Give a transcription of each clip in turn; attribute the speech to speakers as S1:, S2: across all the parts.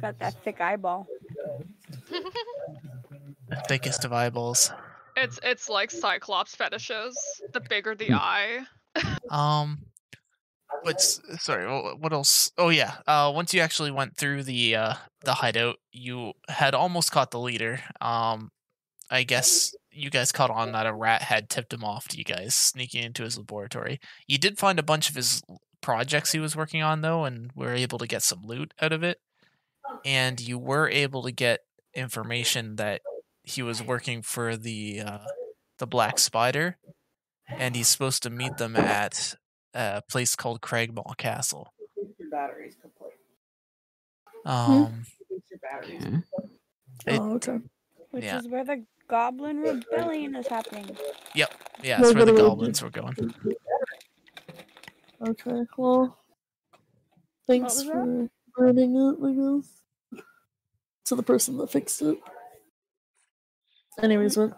S1: Got that thick eyeball.
S2: The thickest of eyeballs.
S3: It's it's like Cyclops fetishes. The bigger the eye.
S2: Um, but s- sorry, wha- what else? Oh yeah, uh, once you actually went through the uh the hideout, you had almost caught the leader. Um, I guess you guys caught on that a rat had tipped him off to you guys sneaking into his laboratory. You did find a bunch of his l- projects he was working on though, and were able to get some loot out of it. And you were able to get information that he was working for the uh, the Black Spider, and he's supposed to meet them at a place called Craigmall Castle.
S4: Your battery's complete.
S2: Um,
S4: Your battery's
S5: Okay.
S2: It-
S6: oh, okay.
S1: Which
S2: Yeah.
S1: is where the Goblin Rebellion is happening.
S2: yeah, that's where the
S6: Nobody would
S2: goblins were going.
S6: Okay. Well, thanks
S1: was that?
S6: for ruining it, I guess. To the person that fixed it. Anyways, what?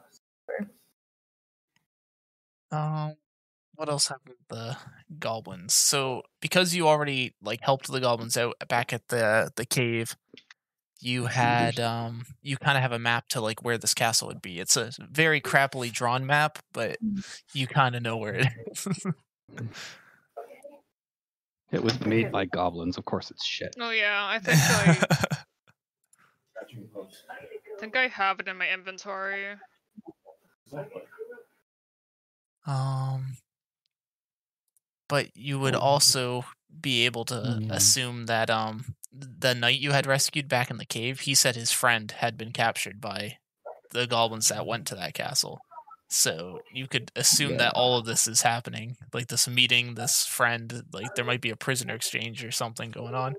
S2: Um, what else happened with the goblins? So because you already like helped the goblins out back at the the cave, you had um you kind of have a map to like where this castle would be. It's a very crappily drawn map, but you kind of know where it is.
S5: It was made by goblins. Of course, it's shit.
S3: Oh yeah, I think I think I have it in my inventory.
S2: Um, but you would also be able to
S5: Mm.
S2: assume that um the knight you had rescued back in the cave, he said his friend had been captured by the goblins that went to that castle. So you could assume that all of this is happening, like this meeting, this friend, like there might be a prisoner exchange or something going on.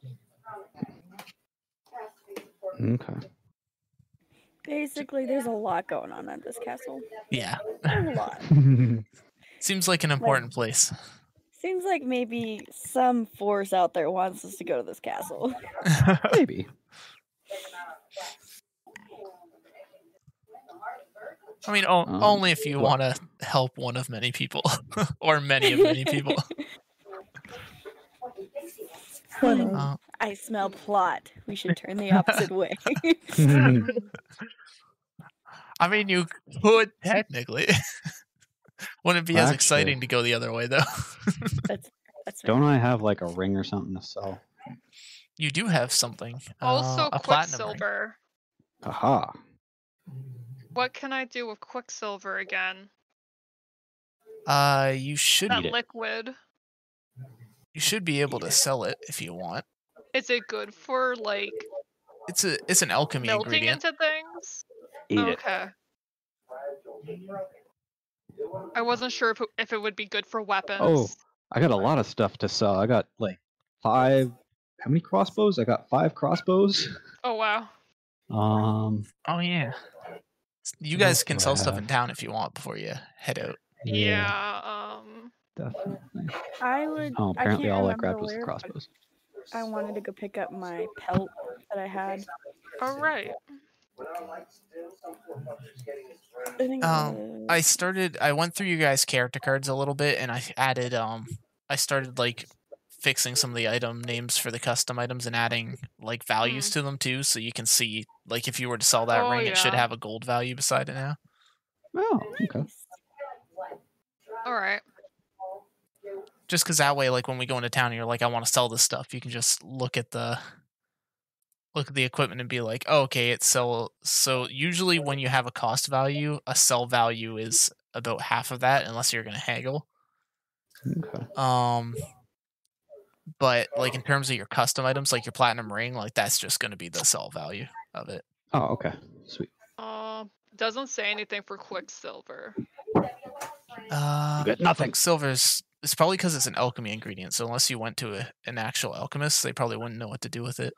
S5: Okay.
S1: Basically, there's a lot going on at this castle.
S2: Yeah,
S1: A lot.
S2: seems like an important place.
S1: Seems like maybe some force out there wants us to go to this castle.
S5: Maybe.
S2: I mean, o-
S5: Um,
S2: only if you
S5: well-
S2: want to help one of many people, or many of many people.
S6: Why not?
S2: Uh,
S1: I smell plot. We should turn the opposite way.
S2: I mean, you could technically. Wouldn't it be
S5: Well,
S2: as
S5: actually-
S2: exciting to go the other way, though?
S1: That's that's fair.
S5: Don't I have like a ring or something to sell?
S2: you do have something. uh,
S3: Also
S2: a platinum ring.
S3: Quicksilver.
S5: Aha.
S3: What can I do with Quicksilver again?
S2: Uh, you should
S3: That
S5: Eat it.
S3: liquid.
S2: you should be able to sell it if you want.
S3: Is it good for like
S2: It's a it's an alchemy
S3: melting
S2: ingredient.
S3: into things?
S5: Eat it.
S3: okay. I wasn't sure if it, if it would be good for weapons.
S5: I got a lot of stuff to sell. I got like five. How many crossbows? I got five crossbows.
S3: Oh wow.
S5: Um.
S2: Oh yeah. You
S5: What
S2: guys
S5: else
S2: can
S5: do I
S2: sell stuff in
S5: have?
S2: town if you want before you head out.
S3: Yeah. Um.
S5: Definitely.
S1: I would.
S5: Oh, apparently
S1: I can't
S5: all I
S1: remember
S5: grabbed was the
S1: where, but
S5: crossbows.
S1: I wanted to go pick up my pelt that I had.
S3: All right.
S1: I think.
S2: Um,
S1: it
S2: I
S1: was-
S2: started I went through you guys character cards a little bit and I added um I started like fixing some of the item names for the custom items and adding like values to them too so you can see like if you were to sell that
S3: Mm-hmm. Oh,
S2: ring it should
S3: yeah.
S2: have a gold value beside it now.
S5: Oh, okay.
S3: All right.
S2: Just cuz that way like when we go into town and you're like I want to sell this stuff you can just look at the look at the equipment and be like oh, okay it's sell so usually when you have a cost value a sell value is about half of that unless you're going to haggle.
S5: Okay.
S2: Um, but like in terms of your custom items, like your platinum ring, like that's just going to be the sell value of it.
S5: Oh, okay. Sweet.
S3: Um. Doesn't say anything for Quicksilver.
S2: Uh,
S5: got nothing.
S2: silver's it's probably because it's an alchemy ingredient. So unless you went to a, an actual alchemist, they probably wouldn't know what to do with it.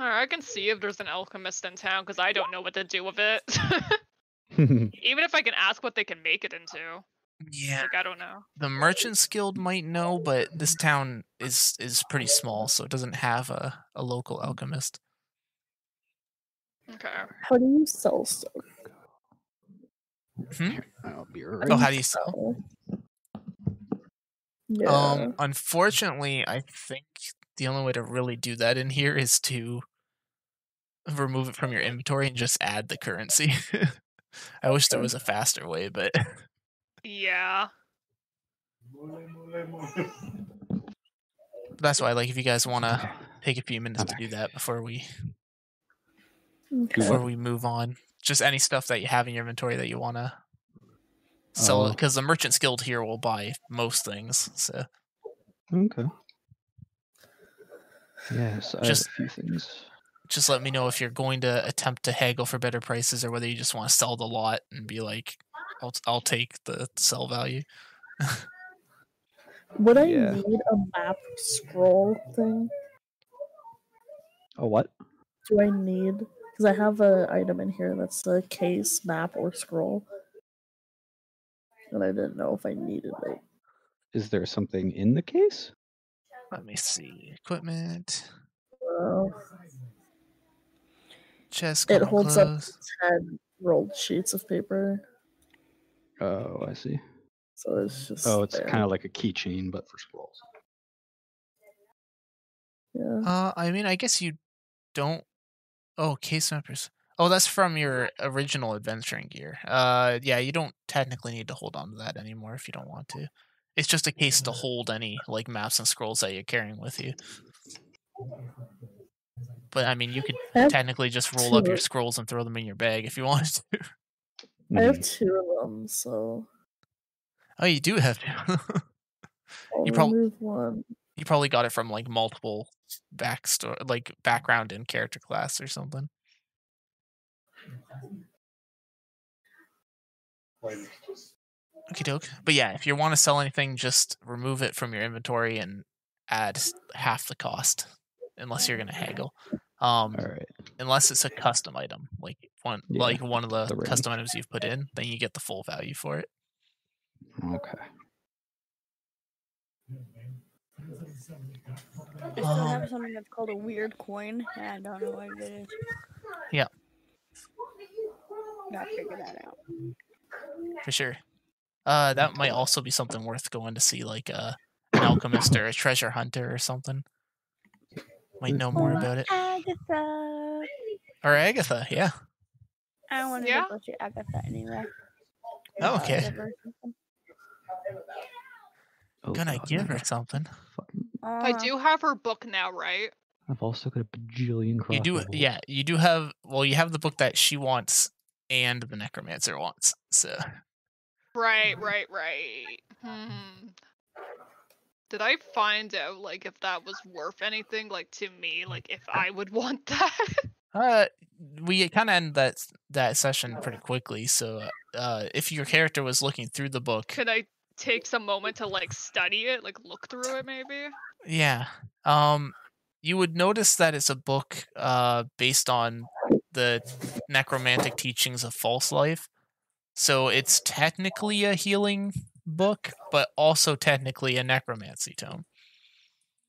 S3: All right. I can see if there's an alchemist in town because I don't know what to do with it. Even if I can ask what they can make it into,
S2: Yeah,
S3: like I don't know.
S2: the merchants guild might know, but this town is is pretty small, so it doesn't have a a local alchemist.
S3: Okay.
S6: How do you sell stuff?
S2: Hmm?
S5: I'll be
S2: Oh,
S5: right.
S2: how do you sell?
S6: Yeah.
S2: Um, unfortunately, I think the only way to really do that in here is to remove it from your inventory and just add the currency. I wish there was a faster way, but
S3: Yeah.
S2: that's why like if you guys want to take a few minutes to do that before we
S6: Okay.
S2: before we move on, just any stuff that you have in your inventory that you want to sell
S5: Oh.
S2: because the merchant's guild here will buy most things. So
S5: Okay. Yes, I
S2: Just-
S5: have a few things.
S2: just let me know if you're going to attempt to haggle for better prices or whether you just want to sell the lot and be like I'll I'll take the sell value.
S6: Would I
S5: Yeah.
S6: need a map scroll thing?
S5: Oh, what?
S6: Do I need? Because I have a item in here that's a case, map, or scroll, and I didn't know if I needed it.
S5: Is there something in the case?
S2: Let me see. Equipment,
S6: Uh,
S2: chest,
S6: It
S2: common
S6: holds up-
S2: clothes.
S6: Ten rolled sheets of paper,
S5: Oh, I see.
S6: so it's just.
S5: Oh, it's
S6: there.
S5: kind of like a keychain, but for scrolls.
S6: Yeah.
S2: Uh, I mean, I guess you don't. Oh, case mappers. Oh, that's from your original adventuring gear. Uh, yeah, you don't technically need to hold on to that anymore if you don't want to. It's just a case to hold any like maps and scrolls that you're carrying with you. But I mean, you could
S6: I have,
S2: technically just roll up your
S6: two.
S2: scrolls and throw them in your bag if you wanted to.
S5: Mm-hmm.
S6: I have two of them, so
S2: Oh, you do have to.
S6: I'll
S2: prob-
S6: remove one.
S2: you probably got it from like multiple backstory, like background in character class or something. Okay, doke. But yeah, if you want to sell anything, just remove it from your inventory and add s- half the cost, unless you're gonna haggle. Um,
S5: All right.
S2: unless it's a custom item, like one
S5: Yeah,
S2: like one of the,
S5: the ring.
S2: custom items you've put in, then you get the full value for it.
S5: Okay.
S1: I still
S2: Um,
S1: have something that's called a weird coin. and I don't know what it is.
S2: Yeah.
S1: Gotta figure that out.
S2: for sure. Uh, that might also be something worth going to see, like uh, an alchemist or a treasure hunter or something. Might know more about it.
S1: Agatha.
S2: Or Agatha, yeah.
S1: I wanted
S3: Yeah?
S1: to go to Agatha anyway.
S2: Oh, okay.
S1: Give her something.
S5: Oh,
S2: Gonna
S5: God,
S2: give
S5: now I
S2: her
S5: got
S2: something.
S5: fucking-
S3: I
S1: Uh-huh.
S3: do have her book now, right?
S5: I've also got a bajillion Uh, crossbows.
S2: You do, yeah. You do have. Well, you have the book that she wants and the necromancer wants. So
S3: Right, right, right. Hmm. Did I find out like if that was worth anything, like to me, like if I would want that?
S2: Uh, we kind of end that s- that session pretty quickly. So, uh, if your character was looking through the book,
S3: Could I take some moment to like study it, like look through it maybe?
S2: yeah, um, you would notice that it's a book, uh, based on the necromantic teachings of false life. So it's technically a healing book, but also technically a necromancy tome.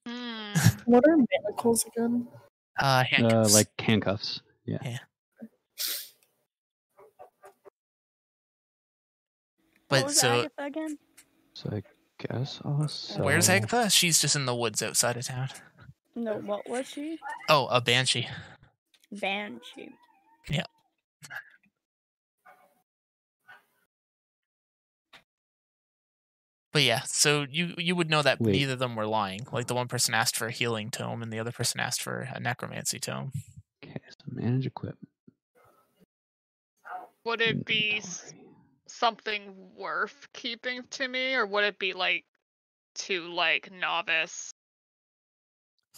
S3: Hmm.
S6: What are manacles again?
S2: Uh,
S5: Uh,
S2: handcuffs.
S5: like handcuffs. Yeah.
S1: What
S2: but
S1: was
S2: so
S1: Agatha again?
S5: So I guess I'll sell.
S2: where's Agatha? She's just in the woods outside of town.
S1: No, what was she?
S2: Oh, a banshee.
S1: Banshee.
S2: But yeah, so you you would know that
S5: Wait.
S2: neither of them were lying. Like the one person asked for a healing tome, and the other person asked for a necromancy tome.
S5: Okay, so manage equipment.
S3: Would it be s-
S5: inventory.
S3: something worth keeping to me or would it be like to like novice?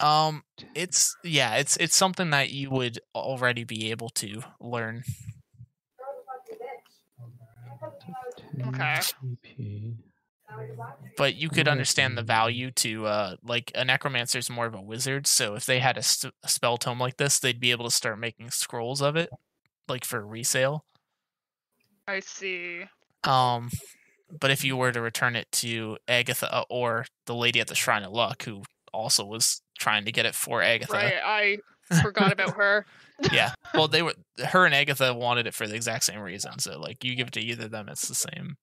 S2: Um, it's yeah, it's it's something that you would already be able to learn.
S3: Okay.
S5: 10 CP.
S2: But you could
S5: Right.
S2: understand the value to uh, like a necromancer is more of a wizard. So if they had a, s- a spell tome like this, they'd be able to start making scrolls of it, like for resale.
S3: I see.
S2: Um, but if you were to return it to Agatha uh, or the lady at the Shrine of Luck, who also was trying to get it for Agatha.
S3: Right, I forgot about her.
S2: yeah. Well, they were her and Agatha wanted it for the exact same reason. So like you give it to either of them, it's the same.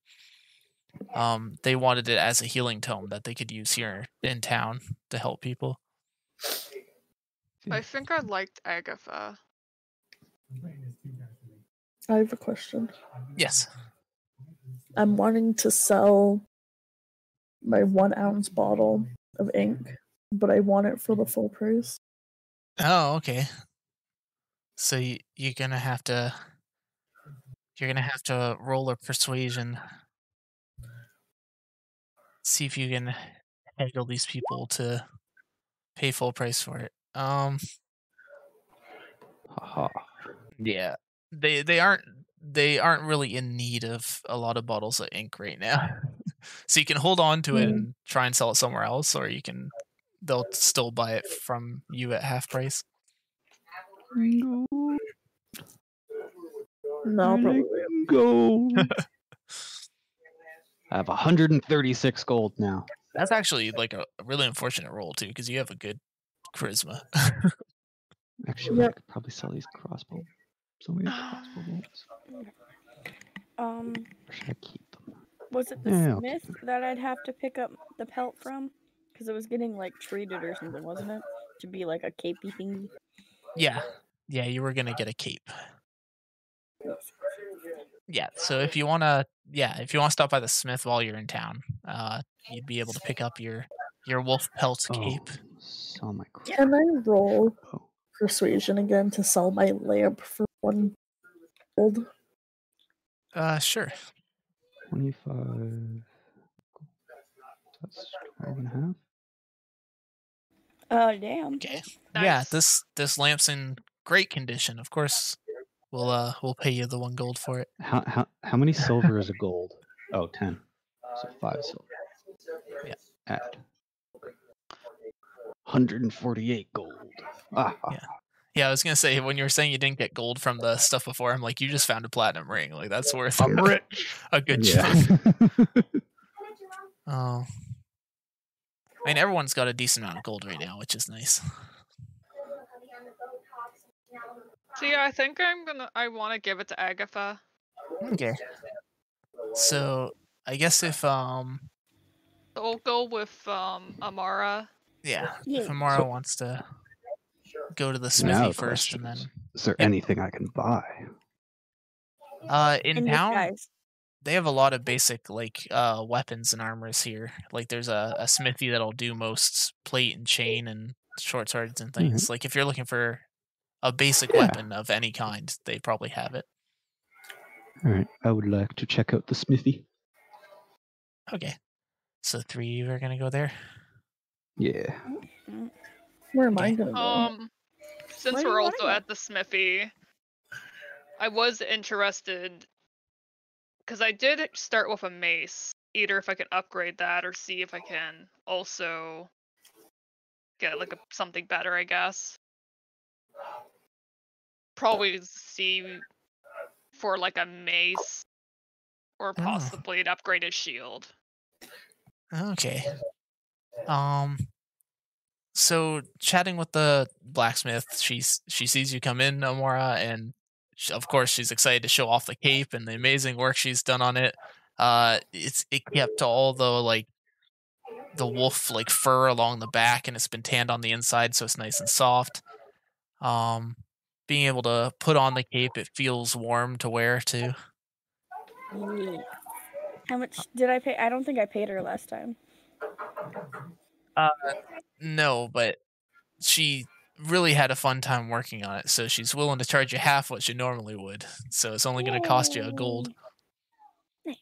S2: Um, they wanted it as a healing tome that they could use here in town to help people.
S3: I think I liked Agatha.
S6: I have a question.
S2: Yes.
S6: I'm wanting to sell my one ounce bottle of ink, but I want it for the full price.
S2: Oh, okay. So y- you're gonna have to. You're gonna have to roll a persuasion. See if you can haggle these people to pay full price for it. Um.
S5: Haha.
S2: Yeah. They they aren't they aren't really in need of a lot of bottles of ink right now. so you can hold on to it
S6: Mm.
S2: and try and sell it somewhere else, or you can they'll still buy it from you at half price.
S6: No, I'll probably
S5: Go. I have 136 gold now.
S2: That's actually like a a really unfortunate roll too, because you have a good charisma.
S5: Actually,
S6: Yep.
S5: I could probably sell these crossbow. Some of these crossbow bolts.
S1: Um,
S5: Or should I keep them?
S1: was it the
S5: Yeah, I'll keep
S1: smith that I'd have to pick up the pelt from? Because it was getting like treated or something, wasn't it? To be like a capey thingy.
S2: yeah, yeah, you were gonna get a cape. Yeah, so if you wanna, yeah, if you wanna stop by the smith while you're in town, uh, you'd be able to pick up your your wolf pelt cape.
S5: Oh, sell my
S6: Can I roll
S5: crossbow.
S6: persuasion again to sell my lamp for one gold?
S2: Uh, sure.
S5: 25. That's 12 and a half.
S1: Oh damn!
S2: Okay. Yeah,
S3: Nice.
S2: this this lamp's in great condition. Of course, we'll uh we'll pay you the one gold for it.
S5: How, how, how many silver is a gold? Oh, 10. So 5 silver.
S2: Yeah.
S5: Add. 148 gold. Ah, ah,
S2: Yeah. Yeah, I was gonna say when you were saying you didn't get gold from the stuff before, I'm like, you just found a platinum ring. Like that's worth
S5: I'm rich.
S2: a good chunk.
S5: yeah.
S2: Oh. I mean, everyone's got a decent amount of gold right now, which is nice.
S3: See, I think I'm gonna. I want to give it to Agatha.
S2: Okay. So I guess if um
S3: So I'll go with um Amara.
S2: yeah,
S1: Yeah.
S2: if Amara
S5: So-
S2: wants to go to the smithy
S5: Now the
S2: first,
S5: question
S2: and then
S5: is- Is there
S2: Yeah.
S5: anything I can buy?
S2: uh in
S1: And
S2: town
S1: disguise.
S2: they have a lot of basic like uh weapons and armors here. Like there's a, a smithy that'll do most plate and chain and short swords and things. Like if you're looking for a basic
S5: Yeah.
S2: weapon of any kind, they probably have it.
S5: All right. I would like to check out the smithy.
S2: Okay. So three of you are gonna go there.
S5: Yeah.
S6: Where am I gonna go?
S3: Um, since
S1: Where do
S3: we're
S1: you wanna
S3: also
S1: go?
S3: at the smithy, I was interested because I did start with a mace. Either if I can upgrade that or see if I can also get like a, something better, I guess. Probably see for like a mace
S1: Ah.
S3: or
S2: Oh.
S3: possibly an upgraded shield.
S2: Okay. Um so chatting with the blacksmith, she's she sees you come in, Amora, and sh of course she's excited to show off the cape and the amazing work she's done on it. Uh it's it kept all the like the wolf like fur along the back and it's been tanned on the inside so it's nice and soft. Um being able to put on the cape, it feels warm to wear too.
S1: Yeet. How much did I pay? I don't think I paid her last time.
S2: No, but she really had a fun time working on it, so she's willing to charge you half what she normally would. So it's only going to cost you a gold.
S1: Nice.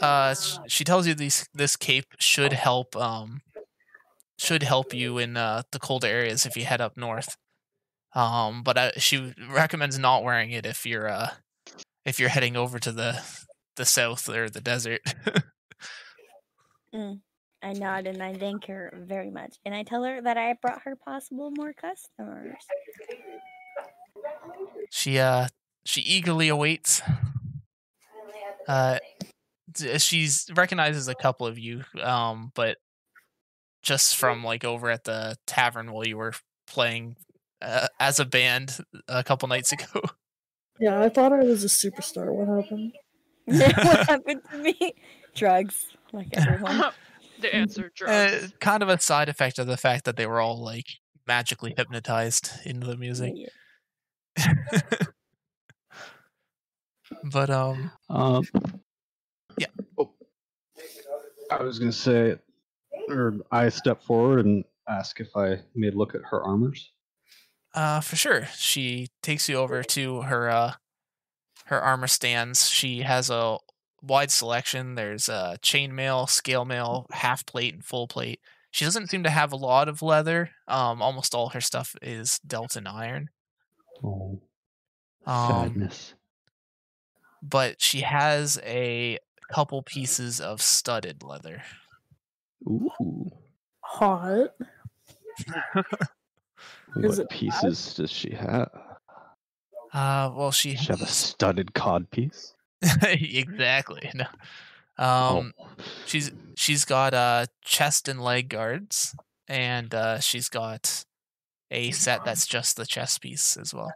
S2: Uh, sh- she tells you these this cape should help um should help you in uh, the colder areas if you head up north. Um, but uh, she recommends not wearing it if you're uh if you're heading over to the the south or the desert.
S1: I nod and I thank her very much, and I tell her that I brought her possible more customers.
S2: She uh she eagerly awaits. Uh d- she's recognizes a couple of you um but just from like over at the tavern while you were playing uh, as a band a couple nights ago.
S6: yeah, I thought I was a superstar. What happened?
S1: what happened to me? Drugs, like everyone.
S3: The answer drugs.
S2: Uh, kind of a side effect of the fact that they were all like magically hypnotized into the music.
S1: Yeah.
S2: But um,
S7: Um,
S2: Yeah.
S7: oh, I was gonna say, or I step forward and ask if I may look at her armors.
S2: uh, for sure, she takes you over to her uh, her armor stands. She has a wide selection. There's uh, chainmail, scale mail, half plate, and full plate. She doesn't seem to have a lot of leather. Um, almost all her stuff is dealt in iron.
S7: Oh,
S2: Um,
S7: sadness.
S2: but she has a couple pieces of studded leather.
S7: Ooh,
S6: Hot. Is
S7: what
S6: it
S7: pieces does she have?
S2: Uh, well, she
S7: Does she have a studded cod piece?
S2: exactly. No. Um,
S7: oh,
S2: she's she's got uh chest and leg guards, and uh, she's got a set that's just the chest piece as well.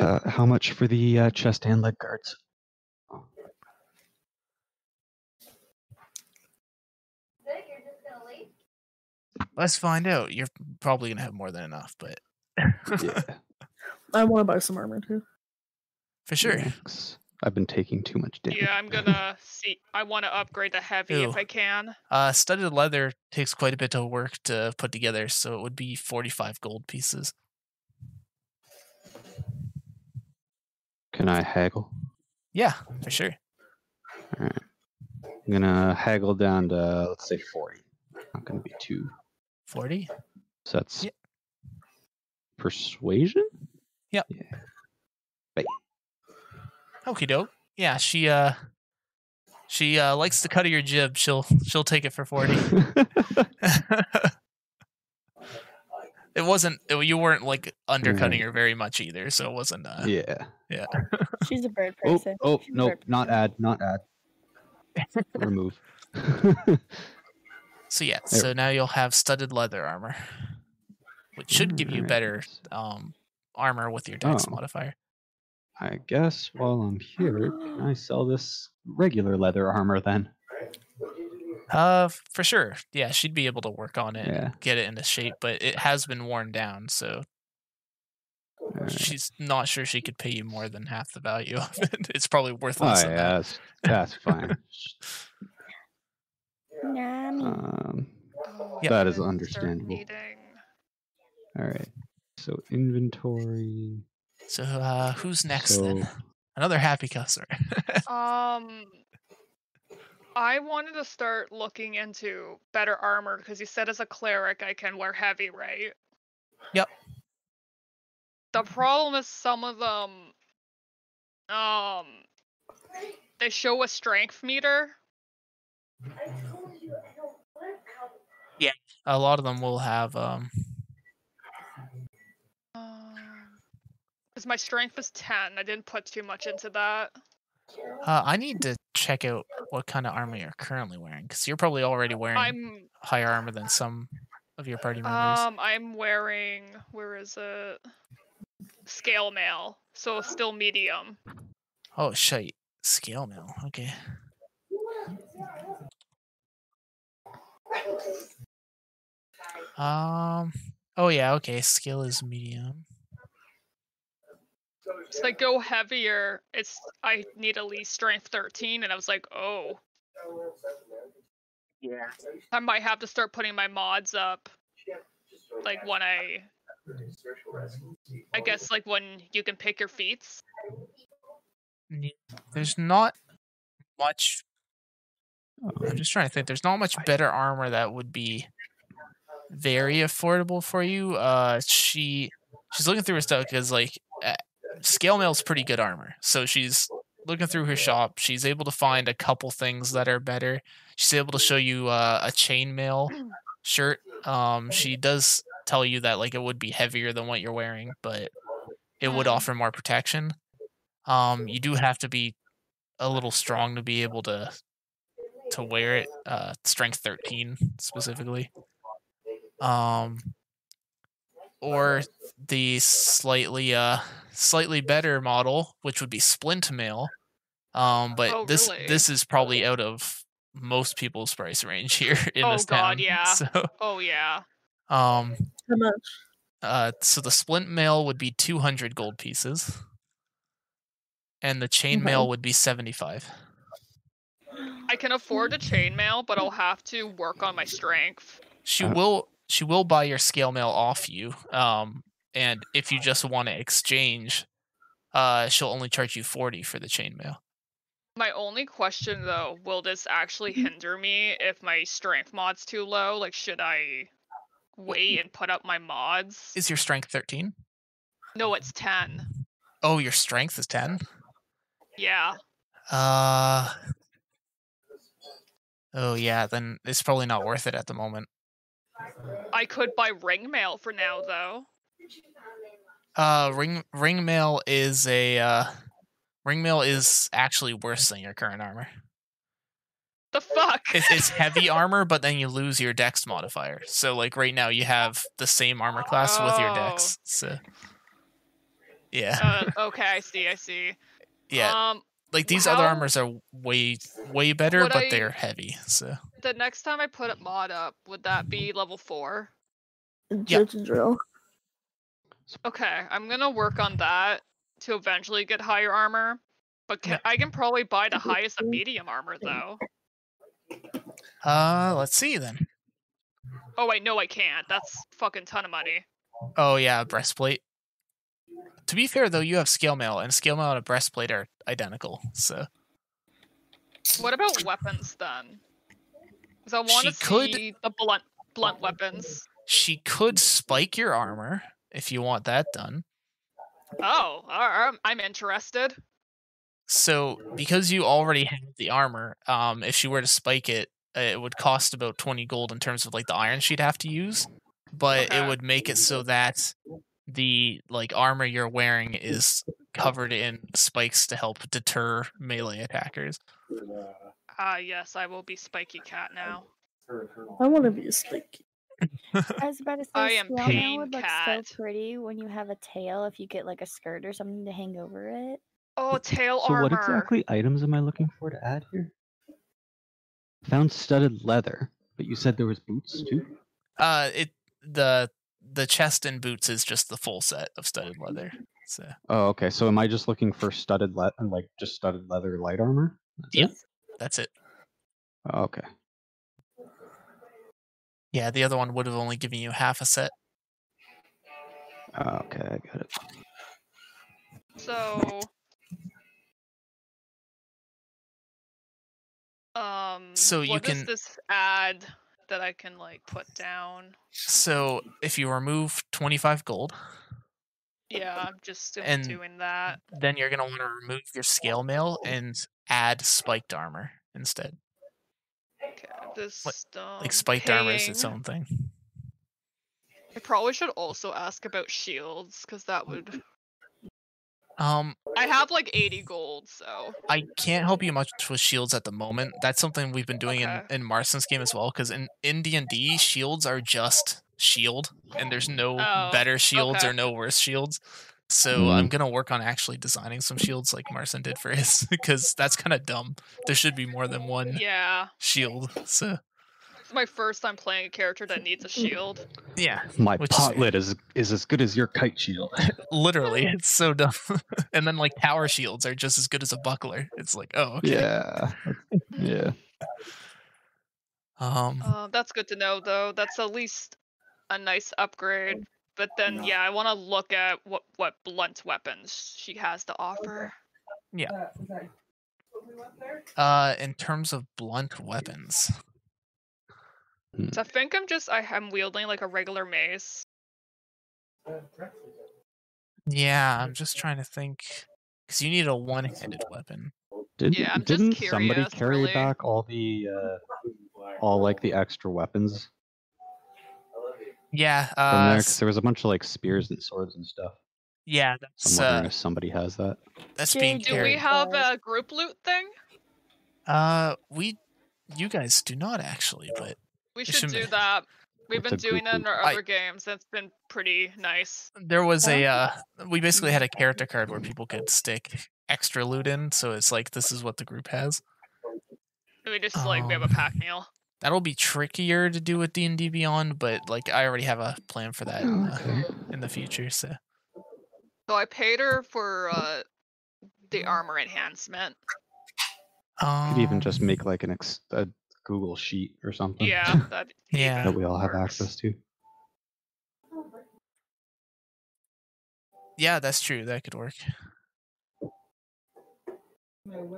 S7: uh, how much for the uh, chest and leg guards?
S2: Let's find out. You're probably gonna have more than enough, but
S7: Yeah,
S6: I want to buy some armor too.
S2: for sure.
S7: thanks. I've been taking too much damage.
S3: yeah, I'm gonna see. I want to upgrade the heavy
S2: Ew.
S3: if I can.
S2: Uh, studded leather takes quite a bit of work to put together, so it would be forty-five gold pieces.
S7: Can I haggle?
S2: Yeah, for sure.
S7: I'm gonna haggle down to let's say forty. Not gonna be too.
S2: Forty.
S7: So that's
S2: Yeah.
S7: persuasion.
S2: Okie doke. Yeah, she uh she uh likes the cut of your jib. She'll she'll take it for forty. it wasn't it- you weren't like undercutting her very much either, so it wasn't uh,
S7: yeah.
S1: She's a bird
S7: Oh,
S1: person.
S7: oh,
S1: She's a
S7: nope,
S1: bird
S7: not
S1: person.
S7: add, not add. Remove.
S2: so yeah,
S7: There.
S2: so now you'll have studded leather armor. Which should give you
S7: Alright,
S2: better um armor with your dex
S7: Oh.
S2: modifier.
S7: I guess while I'm here, can I sell this regular leather armor then?
S2: Uh for sure. Yeah, she'd be able to work on it
S7: Yeah.
S2: and get it into shape, but it has been worn down, so
S7: Alright.
S2: she's not sure she could pay you more than half the value of it. It's probably worth
S7: Oh,
S2: less than that.
S7: yeah, that's, that's fine.
S1: Nami.
S7: Um,
S2: Yep.
S7: That is
S3: Start
S7: understandable.
S3: eating.
S7: all right. So inventory.
S2: So uh who's next then?
S7: so-
S2: Another happy customer.
S3: Um, I wanted to start looking into better armor because you said as a cleric I can wear heavy, right?
S2: Yep.
S3: The problem is some of them, um, they show a strength meter.
S2: A lot of them will have um
S3: Because um, my strength is ten, I didn't put too much into that.
S2: uh, I need to check out what kind of armor you're currently wearing cuz you're probably already wearing
S3: Uh, I'm,
S2: higher armor than some of your party members.
S3: um, I'm wearing where is it? Scale mail, so still medium.
S2: oh shit. Scale mail. Okay. Um oh yeah, okay. Skill is medium.
S3: It's like go heavier. It's I need at least strength 13, and I was like, oh. Yeah. I might have to start putting my mods up, like when I. I guess like when you can pick your feats.
S2: There's not much I'm just trying to think. There's not much better armor that would be very affordable for you. Uh, she she's looking through her stuff because like uh, scale mail's pretty good armor. So she's looking through her shop. She's able to find a couple things that are better. She's able to show you uh, a chainmail shirt. Um, she does tell you that like it would be heavier than what you're wearing, but it would
S3: Mm.
S2: offer more protection. Um, you do have to be a little strong to be able to to wear it uh strength 13 specifically um or the slightly uh slightly better model which would be splint mail Um, but
S3: Oh,
S2: this
S3: really?
S2: this is probably out of most people's price range here in
S3: Oh,
S2: this
S3: God,
S2: town.
S3: yeah.
S2: So,
S3: Oh yeah.
S2: um,
S6: How much?
S2: uh, so the splint mail would be two hundred gold pieces, and the chain mail would be seventy five.
S3: I can afford a chainmail, but I'll have to work on my strength.
S2: She
S5: Uh,
S2: will she will buy your scale mail off you. Um, and if you just want to exchange, uh, she'll only charge you forty for the chain mail.
S3: My only question though, will this actually
S2: Mm-hmm.
S3: hinder me if my strength mod's too low? Like should I wait and put up my mods?
S2: Is your strength thirteen?
S3: no, it's 10.
S2: Oh, your strength is ten.
S3: Yeah.
S2: Uh. Oh yeah, then it's probably not worth it at the moment.
S3: I could buy ring mail for now though.
S2: Uh, ring ring mail is a uh, ring mail is actually worse than your current armor.
S3: The fuck?
S2: It's, it's heavy armor, but then you lose your dex modifier. So like right now you have the same armor class with your dex. So yeah,
S3: Oh. uh, okay, I see, I see.
S2: yeah.
S3: Um
S2: Like these other
S3: how-
S2: armors are way way better,
S3: would
S2: but
S3: I-
S2: they're heavy. So
S3: the next time I put a mod up, would that be level four?
S2: Yeah.
S6: Judge and drill.
S3: Okay, I'm gonna work on that to eventually get higher armor. But can, I can probably buy the highest of medium armor though.
S2: uh, let's see then.
S3: Oh wait, no, I can't. That's fucking ton of money.
S2: Oh yeah, breastplate. To be fair though, you have scale mail, and scale mail and a breastplate are identical. So
S3: What about weapons then? Because I want
S2: She
S3: to
S2: could-
S3: see the blunt blunt weapons.
S2: she could spike your armor if you want that done.
S3: Oh, all right, I'm interested.
S2: So because you already have the armor, um, if she were to spike it, uh, it would cost about twenty gold in terms of like the iron she'd have to use, but
S3: Okay.
S2: it would make it so that the like armor you're wearing is covered in spikes to help deter melee attackers.
S3: Ah, yes, I will be Spiky Cat now.
S6: I want to be a snake.
S8: I was about to say,
S3: I am
S8: Scout now
S3: Pain
S8: would look
S3: Cat.
S8: so pretty when you have a tail. If you get like a skirt or something to hang over it,
S3: Oh, tail
S7: So
S3: armor.
S7: what exactly items am I looking for to add here? Found studded leather, but you said there was boots too.
S2: Uh, it the the chest and boots is just the full set of studded leather. So
S5: Oh, okay. So am I just looking for studded le- like just studded leather light armor? That's
S2: Yeah.
S5: it?
S2: that's it.
S5: Oh, okay.
S2: Yeah, the other one would have only given you half a set.
S5: Oh, okay, I got it.
S3: So. Um.
S2: So you
S3: what does
S2: can-
S3: this ad that I can like put down?
S2: So if you remove twenty five gold,
S3: Yeah, I'm just still
S2: And-
S3: doing that.
S2: then you're going to want to remove your scale mail and add spiked armor instead.
S3: Okay, this um,
S2: Like spiked armor is its
S3: paying-
S2: own thing.
S3: I probably should also ask about shields because that would.
S2: Um,
S3: I have like 80 gold, so
S2: I can't help you much with shields at the moment. That's something we've been doing
S3: Okay.
S2: in, in Marston's game as well. Because in in D and D, shields are just shield, and there's no
S3: Oh,
S2: better shields
S3: okay.
S2: or no worse shields. So I'm gonna work on actually designing some shields like Marston did for his, because that's kind of dumb. There should be more than one
S3: yeah,
S2: shield. So
S3: it's my first time playing a character that needs a shield.
S2: yeah,
S5: My
S2: Which is
S5: pot
S2: fair.
S5: lid is is as good as your kite shield.
S2: literally it's so dumb and then like tower shields are just as good as a buckler it's like oh okay
S5: Yeah. Yeah.
S2: um
S3: Uh, that's good to know, though. That's at least a nice upgrade. But then, yeah, I want to look at what what blunt weapons she has to offer.
S4: Uh, okay.
S2: uh in terms of blunt weapons
S3: So I think I'm just I am wielding like a regular mace.
S2: yeah i'm just trying to think because you need a one-handed weapon
S5: Didn't,
S3: I'm just
S5: didn't somebody
S3: curious,
S5: carry
S3: really.
S5: back all the uh, all like the extra weapons
S2: yeah
S5: from there?
S2: uh
S5: 'Cause
S2: s-
S5: there was a bunch of like spears and swords and stuff.
S2: yeah that's
S5: I'm wondering
S2: uh
S5: if somebody has that.
S2: that's being
S8: Did
S3: Do
S2: carried
S8: Very
S3: we have
S8: good.
S3: a group loot thing?
S2: uh we you guys do not actually but
S3: We
S2: It
S3: should
S2: should be-
S3: do that. We've
S5: What's
S3: been
S5: a group
S3: doing that in
S5: loot?
S3: our
S2: I-
S3: other games. That's been pretty nice. Mm.
S2: there was a uh we basically had a character card where people could stick extra loot in, so it's like this is what the group has.
S3: And we just like we have a
S2: Um,
S3: pack meal.
S2: That'll be trickier to do with D and D Beyond, but like I already have a plan for that in the,
S7: Oh, Okay.
S2: in the future. So
S3: So I paid her for uh the armor enhancement.
S2: um,
S7: Could even just make like an ex- a Google sheet or something.
S3: Yeah, that
S2: Yeah.
S7: that we all have
S3: works.
S7: access to.
S2: yeah, that's true. That could work.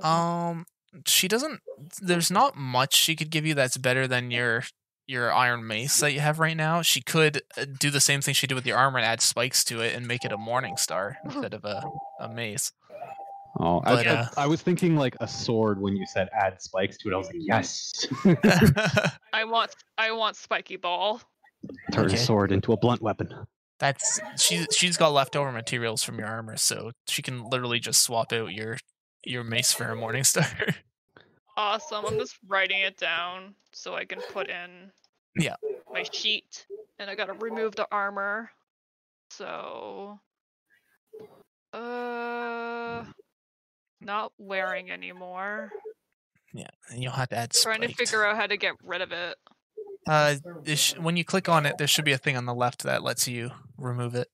S2: Um, she doesn't. There's not much she could give you that's better than your your iron mace that you have right now. She could uh, do the same thing she did with your armor and add spikes to it and make it a morning star instead of a, a mace.
S7: Oh, I,
S2: But,
S7: I-
S2: uh,
S7: I, was thinking like a sword when you said add spikes to it. I was like, yes,
S3: I want I want spiky ball.
S7: turn
S2: Okay.
S7: a sword into a blunt weapon.
S2: that's she. She's got leftover materials from your armor, so she can literally just swap out your your mace for a morning star.
S3: Awesome. I'm just writing it down so I can put in
S2: Yeah.
S3: my sheet. And I gotta remove the armor. So uh not wearing anymore.
S2: yeah, and you'll have to add.
S3: Trying to
S2: spiked.
S3: figure out how to get rid of it.
S2: Uh, it sh- when you click on it, there should be a thing on the left that lets you remove it.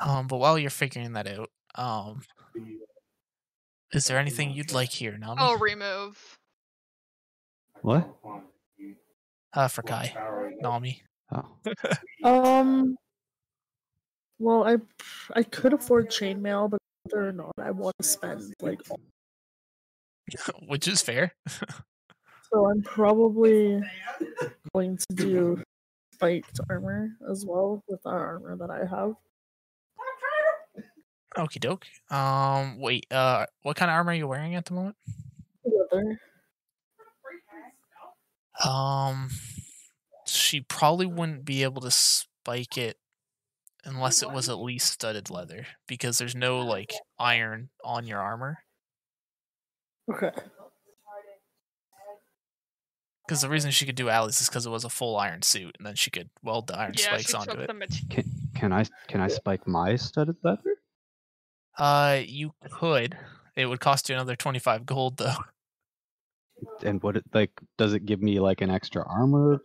S2: Um, but while you're figuring that out, um, is there anything you'd like here, Nami?
S3: Oh remove.
S7: What?
S2: Uh, for Kai, Nami.
S7: Oh,
S6: Um. Well, I I could afford chainmail, but whether or not I want to spend like, all-
S2: Which is fair.
S6: so I'm probably going to do spiked armor as well with that armor that I have.
S2: Okie doke. Um, wait. Uh, what kind of armor are you wearing at the moment?
S6: Leather.
S2: Um, she probably wouldn't be able to spike it unless it was at least studded leather because there's no like iron on your armor.
S6: Okay.
S2: Because the reason she could do Alice is because it was a full iron suit, and then she could weld the iron
S3: Yeah, she
S2: spikes onto
S3: took
S2: it.
S3: the mat-
S7: can I can I spike my studded leather?
S2: Uh, you could. It would cost you another twenty five gold though.
S7: And what it like? Does it give me like an extra armor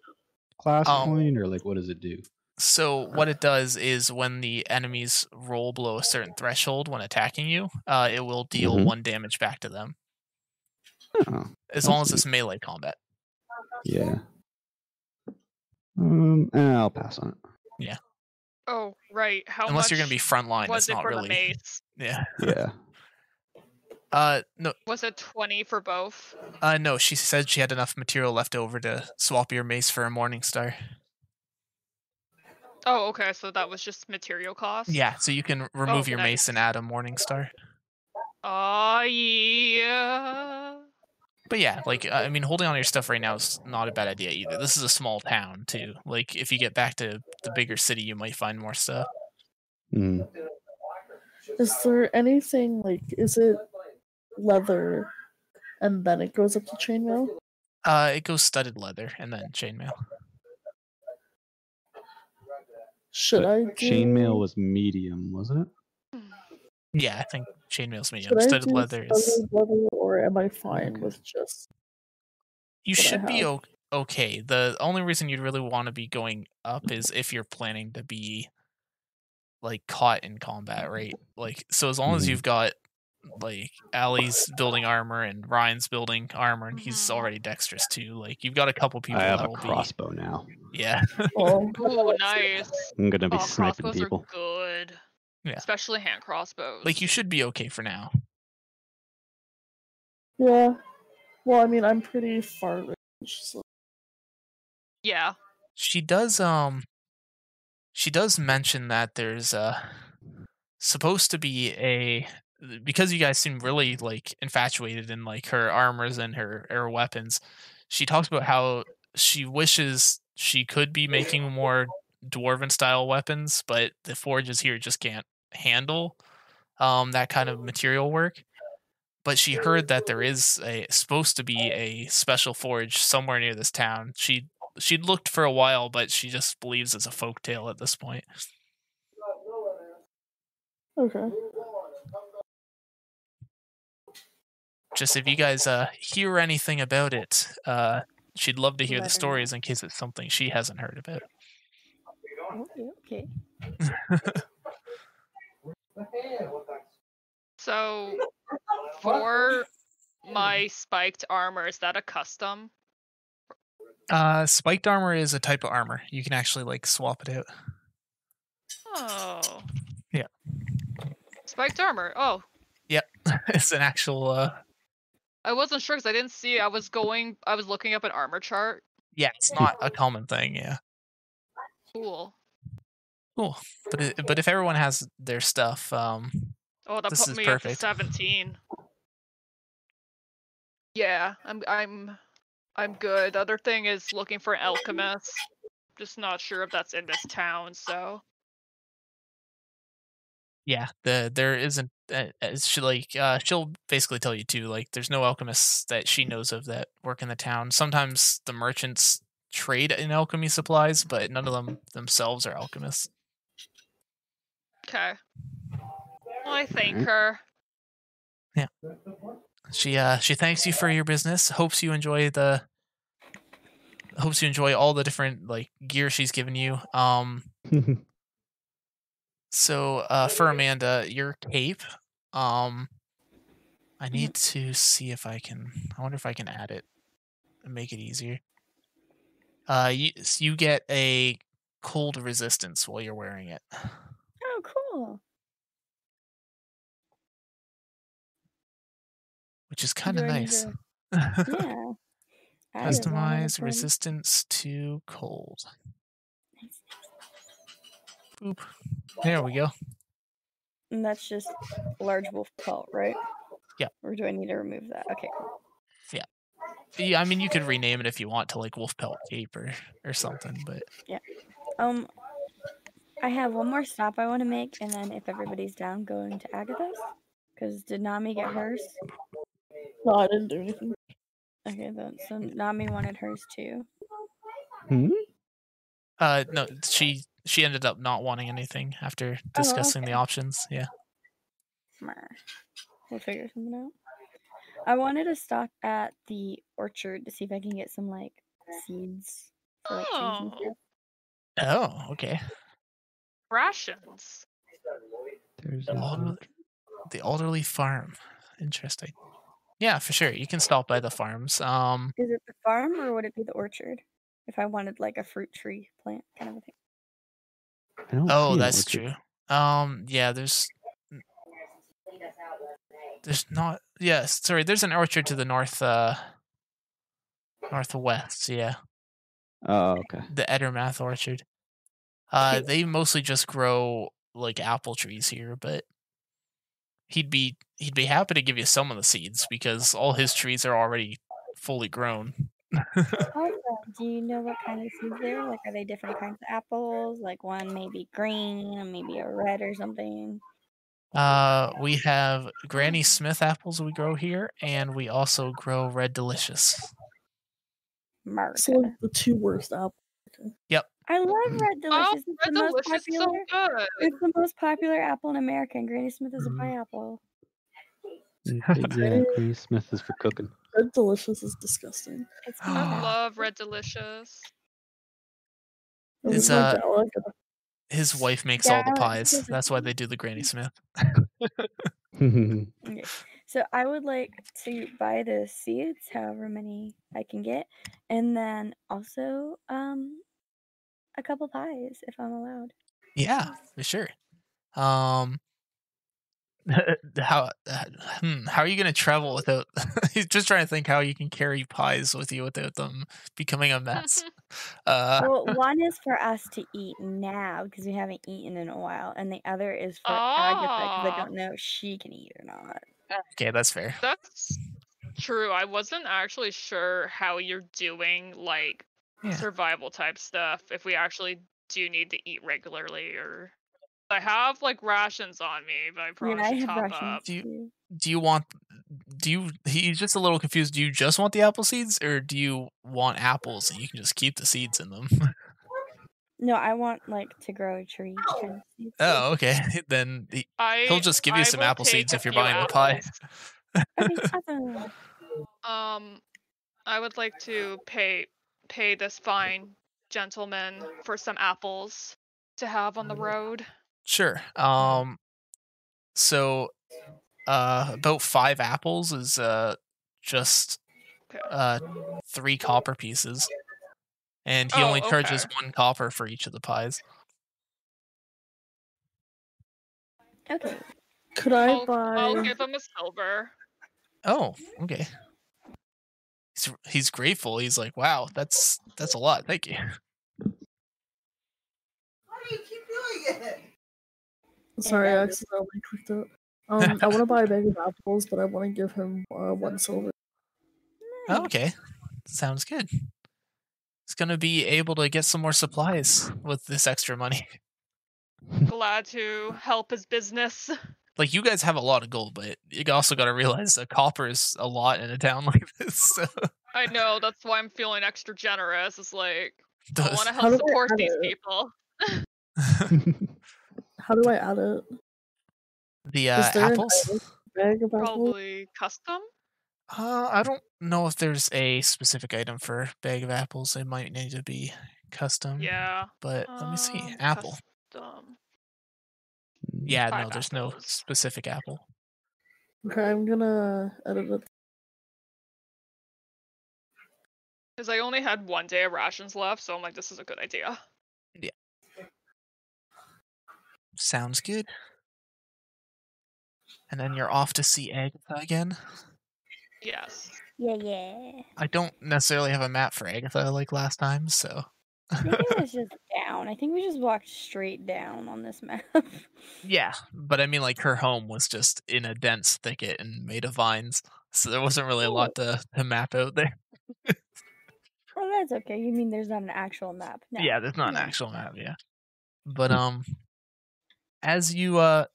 S7: class
S2: Um,
S7: point, or like what does it do?
S2: So what it does is when the enemies roll below a certain threshold when attacking you, uh, it will deal
S7: Mhm.
S2: one damage back to them
S7: Oh,
S2: as
S7: That's
S2: long as
S7: neat.
S2: it's melee combat.
S7: yeah. Um, eh, I'll pass on it.
S3: Oh right. How
S2: Unless you're gonna be
S3: much
S2: frontline,
S3: was
S2: it's
S3: it
S2: not
S3: for
S2: really.
S3: the mace?
S2: Yeah.
S7: Yeah.
S2: Uh no
S3: Was it twenty for both?
S2: uh no, she said she had enough material left over to swap your mace for a morning star.
S3: Oh, okay. So that was just material cost.
S2: Yeah, so you can remove your
S3: Oh, nice.
S2: mace and add a morning star.
S3: Oh yeah.
S2: But yeah, like I I mean holding on to your stuff right now is not a bad idea either. This is a small town too. Like if you get back to the bigger city you might find more stuff.
S7: Mm.
S6: Is there anything like? Is it leather, and then it goes up to chainmail?
S2: Uh it goes studded leather and then chainmail.
S6: Should
S7: But
S6: I do,
S7: Chainmail was medium, wasn't it?
S2: Yeah, I think chainmail's medium.
S6: should I
S2: studded
S6: do
S2: leather is
S6: studded leather, or am I fine with just
S2: you
S6: what I
S2: should be
S6: have.
S2: o- okay. The only reason you'd really want to be going up is if you're planning to be like caught in combat, right? Like so as long as
S7: Mhm.
S2: you've got like Ali's building armor and Ryan's building armor and he's
S3: Mhm.
S2: already dexterous too. Like you've got a couple people
S7: I have a
S2: that'll
S7: crossbow now.
S2: be yeah.
S6: Oh,
S3: Ooh, nice.
S7: I'm gonna be
S3: Oh,
S7: sniping
S3: crossbows
S7: people.
S3: are good.
S2: Yeah.
S3: Especially hand crossbows.
S2: Like you should be okay for now.
S6: Yeah. Well, I mean, I'm pretty far range, so
S3: Yeah.
S2: She does um she does mention that there's uh supposed to be a because you guys seem really like infatuated in like her armors and her her weapons. She talks about how she wishes she could be making more dwarven style weapons, but the forges here just can't handle um that kind of material work. But she heard that there is a supposed to be a special forge somewhere near this town. She she'd looked for a while, but she just believes it's a folk tale at this point.
S6: Okay.
S2: Just if you guys uh, hear anything about it, uh, she'd love to hear
S1: Let
S2: the
S1: her know.
S2: stories in case it's something she hasn't heard about.
S1: Oh, yeah, okay.
S3: So for my spiked armor, is that a custom?
S2: Uh, spiked armor is a type of armor. You can actually like swap it out.
S3: Oh.
S2: Yeah.
S3: Spiked armor. Oh,
S2: it's an actual. Uh,
S3: I wasn't sure because I didn't see. I was going. I was looking up an armor chart.
S2: yeah, it's not a common thing. Yeah,
S3: Cool.
S2: cool. But it, but if everyone has their stuff, um,
S3: Oh, that
S2: This
S3: put
S2: is
S3: me up
S2: perfect.
S3: to seventeen. Yeah, I'm. I'm. I'm good. Other thing is looking for an alchemist. Just not sure if that's in this town. So
S2: yeah, the there isn't. Uh, it's she like uh, she'll basically tell you too. Like, there's no alchemists that she knows of that work in the town. Sometimes the merchants trade in alchemy supplies, but none of them themselves are alchemists.
S3: okay. Well, I thank
S7: Alright.
S3: her.
S2: She uh she thanks you for your business. Hopes you enjoy the hopes you enjoy all the different like gear she's given you. Um
S7: Hmm?
S2: So uh, for Amanda, your cape, um, I need to see if I can. I wonder if I can add it and make it easier. Uh, you s- you get a cold resistance while you're wearing it.
S1: Oh, cool.
S2: Which is
S1: Maybe
S2: kind of
S1: I need
S2: nice.
S1: to- Yeah. I have one other
S2: Customize
S1: problem.
S2: resistance to cold.
S1: Nice,
S2: Boop. There we go.
S1: And that's just large wolf pelt, right?
S2: Yeah.
S1: Or do I need to remove that? Okay, cool.
S2: Yeah, I mean you could rename it if you want to like wolf pelt cape or, or something, but
S1: Um, I have one more stop I want to make, and then if everybody's down, going to Agatha's. Because did Nami get hers?
S6: No, I didn't do anything.
S1: Okay, then so Nami wanted hers too.
S2: Uh, no, she she ended up not wanting anything after discussing the
S1: okay.
S2: options. Yeah.
S1: Mer. We'll figure something out. I wanted to stop at the orchard to see if I can get some like seeds. For, like, trees and
S3: Oh.
S1: stuff.
S2: Oh, okay.
S3: Rations.
S7: There's
S2: The
S7: an
S2: elderly,
S7: orc.
S2: the elderly farm. Interesting. Yeah, for sure. You can stop by the farms. Um,
S1: Is it the farm or would it be the orchard? If I wanted like a fruit tree plant kind of a thing.
S7: I don't see
S2: oh,
S7: an
S2: that's
S7: orchard.
S2: true. Um, yeah, there's n- there's not. Yes, sorry. There's an orchard to the north. Uh, northwest. Yeah,
S7: Oh, okay.
S2: the Edermath orchard. Uh, they mostly just grow like apple trees here, but he'd be he'd be happy to give you some of the seeds because all his trees are already fully grown.
S1: Also, uh, do you know what kind of seeds they are? Like, are they different kinds of apples? Like, one maybe green, and maybe a red or something.
S2: Uh, we have Granny Smith apples we grow here, and we also grow Red Delicious.
S1: Mark.
S6: So like the two worst apples.
S1: I love Red
S3: Oh,
S1: Delicious. it's
S3: red
S1: the most
S3: delicious. is
S1: popular.
S3: So good.
S1: It's the most popular apple in America, and Granny Smith is
S2: Mhm.
S1: a pineapple.
S7: Exactly. Smith is for cooking.
S6: Red delicious is disgusting.
S1: It's
S3: I
S2: Ah.
S1: not
S3: love red delicious.
S6: It was
S2: It's,
S6: my
S2: uh,
S6: dad, like, uh,
S2: His wife makes all
S1: Yeah,
S2: the pies.
S1: because
S2: That's why they do the Granny Smith.
S1: Okay. So I would like to buy the seeds, however many I can get, and then also um a couple pies if I'm allowed.
S2: Yeah, for sure. Um, how uh, hmm, how are you gonna travel without? He's just trying to think how you can carry pies with you without them becoming a mess.
S3: Oh.
S2: Uh,
S1: Well, one is for us to eat now because we haven't eaten in a while, and the other is for Agatha because I
S3: Ah.
S1: don't know if she can eat or not.
S2: okay, that's fair.
S3: That's true. I wasn't actually sure how you're doing like
S2: Yeah.
S3: survival type stuff if we actually do need to eat regularly or I have like rations on me, but I probably
S1: I
S3: should
S1: have
S3: top
S1: rations
S3: up.
S2: Do you-
S1: too.
S2: Do you want do you? He's just a little confused. Do you just want the apple seeds, or do you want apples and you can just keep the seeds in them?
S1: No, I want like to grow a tree. kind of thing.
S2: oh, okay. Then he,
S3: I
S2: he'll just give you
S3: I
S2: some
S3: will
S2: apple
S3: take
S2: seeds
S3: a
S2: if you're
S3: few
S2: buying the pie.
S3: apples.
S1: That'd be awesome.
S3: Um, I would like to pay pay this fine gentleman for some apples to have on the road.
S2: Sure. Um so uh about 5 apples is uh just
S3: Okay.
S2: uh 3 copper pieces. And he
S3: Oh,
S2: only charges
S3: okay.
S2: 1 copper for each of the pies.
S1: Okay.
S6: Could I
S3: I'll,
S6: buy?
S3: I'll give him a silver.
S2: Oh, okay. He's he's grateful. He's like, "Wow, that's that's a lot. Thank you."
S4: Why do you keep doing it?
S6: Sorry, I
S1: um,
S6: accidentally clicked it. Um, I want to buy a bag of apples, but I want to give him uh, one silver.
S3: Hmm.
S2: Oh, okay. Sounds good. He's going to be able to get some more supplies with this extra money.
S3: Glad to help his business.
S2: like you guys have a lot of gold, but you also got to realize that copper is a lot in a town like this. So
S3: I know that's why I'm feeling extra generous. It's like I want to
S6: How
S3: help
S6: do I
S3: support
S6: add
S3: these
S6: it?
S3: people.
S6: How do I add it?
S2: the uh,
S6: there an
S2: apples.
S6: Bag of apples.
S3: Probably custom.
S2: Uh, I don't know if there's a specific item for bag of apples. It might need to be custom.
S3: Yeah.
S2: But Um, uh, let me see.
S3: um,
S2: Apple.
S3: Custom.
S2: Yeah,
S3: five
S2: no, there's no
S3: apples.
S2: specific apple.
S6: Okay, I'm gonna edit it.
S3: Because I only had one day of rations left, so I'm like, this is a good idea.
S2: Sounds good. And then you're off to see Agatha again.
S3: Yes.
S8: Yeah, yeah.
S2: I don't necessarily have a map for Agatha like last time, so.
S1: I think it was just down. I think we just walked straight down on this map.
S2: Yeah, but I mean, like her home was just in a dense thicket and made of vines, so there wasn't really a lot to, to map out there.
S1: well, that's okay. You mean there's not an actual map? No.
S2: Yeah, there's not an
S1: no.
S2: actual map. Yeah, but um, as you uh,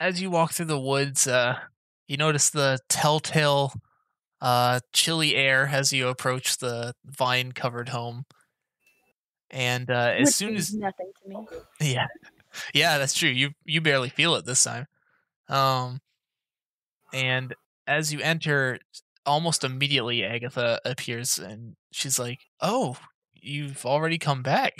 S2: as you walk through the woods, uh, you notice the telltale, uh, chilly air as you approach the vine-covered home, and uh, as
S1: Which
S2: soon
S1: means
S2: as
S1: nothing to me.
S2: Yeah. Yeah, that's true. You you barely feel it this time. Um and as you enter almost immediately Agatha appears and she's like, "Oh, you've already come back."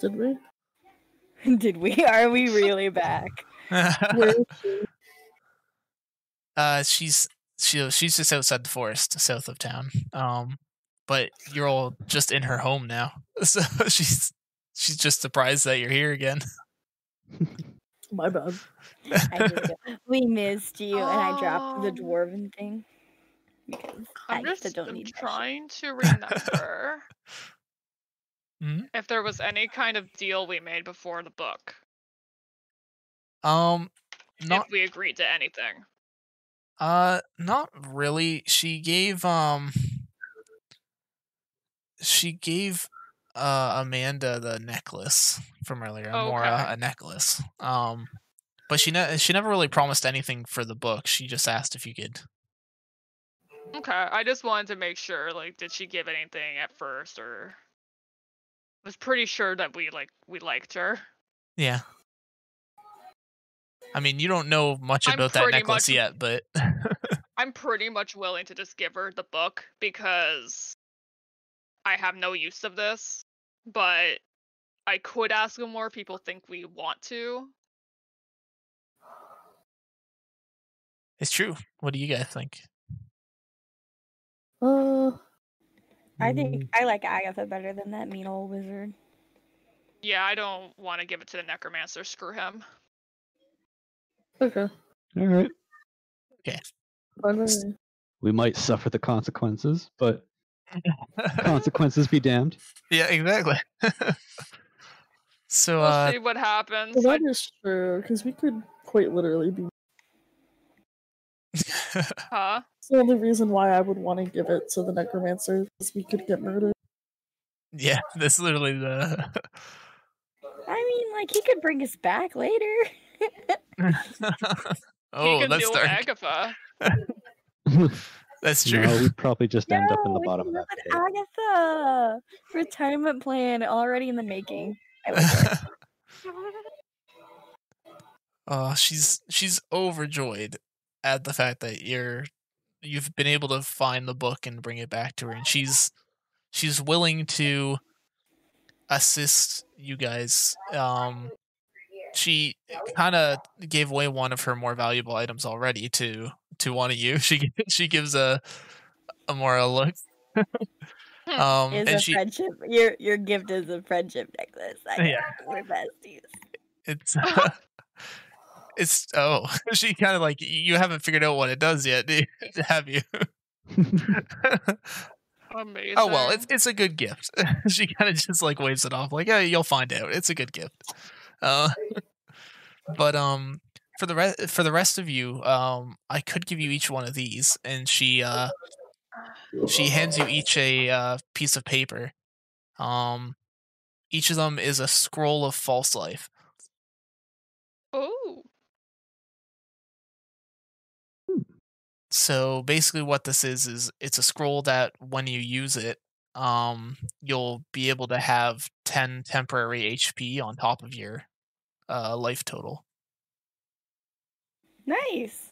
S6: Did we?
S1: Did we? Are we really back?
S6: Where is she?
S2: uh she's she she's just outside the forest south of town. Um but you're all just in her home now. So she's she's just surprised that you're here again.
S6: My bad.
S1: I did go, we missed you, and I dropped the
S3: Um,
S1: dwarven thing. Because I
S3: I'm
S1: just
S3: just
S1: don't
S3: I'm
S1: need that shit.
S3: trying to remember
S2: Hmm?
S3: if there was any kind of deal we made before the book.
S2: Um not
S3: if we agreed to anything.
S2: Uh, not really. She gave um, she gave uh Amanda the necklace from earlier, Mora
S3: Okay.
S2: a necklace. Um, but she ne- she never really promised anything for the book. She just asked if you could.
S3: Okay, I just wanted to make sure. Like, did she give anything at first, or I was pretty sure that we like we liked her.
S2: Yeah. I mean, you don't know much
S3: I'm
S2: about that
S3: pretty
S2: necklace
S3: much-
S2: yet, but
S3: I'm pretty much willing to just give her the book because I have no use of this, but I could ask him more. People think we want to.
S2: it's true. What do you guys think?
S6: Uh,
S1: I
S7: Mm.
S1: think I like Agatha better than that mean old wizard.
S3: Yeah, I don't want to give it to the necromancer. Screw him.
S6: okay.
S7: All right.
S6: Fine by
S2: S-
S6: me.
S7: We might suffer the consequences, but consequences be damned.
S2: yeah, exactly. so,
S3: We'll
S2: uh,
S3: see what happens.
S6: Well,
S3: I-
S6: that is true, because we could quite literally be.
S3: huh?
S6: It's the only reason why I would want to give it to the necromancer, is we could get murdered.
S2: yeah, that's literally the
S1: I mean, like he could bring us back later.
S3: he
S2: Oh,
S3: can
S2: that's
S3: deal
S2: dark.
S3: with Agatha.
S2: That's true.
S7: No, we probably just end up in
S1: No,
S7: the
S1: we
S7: bottom of
S1: can
S7: that
S1: live
S7: pit.
S1: with Agatha retirement plan already in the making. I like it.
S2: oh, she's she's overjoyed at the fact that you're you've been able to find the book and bring it back to her, and she's she's willing to assist you guys. Um, she kind of gave away one of her more valuable items already to to one of you. She she gives a a more a look.
S3: Hmm.
S2: um,
S1: Is
S2: and
S1: a
S2: she
S1: friendship your your gift is a friendship necklace. I
S2: Yeah.
S1: know, We're besties.
S2: It's uh, it's oh she kind of like you haven't figured out what it does yet, do you- have you?
S3: Amazing.
S2: oh well, it's it's a good gift. she kind of just like waves it off, like yeah, you'll find out. It's a good gift. Uh, but um, for the rest for the rest of you, um, I could give you each one of these, and she uh she hands you each a uh, piece of paper. Um, each of them is a scroll of false life.
S3: Oh,
S2: So basically, what this is is it's a scroll that when you use it, um, you'll be able to have ten temporary HP on top of your uh, life total.
S1: Nice.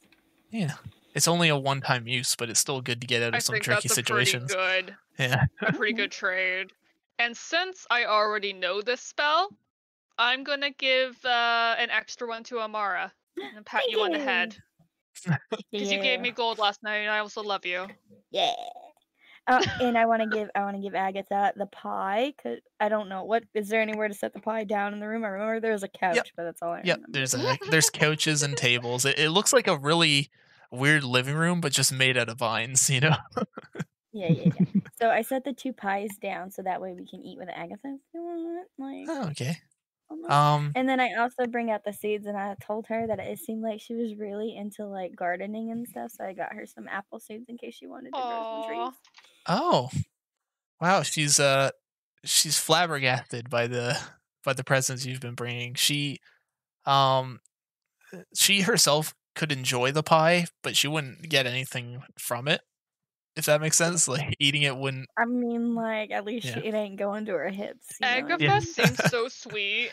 S2: Yeah, it's only a one-time use, but it's still good to get out of
S3: I
S2: some
S3: think
S2: tricky
S3: that's a pretty
S2: situations.
S3: good,
S2: Yeah.
S3: a pretty good trade. And since I already know this spell, I'm gonna give uh, an extra one to Amara and pat you on the head because you gave me gold last night, and I also love you.
S1: Yeah. Uh, and I want to give I want to give Agatha the pie because I don't know what is there anywhere to set the pie down in the room. I remember there was a couch, but that's all I
S2: Yep.
S1: remember.
S2: There's a, there's couches and tables. It, it looks like a really weird living room, but just made out of vines. You know.
S1: Yeah, yeah, yeah. so I set the two pies down so that way we can eat with Agatha if we want. Like,
S2: Oh, okay.
S1: on the-
S2: Um.
S1: and then I also bring out the seeds, and I told her that it seemed like she was really into like gardening and stuff. So I got her some apple seeds in case she wanted to grow some
S3: Aw.
S1: trees.
S2: Oh, wow. She's uh, she's flabbergasted by the by the presents you've been bringing. She, um, she herself could enjoy the pie, but she wouldn't get anything from it. If that makes sense, like eating it wouldn't.
S1: I mean, like at least
S2: Yeah.
S1: she, it ain't going to her hips. you know what I
S3: Agatha
S2: Yeah.
S3: seems so sweet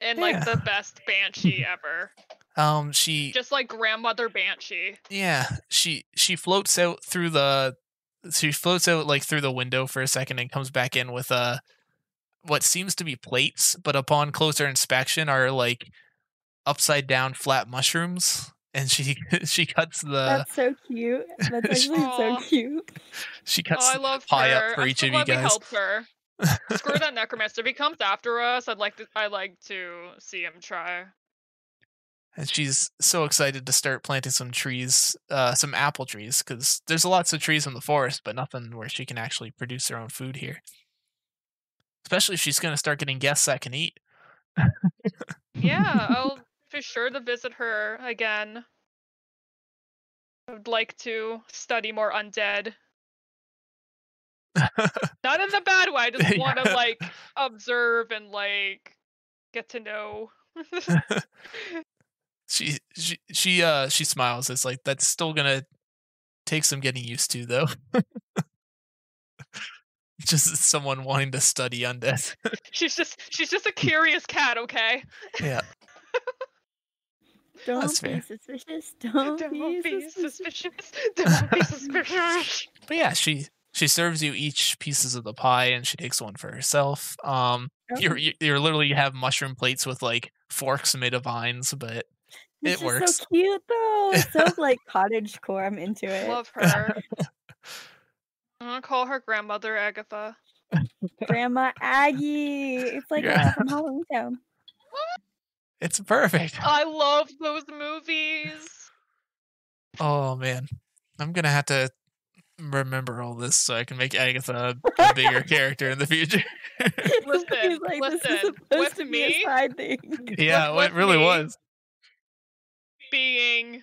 S3: and like the best banshee ever.
S2: Um, she
S3: Just like grandmother banshee.
S2: yeah she she floats out through the she floats out like through the window for a second and comes back in with uh what seems to be plates but upon closer inspection are like upside down flat mushrooms and she she cuts the
S1: That's so cute. That's actually so
S3: Aw.
S1: cute.
S2: she cuts
S3: oh, I love
S2: pie up
S3: her.
S2: for
S3: I'm
S2: each
S3: so
S2: of you
S3: glad we
S2: guys.
S3: helped her. Screw that necromancer. If he comes after us, I'd like to. I like to see him try.
S2: and she's so excited to start planting some trees uh some apple trees because there's lots of trees in the forest but nothing where she can actually produce her own food here especially if she's going to start getting guests that can eat
S3: Yeah, I'll be sure to visit her again. I'd like to study more undead. Not in the bad way. I just want to
S2: Yeah.
S3: like observe and like get to know.
S2: she she she uh she smiles it's like that's still gonna take some getting used to though just someone wanting to study undead
S3: she's just she's just a curious cat, okay?
S2: yeah
S1: Don't
S2: that's
S1: be
S2: fair.
S1: suspicious. Don't,
S3: Don't
S1: be
S3: be
S1: suspicious.
S3: suspicious. Don't be suspicious.
S2: but yeah she she serves you each pieces of the pie and she takes one for herself um you're
S1: Oh,
S2: you- you're literally you have mushroom plates with like forks made of vines but
S1: it's
S2: it
S1: just
S2: works.
S1: so cute though. It's so like cottage core. I'm into it.
S3: Love her. I'm gonna call her grandmother Agatha.
S1: Grandma Aggie. It's like
S2: Yeah.
S1: yeah. from Halloween Town.
S2: it's perfect
S3: I love those movies.
S2: oh man i'm gonna have to remember all this so i can make agatha a bigger character in the future
S3: Listen,
S1: He's like, this is
S3: listen,
S1: supposed
S3: with
S1: to be a
S3: me-
S1: side thing.
S2: yeah well,
S3: with
S2: it really
S3: me,
S2: was
S3: Being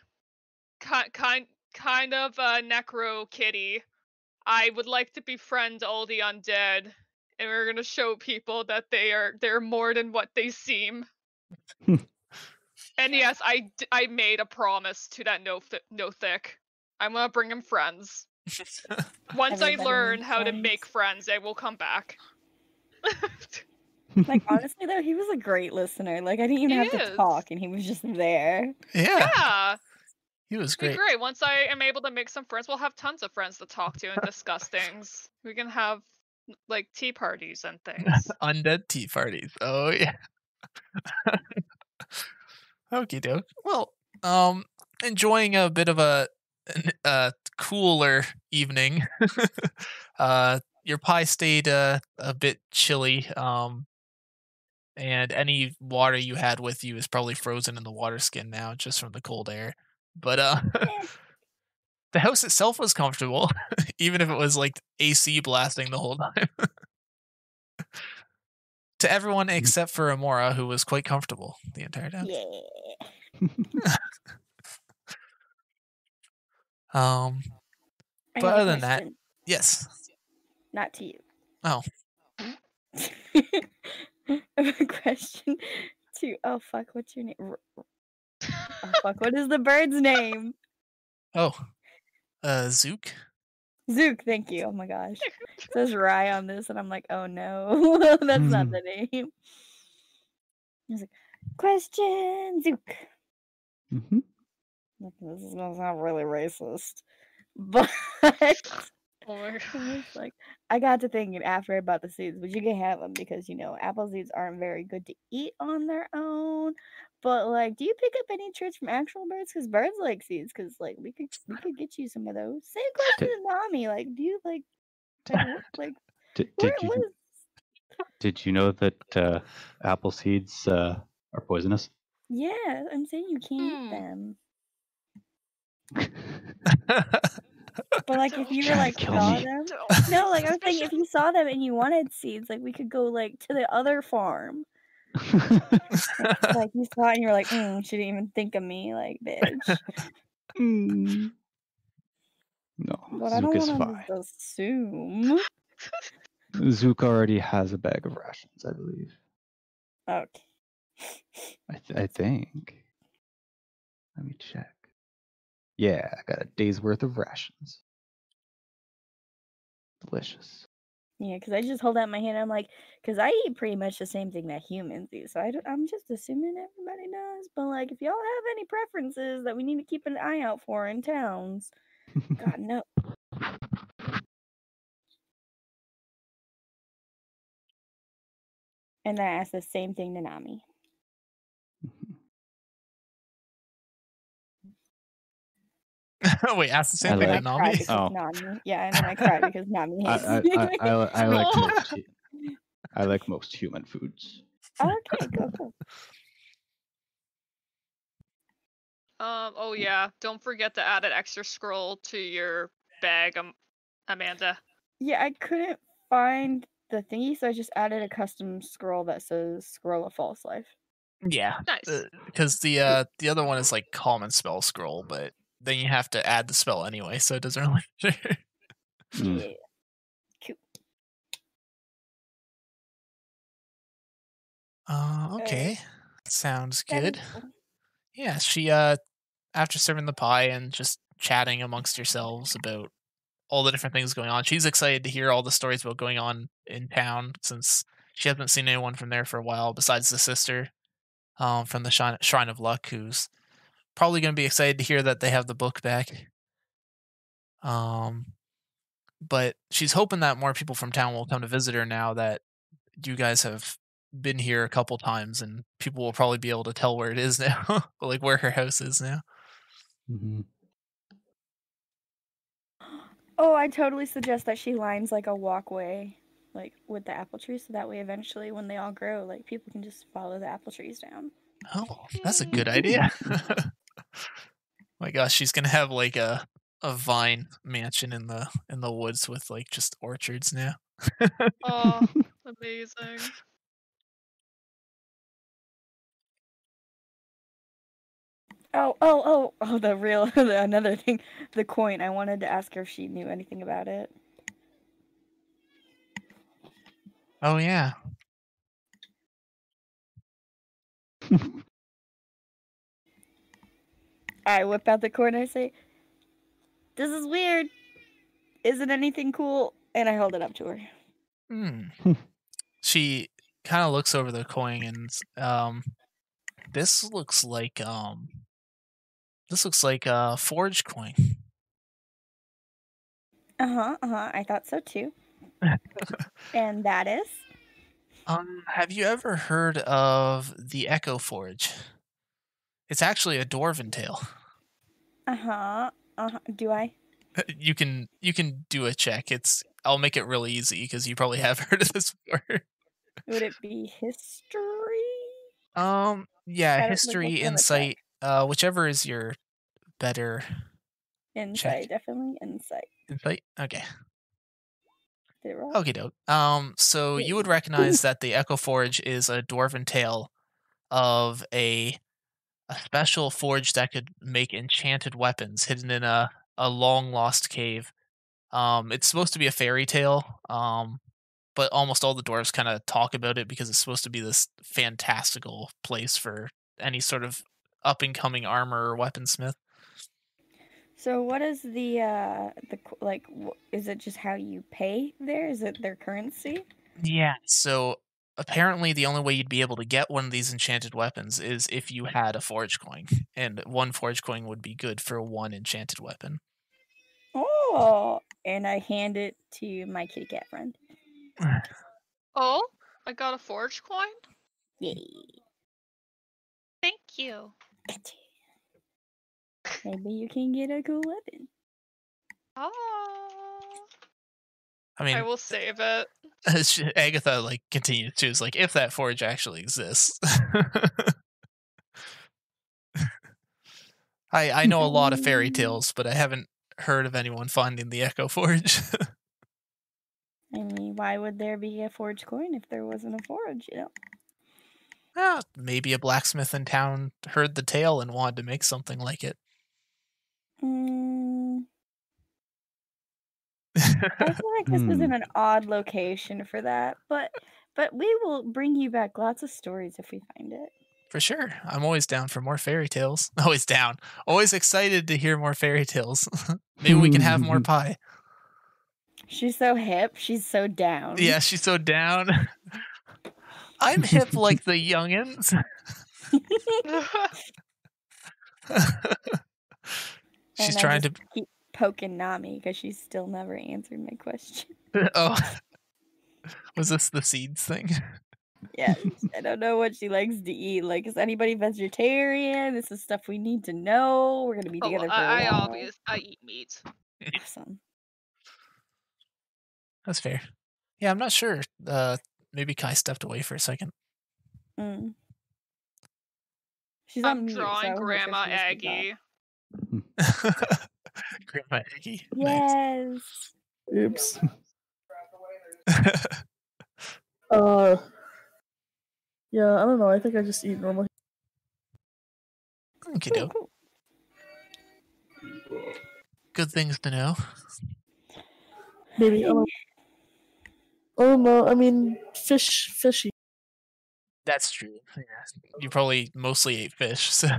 S3: kind kind kind of a necro kitty, I would like to befriend all the undead, and we're gonna show people that they are they're more than what they seem. And yes, I d- I made a promise to that no th- no thick. I'm gonna bring him friends. Once I
S8: Everybody
S3: learn
S8: needs
S3: how to
S8: friends.
S3: make friends, I will come back.
S1: Like honestly though, he was a great listener. Like I didn't even
S3: He
S1: have to
S3: is.
S1: talk and he was just there.
S2: yeah,
S3: yeah,
S2: he was
S3: it'd be
S2: great.
S3: great. Once I am able to make some friends, we'll have tons of friends to talk to and discuss things. We can have like tea parties and things.
S2: Undead tea parties. Oh yeah. Okie doke. Well, um, enjoying a bit of a, an- a cooler evening. uh, your pie stayed uh, a bit chilly. Um, and any water you had with you is probably frozen in the water skin now, just from the cold air. But uh, the house itself was comfortable, even if it was like AC blasting the whole time. to everyone except for Amora, who was quite comfortable the entire time.
S8: Yeah.
S2: Um,
S1: I have
S2: But
S1: a
S2: other than that-
S1: question,
S2: yes.
S1: not to you.
S2: Oh.
S1: I have a question to oh fuck, what's your name? R- r- Oh fuck, what is the bird's name?
S2: Oh, uh, Zook.
S1: Zook, thank you. Oh my gosh. It says Rye on this, and I'm like, oh no, that's not
S7: Hmm.
S1: the name. I was like, question Zook. oh.
S7: hmm
S1: Like, This is gonna sound really racist. But
S3: Or-
S1: I was like, I got to thinking after about the seeds, but you can have them because you know apple seeds aren't very good to eat on their own. But like, do you pick up any treats from actual birds? Because birds like seeds. Because like, we could we could get you some of those. Same question to Nami. Like, do you like like, what- like
S7: Did,
S1: where
S7: you,
S1: was?
S7: did you know that uh, apple seeds uh, are poisonous?
S1: Yeah, I'm saying you can't
S3: Hmm.
S1: eat them.
S7: Trying
S1: But like, if you were
S7: to
S1: like
S7: kill
S1: saw
S7: me.
S1: them,
S3: No,
S1: no, like I was saying, if
S3: suspicious.
S1: you saw them and you wanted seeds, like we could go like to the other farm. like you saw it and you're like, mm, she didn't even think of me, like bitch.
S7: No,
S1: But I
S7: Zook
S1: don't
S7: is
S1: want
S7: fine.
S1: to assume.
S7: Zook already has a bag of rations, I believe.
S1: Okay.
S7: I, th- I think. Let me check. Yeah, I got a day's worth of rations. Delicious.
S1: Yeah, because I just hold out my hand. I'm like, because I eat pretty much the same thing that humans eat, so I am just assuming everybody does. But like, if y'all have any preferences that we need to keep an eye out for in towns, God no. And then I asked the same thing to Nami.
S2: Wait, ask the
S7: I
S2: same
S1: And
S2: thing
S1: I
S2: to
S1: cried
S7: like-
S2: Nami.
S1: because
S7: Oh.
S1: Nami. Yeah, and then I cried because Nami hates
S7: I, I, I, I,
S1: me.
S7: I like most. hu- I like most human foods.
S1: okay, cool, cool.
S3: Um. Oh yeah. Don't forget to add an extra scroll to your bag, um, Amanda.
S1: Yeah, I couldn't find the thingy, so I just added a custom scroll that says "Scroll of False Life."
S2: Yeah,
S3: Nice.
S2: because the uh the other one is like common spell scroll, but then you have to add the spell anyway, so it doesn't really matter.
S7: Mm.
S1: Yeah. Cool.
S2: Uh,
S1: Uh,
S2: okay, sounds
S1: That is
S2: good.
S1: cool.
S2: Yeah, she uh after serving the pie and just chatting amongst yourselves about all the different things going on. She's excited to hear all the stories about going on in town since she hasn't seen anyone from there for a while besides the sister um from the Shrine, Shrine of Luck who's probably going to be excited to hear that they have the book back. Um but she's hoping that more people from town will come to visit her now that you guys have been here a couple times and people will probably be able to tell where it is now, like where her house is now.
S7: Mhm.
S1: Oh, I totally suggest that she lines like a walkway, like with the apple tree, so that way eventually, when they all grow, like people can just follow the apple trees down.
S2: Oh, that's a good idea. My gosh, she's gonna have like a a vine mansion in the in the woods with like just orchards now.
S3: Oh, amazing.
S1: Oh, oh, oh, oh! The real, the, another thing, the coin. I wanted to ask her if she knew anything about it.
S2: Oh yeah.
S1: I whip out the cord and I say, This is weird. Isn't anything cool? And I hold it up to her.
S2: Hmm.
S7: Hmm.
S2: she kind of looks over the coin and um, this looks like um, this looks like a forge coin.
S1: Uh huh, uh huh. I thought so too. and that is.
S2: Um, have you ever heard of the Echo Forge? It's actually a dwarven tale.
S1: Uh huh, uh huh. Do I?
S2: You can you can do a check. It's I'll make it really easy because you probably have heard of this before.
S1: Would it be history? I
S2: Um, yeah,
S1: don't- like, what
S2: history,
S1: kind of attack?
S2: insight, uh, whichever is your better
S1: Insight, definitely insight.
S2: insight. Okay.
S1: Did it roll?
S2: Okay, doke. Um, so you would recognize that the Echo Forge is a dwarven tale of a a special forge that could make enchanted weapons hidden in a, a long lost cave. Um, it's supposed to be a fairy tale, um, but almost all the dwarves kind of talk about it because it's supposed to be this fantastical place for any sort of up and coming armor or weaponsmith.
S1: So what is the uh the co- like wh- is it just how you pay there? Is it their currency?
S2: Yeah. So apparently, the only way you'd be able to get one of these enchanted weapons is if you had a forge coin, and one forge coin would be good for one enchanted weapon.
S1: Oh, and I hand it to my kitty cat friend.
S3: Oh, I got a forge coin.
S1: Yay.
S3: Thank you.
S1: Gotcha. Maybe you can get a cool weapon.
S3: Oh,
S2: I mean,
S3: I will save it.
S2: she- Agatha like continues too. Is like if that forge actually exists. I I know a lot of fairy tales, but I haven't heard of anyone finding the Echo Forge.
S1: I mean, why would there be a forged coin if there wasn't a forge, you know?
S2: Ah, Maybe a blacksmith in town heard the tale and wanted to make something like it.
S1: Mm, I feel like this
S7: Hmm.
S1: isn't an odd location for that, but but we will bring you back lots of stories if we find it.
S2: For sure. I'm always down for more fairy tales. Always down. Always excited to hear more fairy tales. Maybe we can
S7: Mm-hmm.
S2: have more
S1: Hmm.
S2: pie.
S1: She's so hip, she's so down.
S2: Yeah, she's so down. I'm hip like the youngins. she's
S1: And I
S2: trying
S1: just keep poking Nami because she's still never answered my question.
S2: to. Oh. Was this the seeds thing?
S1: Yeah, I don't know what she likes to eat. Like, is anybody vegetarian? This is stuff we need to know. We're gonna be
S3: Oh,
S1: together for
S3: I, I
S1: a while.
S3: obvious. I eat meat.
S1: Awesome.
S2: That's fair. Yeah, I'm not sure. Uh, maybe Kai stepped away for a second.
S1: Mm. She's on
S3: I'm
S1: mute, so I wasn't
S3: drawing
S1: sure if
S3: Grandma
S1: she was speaking up.
S3: Aggie.
S2: Grandma Iggy. Nice.
S1: Yes.
S6: Oops.
S2: I
S6: Uh. Yeah, I don't know. I think I just eat normal.
S2: Okie
S1: Cool,
S2: doke.
S1: cool.
S2: Good things to know.
S6: Maybe. Oh, oh no! I mean, fish, fishy.
S2: That's true. Yeah. You probably mostly ate fish, so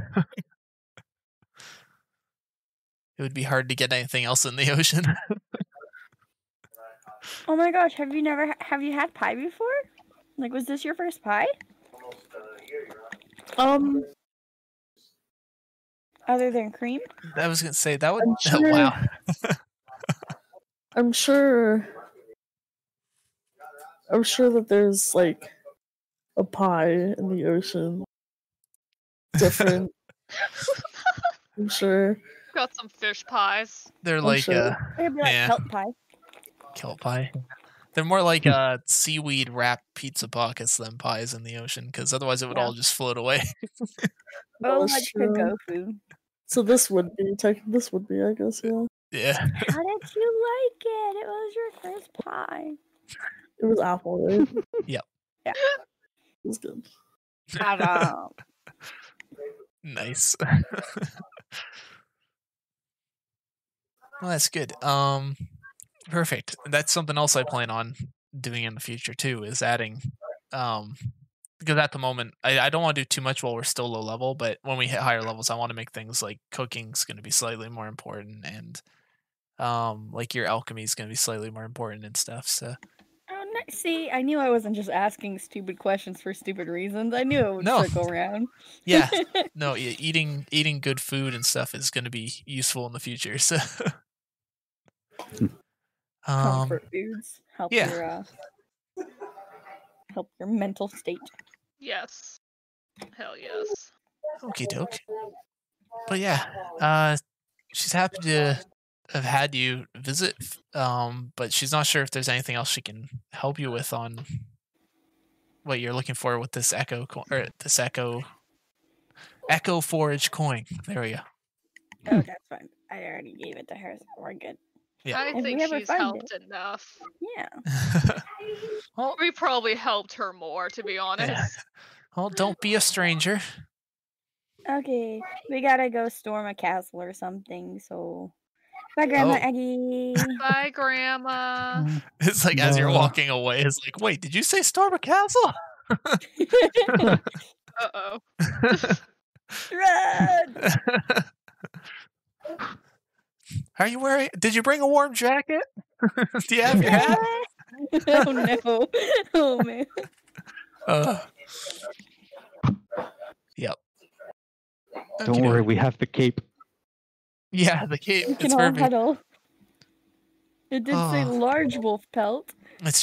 S2: it would be hard to get anything else in the ocean.
S1: Oh my gosh, have you never have you had pie before? Like, was this your first pie?
S6: Um,
S1: Other than cream?
S2: I was gonna say that would.
S6: I'm
S2: oh,
S6: sure.
S2: wow.
S6: I'm sure. I'm sure that there's like a pie in the ocean. Different. I'm sure.
S3: Got some fish pies.
S2: They're like
S6: sure.
S2: uh,
S1: It'd be like
S2: Yeah.
S1: kelp pie. Oh,
S2: kelp pie. They're more
S6: Hmm.
S2: like uh, seaweed wrapped pizza pockets than pies in the ocean, because otherwise it would
S1: Yeah.
S2: all just float away.
S1: Oh,
S6: that's
S1: like the
S6: true.
S1: gofu.
S6: So this would be tech. This would be, I guess. Yeah.
S2: yeah.
S1: How did you like it? It was your first pie.
S6: It was apple, right?
S2: Yep.
S1: Yeah.
S6: It was good.
S1: Ta-da.
S2: Nice. well, that's good. Um, perfect. That's something else I plan on doing in the future too. Is adding, um, because at the moment I, I don't want to do too much while we're still low level, but when we hit higher levels, I want to make things like cooking's going to be slightly more important, and um, like your alchemy is going to be slightly more important and stuff. So
S1: Oh, no, see, I knew I wasn't just asking stupid questions for stupid reasons. I knew it would
S2: No.
S1: circle around.
S2: yeah, no, e- eating eating good food and stuff is going to be useful in the future. So, um,
S1: Comfort foods help
S2: yeah.
S1: your uh, help your mental state.
S3: Yes. Hell yes.
S2: okie doke. But yeah, uh, she's happy to have had you visit, f- um, but she's not sure if there's anything else she can help you with on what you're looking for with this echo co- or this echo echo forage coin. There we go. Hmm.
S1: Oh, that's fine. I already gave it to her, so we're good.
S2: Yeah.
S3: I
S1: If we
S3: think
S1: ever
S3: she's
S1: find
S3: helped enough.
S1: Yeah.
S2: well,
S3: We probably helped her more, to be honest.
S2: well, don't be a stranger.
S1: Okay, we gotta go storm a castle or something. So, bye, Grandma
S2: Oh.
S1: Eggy.
S3: Bye, Grandma.
S7: Mm-hmm.
S2: It's like as you're
S7: No.
S2: walking away, it's like, wait, did you say Stormer Castle?
S3: Uh oh.
S1: Run!
S2: Are you wearing? Did you bring a warm jacket? Do you have your hat?
S1: oh no! Oh man!
S2: Uh, yep.
S7: Don't
S2: Okey-doke.
S7: worry, we have the cape.
S2: Yeah, the cape.
S1: We can
S2: It's
S1: all
S2: perfect.
S1: huddle. It did say
S2: Oh.
S1: large wolf pelt.
S2: It's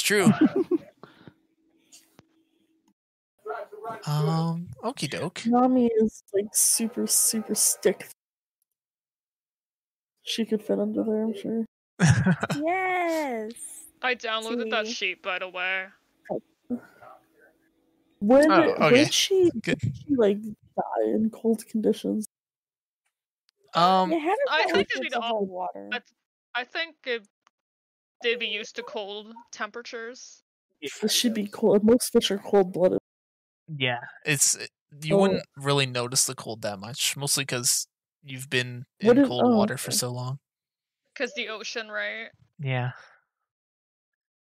S2: true. um, okie doke.
S6: Nami is like super, super stick. She could fit under there, I'm sure.
S1: Yes.
S3: I downloaded that
S1: See.
S3: sheet, by the way.
S6: When
S2: Oh, okay.
S6: when she,
S2: Good.
S6: she like die in cold conditions?
S2: Um,
S1: yeah, how does
S3: I
S1: that
S3: think
S1: work
S3: it'd be
S1: with
S3: the
S1: the
S3: op-
S1: whole water?
S3: I- I think it, they'd be used to cold temperatures.
S6: This should be cold. Most fish are cold blooded.
S2: yeah, it's you
S6: Oh.
S2: wouldn't really notice the cold that much, mostly because you've been in
S6: What if-
S2: cold
S6: oh,
S2: water for
S6: okay.
S2: so long.
S3: Because the ocean, right?
S2: Yeah.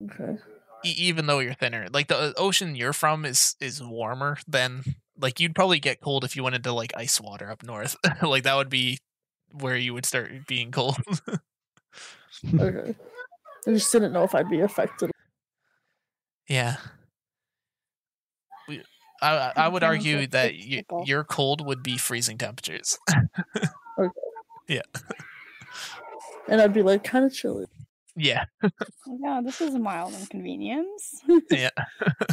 S6: Okay.
S2: e- even though you're thinner. Like the uh, ocean you're from is is warmer than like you'd probably get cold if you went into like ice water up north. like that would be where you would start being cold.
S6: Okay. I just didn't know if I'd be affected.
S2: yeah. We, I I- I would
S1: Sounds
S2: argue
S1: like
S2: that
S1: it's
S2: y-
S1: fickle.
S2: your cold would be freezing temperatures.
S6: And I'd be like kind of chilly.
S2: yeah.
S1: Oh, No, this is a mild inconvenience.
S2: Yeah.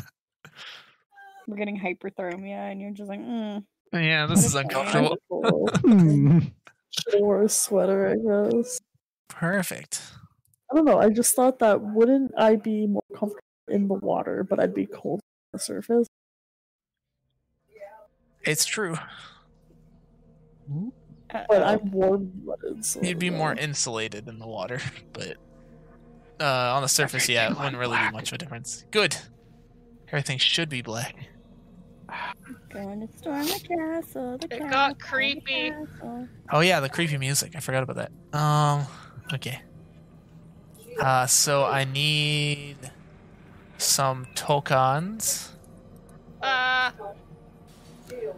S1: We're getting hyperthermia, and you're just like, mm.
S2: Yeah, this is
S1: Okay.
S2: uncomfortable.
S6: Should wear a sweater, I guess.
S2: Perfect.
S6: I don't know. I just thought that wouldn't I be more comfortable in the water, but I'd be cold on the surface.
S2: It's true.
S6: But
S1: Uh-oh.
S6: I'm warm blooded. So
S2: You'd be more
S6: uh,
S2: insulated in the water, but uh, on the surface, yeah, it wouldn't really be much of a difference. Good. Everything should be black.
S1: Going to storm the castle. The
S3: It
S1: castle,
S3: got
S1: the
S3: creepy.
S1: castle.
S2: Oh yeah, the creepy music. I forgot about that. Um, okay. Uh, so I need some tokens.
S1: How
S3: Uh,
S1: do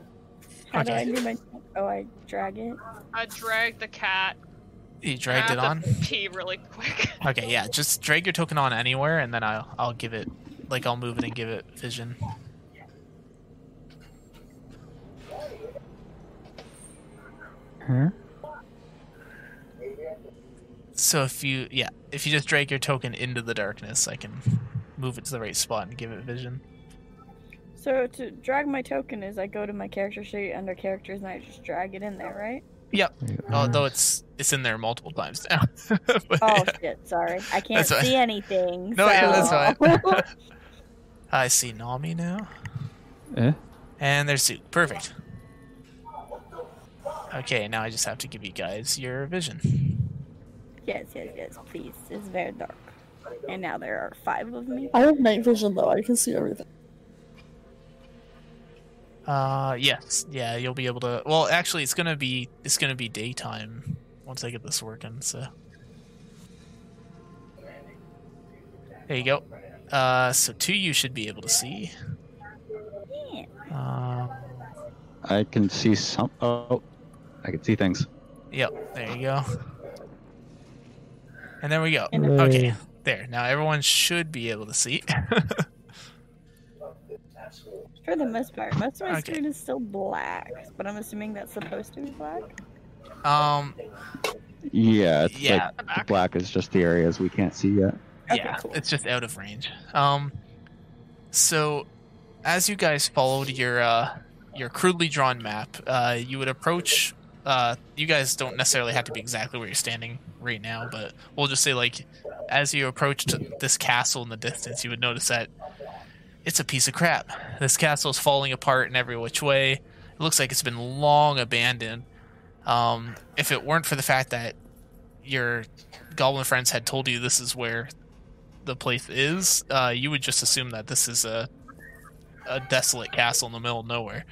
S1: I
S2: Okay.
S1: do my? Oh, I drag it.
S3: I dragged the cat.
S2: You
S3: I
S2: dragged it
S3: have
S1: Ah,
S2: on.
S3: to Pee really quick.
S2: Okay, yeah. Just drag your token on anywhere, and then I'll I'll give it like I'll move it and give it vision.
S7: Huh?
S2: So if you yeah, if you just drag your token into the darkness, I can move it to the right spot and give it vision.
S1: So to drag my token is I go to my character sheet under characters and I just drag it in there, right?
S7: Wait,
S2: Although
S7: uh,
S2: it's it's in there multiple times now. But
S1: Oh
S2: yeah.
S1: shit! Sorry, I can't
S2: fine.
S1: see anything.
S2: No, yeah, that's
S1: so-
S2: fine. I see Nami now.
S7: eh?
S2: And there's Zook. Perfect. Okay, now I just have to give you guys your vision.
S1: yes, yes, yes. Please, it's very dark. And now there are five of me.
S6: I have night vision though. I can see everything.
S2: Uh, yes, yeah, you'll be able to. Well, actually, it's gonna be it's gonna be daytime once I get this working. So there you go. Uh, so two you should be able to see.
S1: Yeah.
S2: Um,
S7: I can see some. Oh, I can see things.
S2: yep, there you go. And there we go. Okay, there. Now everyone should be able to see.
S1: For the most part, most of my
S2: Okay.
S1: screen is still black, but I'm assuming that's supposed to be black.
S2: um,
S7: Yeah, it's
S2: yeah,
S7: like the black is just the areas we can't see yet.
S1: Okay,
S2: yeah,
S1: cool.
S2: it's just out of range. Um, so as you guys followed your uh, your crudely drawn map, uh, you would approach. Uh, you guys don't necessarily have to be exactly where you're standing right now, but we'll just say like as you approached this castle in the distance, you would notice that it's a piece of crap. This castle is falling apart in every which way. It looks like it's been long abandoned. Um, if it weren't for the fact that your goblin friends had told you this is where the place is, uh, you would just assume that this is a a desolate castle in the middle of nowhere.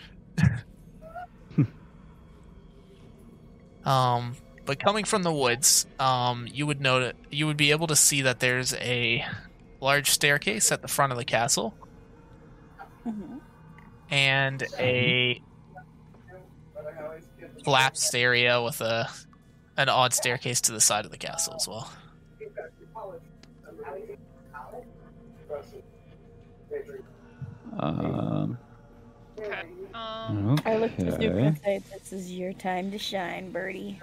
S2: um, but coming from the woods, um, you would note you would be able to see that there's a large staircase at the front of the castle
S1: Mhm.
S2: and a collapsed area with a an odd staircase to the side of the castle as well.
S7: Um,
S3: Okay.
S2: Oh.
S3: Um,
S7: okay.
S1: I looked at Zuko and said, "This is your time to shine, Birdie."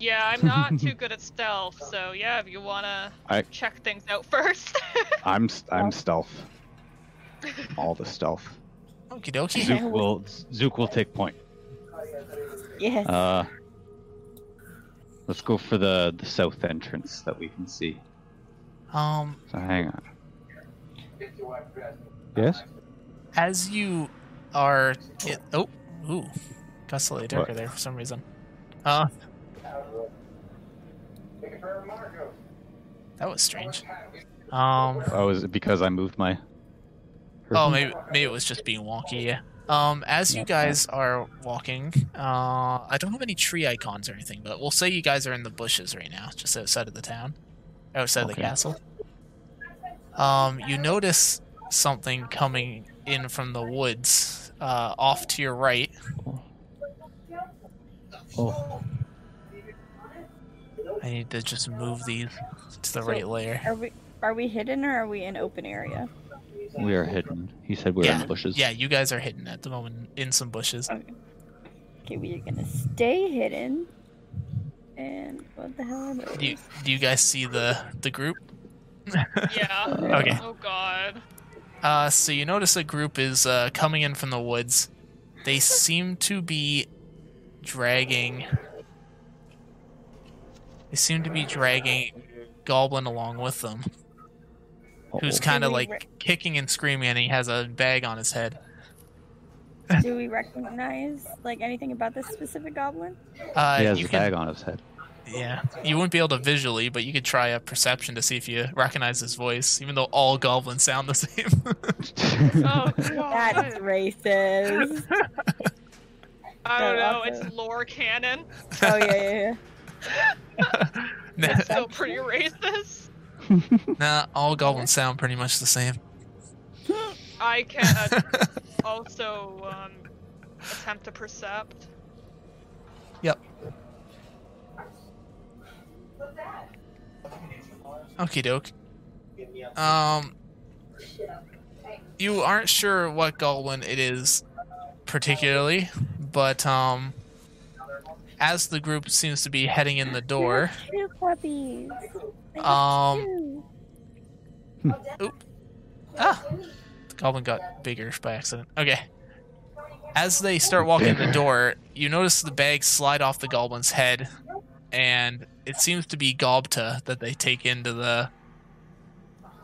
S3: yeah, I'm not too good at stealth, so yeah, if you wanna
S7: I-
S3: check things out first.
S7: I'm st- I'm stealth. All the stealth.
S2: Okie dokie.
S1: Zook
S7: Zook
S1: will-
S7: will Zook will take point.
S1: Yes.
S7: Uh, let's go for the the south entrance that we can see.
S2: Um,
S7: So hang on. Yes.
S2: as you are, in, oh, ooh, got slightly darker there for some reason. Uh, that was strange. Um,
S7: Oh, is it because I moved my? Mm-hmm.
S2: oh, maybe maybe it was just being wonky. Yeah. Um, as you guys are walking, uh, I don't have any tree icons or anything, but we'll say you guys are in the bushes right now, just outside of the town, outside of the
S7: Okay.
S2: castle. Um, you notice something coming in from the woods, uh, off to your right.
S7: Oh,
S2: I need to just move these to the
S1: So-
S2: right layer.
S1: Are we are we hidden or are we in open area?
S7: we are hidden. He said we're in the bushes.
S2: Yeah, you guys are hidden at the moment in some bushes.
S1: Okay, we are gonna stay hidden. And what the hell are those?
S2: Do you, do you guys see the the group?
S3: yeah.
S2: Okay.
S3: Oh god.
S2: Uh, so you notice a group is uh, coming in from the woods. They seem to be dragging. They seem to be dragging Goblin along with them, who's
S7: Uh-oh.
S2: kind of
S1: we
S2: like
S1: re-
S2: kicking and screaming, and he has a bag on his head.
S1: Do we recognize like anything about this specific goblin?
S2: Uh,
S7: He has
S2: you
S7: a
S2: can-
S7: bag on his head.
S2: Yeah, you wouldn't be able to visually, but you could try a perception to see if you recognize his voice, even though all goblins sound the same.
S3: Oh
S1: That's
S3: god.
S1: racist.
S3: I
S1: so
S3: don't know,
S1: awesome.
S3: it's lore canon.
S1: oh yeah, yeah, yeah.
S2: nah,
S1: That's
S3: Still pretty racist.
S2: nah, all goblins sound pretty much the same.
S3: I can uh, also um, attempt to percept.
S2: Okie doke. Um, you aren't sure what goblin it is particularly, but um, as the group seems to be heading in the door,
S1: Two puppies. I got
S2: um,
S1: two.
S2: Ah! The goblin got bigger by accident. Okay. As they start walking in the door, you notice the bag slide off the goblin's head, and it seems to be Gobta that they take into the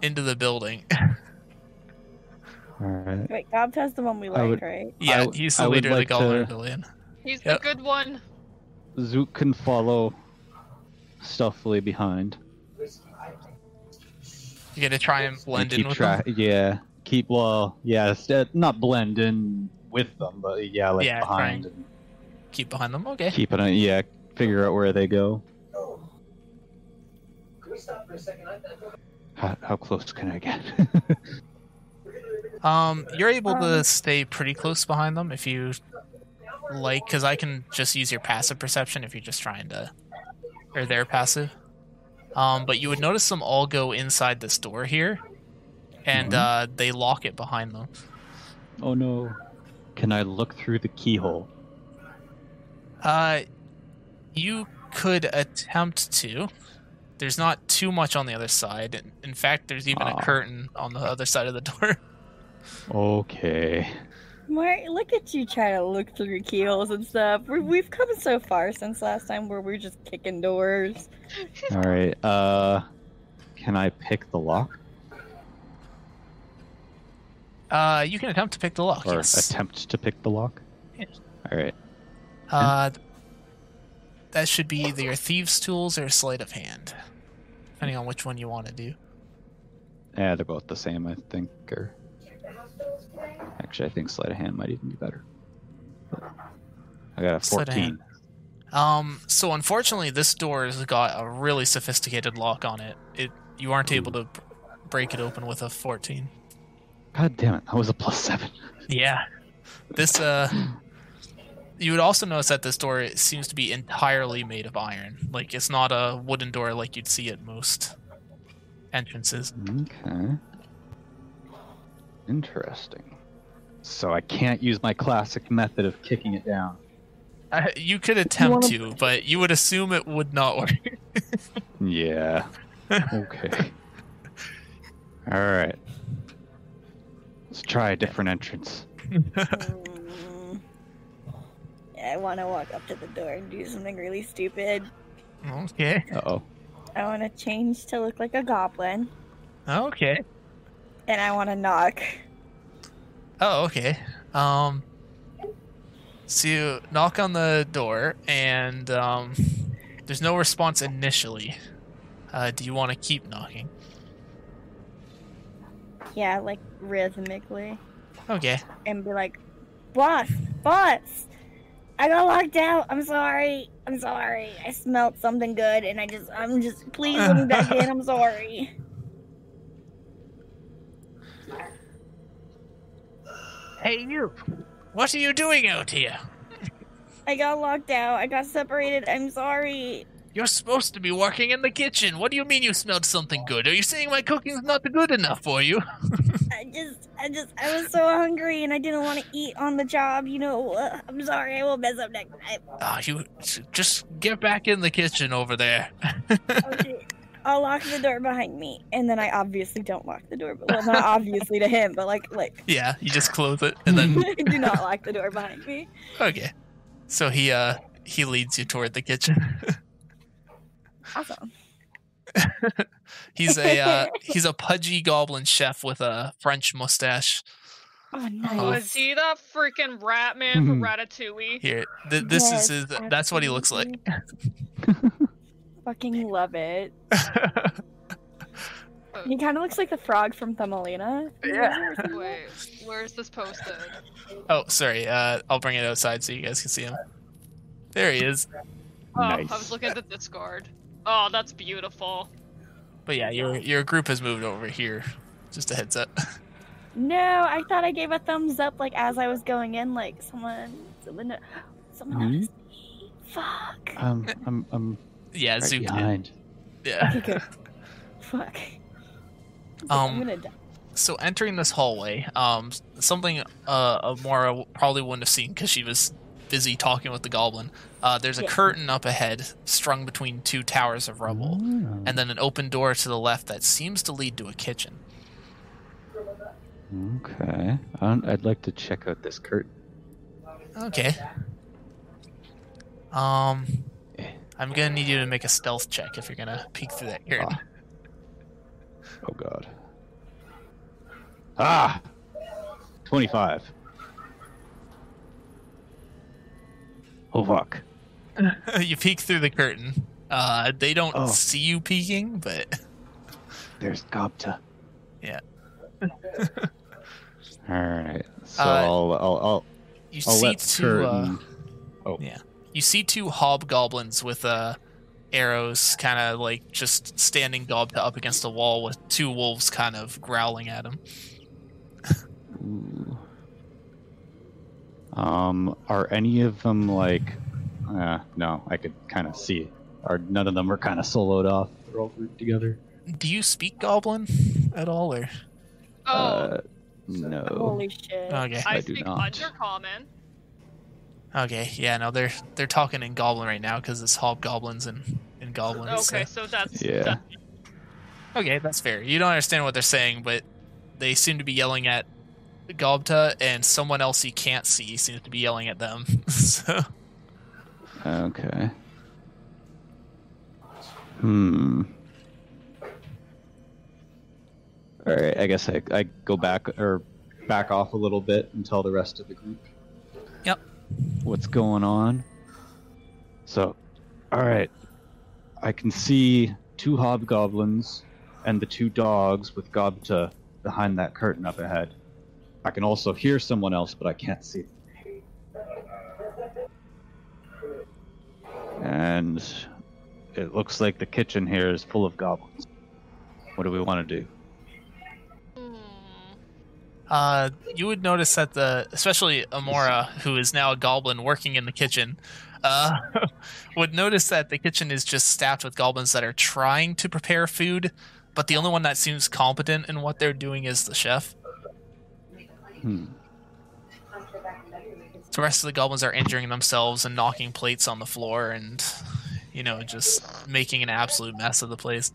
S2: into the building.
S7: All right.
S1: Wait, Gobta's the one we
S7: I
S1: like,
S7: would-
S1: right?
S2: yeah,
S7: w-
S2: he's
S7: I
S2: the
S7: would
S2: leader
S7: like
S2: of the goblin
S7: to-
S2: rebellion.
S3: He's
S2: Yep.
S3: the good one.
S7: Zook can follow stealthily behind.
S2: You gotta try and blend
S7: and
S2: in
S7: keep
S2: with
S7: tra-
S2: them.
S7: Yeah. Keep well. Yeah. St- not blend in with them, but yeah, like
S2: Yeah,
S7: behind
S2: trying-
S7: and
S2: Keep behind them. Okay.
S7: keep an eye. Yeah. Figure out where they go. How, how close can I get?
S2: Um, you're able to
S6: Um,
S2: stay pretty close behind them if you like, because I can just use your passive perception if you're just trying to, or their passive. Um, but you would notice them all go inside this door here, and
S7: Mhm.
S2: uh, they lock it behind them.
S7: Oh no. Can I look through the keyhole?
S2: Uh, you could attempt to. There's not too much on the other side. In- In fact, there's even
S7: Aw.
S2: a curtain on the other side of the door.
S7: Okay.
S1: Mark, look at you trying to look through keyholes and stuff. we we've come so far since last time where we were just kicking doors.
S7: All right. Uh, can I pick the lock
S2: Uh, you can attempt to pick the lock.
S7: or
S2: Oh, yes.
S7: attempt to pick the lock?
S2: Yeah.
S7: All right.
S2: Uh, that should be either your thieves' tools or sleight of hand, depending on which one you want to do.
S7: Yeah, they're both the same, I think. Or actually, I think sleight of hand might even be better. I got a
S2: Sleight of hand.
S7: fourteen.
S2: Um, so unfortunately, this door has got a really sophisticated lock on it. It you aren't able to b- break it open with a fourteen.
S7: God damn it! That was a plus seven.
S2: Yeah. This uh you would also notice that this door it seems to be entirely made of iron. Like it's not a wooden door like you'd see at most entrances.
S7: Okay. Interesting. So I can't use my classic method of kicking it down.
S2: Uh, you could attempt to, but you would assume it would not work.
S7: Yeah. okay. All right. Let's try a different entrance.
S1: Mm. I want to walk up to the door and do something really stupid.
S2: Okay.
S7: Uh oh.
S1: I want to change to look like a goblin,
S2: Okay.
S1: and I want to knock.
S2: Oh, okay. Um so you knock on the door and um there's no response initially. Uh, do you want to keep knocking?
S1: Yeah, like rhythmically,
S2: Okay.
S1: and be like, "Boss, boss, I got locked out. I'm sorry. I'm sorry. I smelled something good, and I just, I'm just, please let me back in. I'm sorry."
S2: Hey, you. What are you doing out here?
S1: I got locked out. I got separated. I'm sorry.
S2: You're supposed to be working in the kitchen. What do you mean you smelled something good? Are you saying my cooking's not good enough for you?
S1: I just, I just, I was so hungry and I didn't want to eat on the job. You know, uh, I'm sorry. I will mess up next time.
S2: Ah, you just get back in the kitchen over there.
S1: Okay, I'll lock the door behind me, and then I obviously don't lock the door. But well, not obviously to him, but like, like,
S2: yeah, you just close it and then
S1: do not lock the door behind me.
S2: okay. So he uh he leads you toward the kitchen.
S1: Awesome.
S2: he's a uh, he's a pudgy goblin chef with a French mustache.
S1: Oh,
S3: Was
S1: nice.
S3: he the freaking rat man from Ratatouille?
S2: Here, th- this
S1: Yes,
S2: is his, that's what he looks like.
S1: absolutely. Fucking love it. He kind of looks like the frog from Thumbelina.
S2: Yeah.
S3: Wait, where's this posted?
S2: oh, sorry. Uh, I'll bring it outside so you guys can see him. There he is.
S3: Oh,
S7: nice.
S3: I was looking at the Discord. Oh, that's beautiful.
S2: But yeah, your your group has moved over here. Just a heads up.
S1: No, I thought I gave a thumbs up like as I was going in, like someone, someone, no- someone
S2: Mm-hmm.
S7: Hmm?
S1: noticed me. Fuck.
S7: Um, I'm I'm
S2: Yeah,
S7: right
S2: zoomed in.
S7: behind.
S2: Yeah.
S1: Okay, good. Fuck. It's like,
S2: Um,
S1: I'm gonna die.
S2: So entering this hallway, um, something uh, Amora w- probably wouldn't have seen because she was busy talking with the goblin. Uh, there's a
S1: Yeah.
S2: curtain up ahead, strung between two towers of rubble,
S7: Oh,
S2: and then an open door to the left that seems to lead to a kitchen.
S7: Okay. Um, I'd like to check out this curtain.
S2: Okay. Um,
S7: Eh.
S2: I'm gonna need you to make a stealth check if you're gonna peek through that curtain.
S7: Ah. Oh god. Ah! 25. Oh fuck.
S2: you peek through the curtain. Uh, they don't
S7: Oh.
S2: see you peeking, but
S7: There's Gobta.
S2: Yeah.
S7: Alright. So
S2: Uh,
S7: I'll, I'll, I'll,
S2: you
S7: I'll
S2: see
S7: let
S2: two. Uh,
S7: curtain.
S2: you see two hobgoblins with uh, arrows, kind of like just standing gob to up against the wall with two wolves kind of growling at them.
S7: Ooh. Um, are any of them like? Uh, no, I could kind of see. Are none of them are kind of soloed off? They're all grouped together.
S2: Do you speak Goblin at all, or
S3: Oh,
S7: Uh, no.
S1: Holy shit.
S2: okay,
S3: I,
S7: I do
S3: speak
S7: not.
S3: Undercommon.
S2: okay, yeah, no, they're they're talking in Goblin right now because it's Hobgoblins and and Goblins.
S3: Okay, so
S2: so-
S3: that's
S7: Yeah.
S3: that-
S2: okay, that's fair. You don't understand what they're saying, but they seem to be yelling at Gobta, and someone else you can't see seems to be yelling at them. so
S7: Okay. Hmm. All right. I guess I, I go back or back off a little bit and tell the rest of the group.
S2: Yep.
S7: What's going on? So, all right. I can see two hobgoblins and the two dogs with Gobta behind that curtain up ahead. I can also hear someone else, but I can't see and it looks like the kitchen here is full of goblins. What do we want to do?
S3: Hmm.
S2: Uh, you would notice that the, especially Amora, who is now a goblin working in the kitchen, uh, would notice that the kitchen is just staffed with goblins that are trying to prepare food, but the only one that seems competent in what they're doing is the chef.
S7: Hmm.
S2: The rest of the goblins are injuring themselves and knocking plates on the floor and, you know, just making an absolute mess of the place.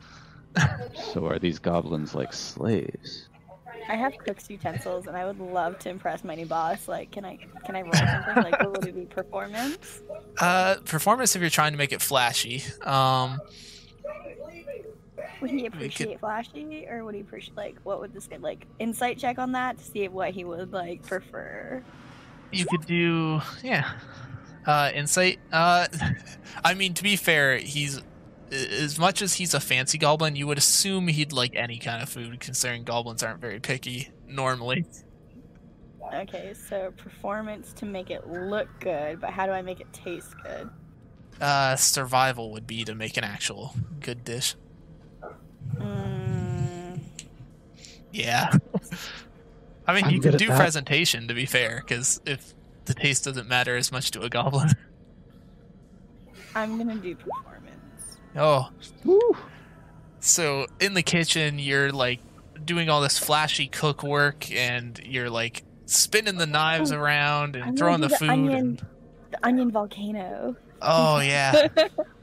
S7: So are these goblins like slaves?
S1: I have cook's utensils, and I would love to impress my new boss. Like, can I can I roll something? Like, what would it be? Performance?
S2: Uh, performance if you're trying to make it flashy. Um,
S1: Would he appreciate flashy, or would he appreciate like what would this get? Like, insight check on that to see what he would like prefer.
S2: You could do yeah. Uh insight. Uh I mean to be fair, he's as much as he's a fancy goblin, you would assume he'd like any kind of food considering goblins aren't very picky normally.
S1: Okay, so performance to make it look good, but how do I make it taste good?
S2: Uh survival would be to make an actual good dish.
S1: Mm,
S2: Yeah. I mean,
S7: I'm
S2: you
S7: good
S2: could
S7: at
S2: do
S7: that.
S2: presentation to be fair cuz if the taste doesn't matter as much to a goblin.
S1: I'm gonna do performance.
S2: Oh. So in the kitchen, you're like doing all this flashy cook work, and you're like spinning the knives
S1: Oh,
S2: around and
S1: I'm gonna
S2: throwing
S1: do
S2: the
S1: the
S2: food.
S1: onion.
S2: and-
S1: The onion volcano.
S2: oh yeah,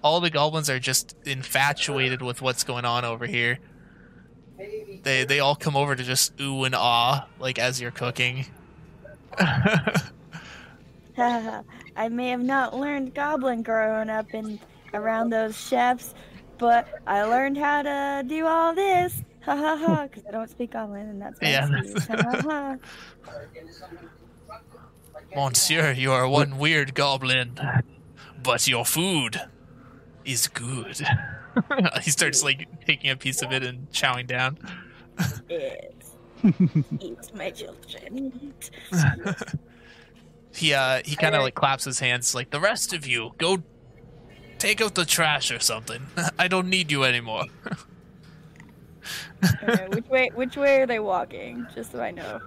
S2: all the goblins are just infatuated with what's going on over here. They they all come over to just ooh and ah like as you're cooking.
S1: I may have not learned goblin growing up and around those chefs, but I learned how to do all this. Ha ha ha! Because I don't speak goblin, and that's why
S2: Yeah,
S1: I sneeze. Ha ha ha!
S2: Monsieur, you are one weird goblin, but your food is good. he starts like taking a piece of it and chowing down.
S1: It eats my children.
S2: He uh he kind of like claps his hands like the rest of you go take out the trash or something. I don't need you anymore.
S1: Okay, which way? Which way are they walking? Just so I know.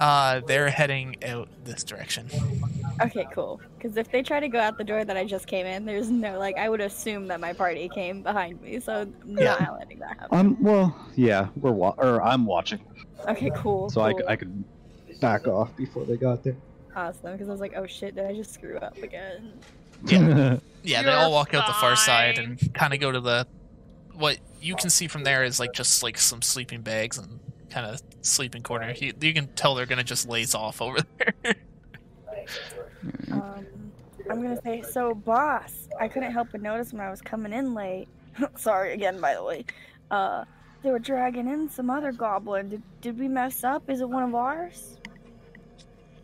S2: Uh they're heading out this direction.
S1: Okay, cool. Because if they try to go out the door that I just came in, there's no like I would assume that my party came behind me, so I'm
S2: Yeah.
S1: not letting that happen.
S5: Um, well,
S7: Yeah, we're wa- or I'm watching,
S1: Okay, cool.
S7: so I, c-
S1: cool.
S7: I could.
S5: back off before they got there.
S1: Awesome, because I was like, oh shit, did I just screw up again?
S7: Yeah.
S2: Yeah, they
S3: You're
S2: all walk out the far side and kind of go to the what you can see from there is like just like some sleeping bags and kind of sleeping corner. You, you can tell they're going to just laze off over there.
S1: Um, I'm gonna say, so boss, I couldn't help but notice when I was coming in late. Sorry again, by the way. Uh, they were dragging in some other goblin. Did, did we mess up? Is it one of ours?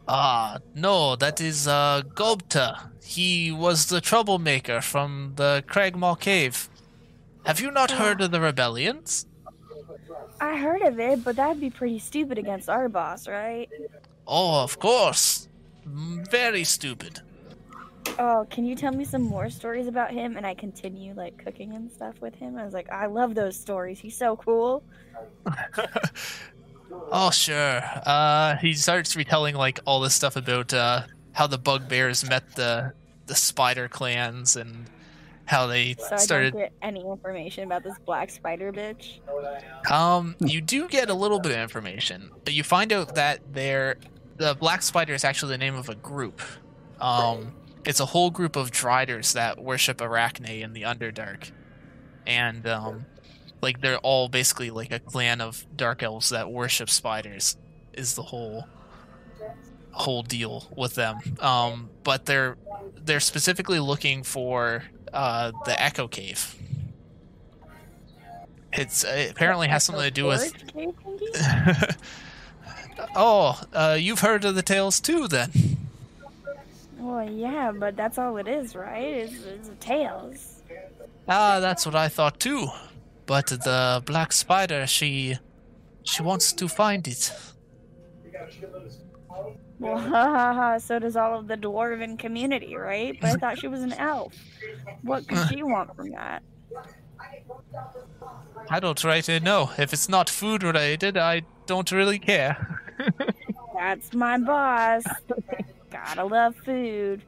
S2: Ah, no, that is uh, Gobta. He was the troublemaker from the Cragmaw Cave. Have you not heard of the rebellions?
S1: I heard of it, but that'd be pretty stupid against our boss, right?
S2: Oh, of course. Mm, Very stupid.
S1: Oh, can you tell me some more stories about him? And I continue like cooking and stuff with him. I was like, I love those stories. He's so cool.
S2: Oh sure. Uh, he starts retelling like all this stuff about uh, how the bugbears met the the spider clans and how they
S1: So I
S2: started.
S1: don't get any information about this black spider bitch.
S2: Um, you do get a little bit of information. You find out that there, the Black Spider is actually the name of a group. Um, it's a whole group of Driders that worship Arachne in the Underdark, and um, like they're all basically like a clan of Dark Elves that worship spiders. Is the whole whole deal with them. Um, but they're they're specifically looking for uh, the Echo Cave. It's it apparently has something to do with
S1: Storage cave thingy?
S2: Oh, uh, you've heard of the tales too, then?
S1: Well, yeah, but that's all it is, right? It's, it's tails.
S2: Ah, that's what I thought too. But the black spider, she, she wants to find it.
S1: Well, ha ha ha. So does all of the dwarven community, right? But I thought she was an elf. What could she want from that?
S2: I don't rightly know. If it's not food related, I don't really care.
S1: That's my boss. Gotta love food.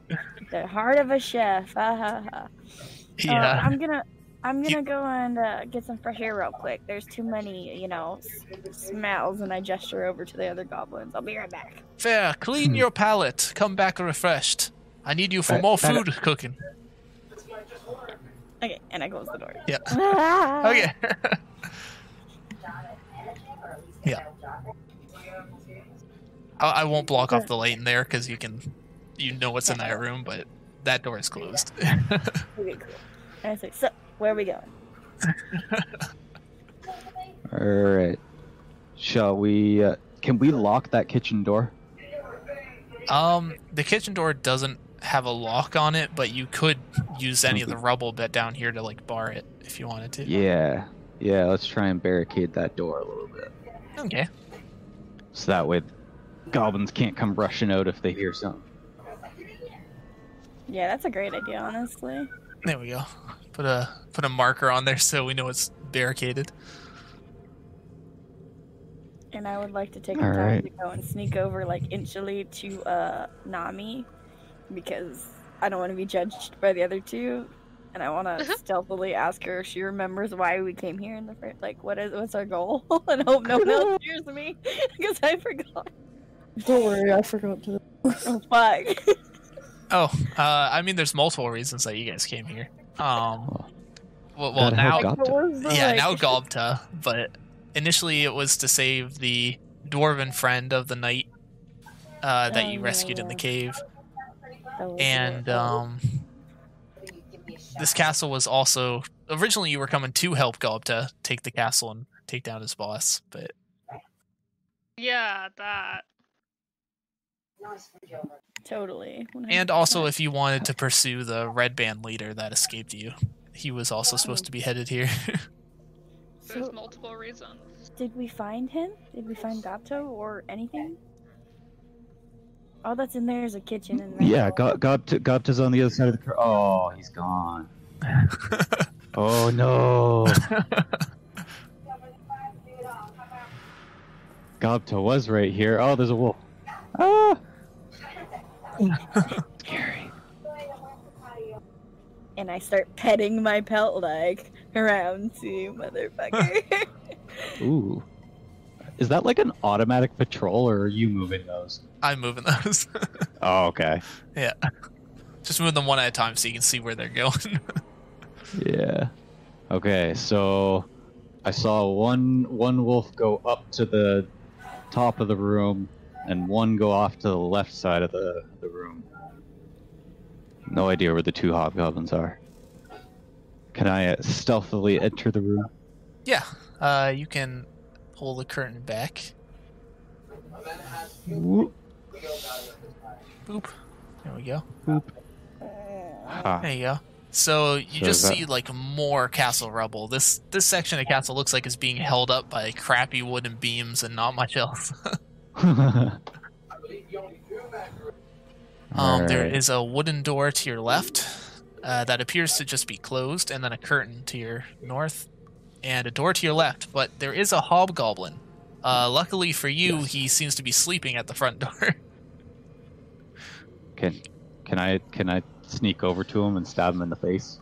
S1: The heart of a chef. Ha ha ha. Uh, I'm gonna. I'm
S2: You-
S1: gonna go and uh, get some fresh air real quick. There's too many, you know, s- smells, and I gesture over to the other goblins. I'll be right back.
S2: fair. Clean your palate. Come back refreshed. I need you for
S7: That-
S2: more
S7: that-
S2: food cooking.
S1: Okay, and I close the door.
S2: Yeah.
S1: okay.
S2: Okay. yeah. I, I won't block off the light in there because you can, you know what's in that room, but that door is closed.
S1: Okay, cool. And I say, so where are we going?
S7: All right. Shall we? Uh, can we lock that kitchen door?
S2: um, the kitchen door doesn't have a lock on it, but you could use any of the rubble bit down here to like bar it if you wanted to.
S7: Yeah. Yeah. Let's try and barricade that door a little bit,
S2: Okay.
S7: so that way goblins can't come rushing out if they hear something.
S1: Yeah, that's a great idea, honestly.
S2: There we go. Put a put a marker on there so we know it's barricaded.
S1: And I would like to take the
S7: All
S1: time
S7: right.
S1: to go and sneak over like inchily to uh Nami because I don't want to be judged by the other two, and I want to
S3: Uh-huh.
S1: stealthily ask her if she remembers why we came here in the first. Like, what is what's our goal? and hope no one else hears me because I forgot.
S6: Don't worry, I forgot to.
S1: Oh, fuck.
S2: Oh, uh, I mean, there's multiple reasons that you guys came here. Um,
S7: Oh.
S2: well, well
S7: Gotta have
S2: now,
S7: Gobta.
S2: yeah, now Gobta, but initially it was to save the dwarven friend of the knight uh, that
S1: Oh,
S2: you
S1: yeah,
S2: rescued in the
S1: yeah.
S2: cave, and um, this castle was also originally you were coming to help Gobta take the castle and take down his boss, but
S3: Yeah, that.
S1: totally.
S2: and also if you wanted to pursue the red band leader that escaped you, he was also supposed to be headed here.
S3: There's
S1: So-
S3: multiple reasons.
S1: Did we find him? Did we find Gopto or anything? All that's in there is a kitchen and that-
S7: Yeah, Go- Gopt- Gopta's on the other side of the cur- Oh, he's gone. oh no. Gopta was right here. Oh, there's a wolf. Ah. Scary.
S1: and I start petting my pelt like around to you, motherfucker.
S7: Ooh. Is that like an automatic patrol or are you moving those?
S2: I'm moving those.
S7: Oh, okay.
S2: Just move them one at a time so you can see where they're going.
S7: Yeah. Okay, so I saw one one wolf go up to the top of the room and one go off to the left side of the, the room. No idea where the two hobgoblins are. Can I uh, stealthily enter the room?
S2: yeah, uh, you can pull the curtain back.
S7: Whoop,
S2: Boop. There we go.
S7: whoop. Ah,
S2: There you go. So you
S7: So
S2: just
S7: that-
S2: see like more castle rubble. This this section of castle looks like it's being held up by crappy wooden beams and not much else. Um, There
S7: Alright.
S2: is a wooden door to your left uh, that appears to just be closed, and then a curtain to your north, and a door to your left. But there is a hobgoblin Uh, luckily for you, he seems to be sleeping at the front door.
S7: Can can I can I sneak over to him and stab him in the face?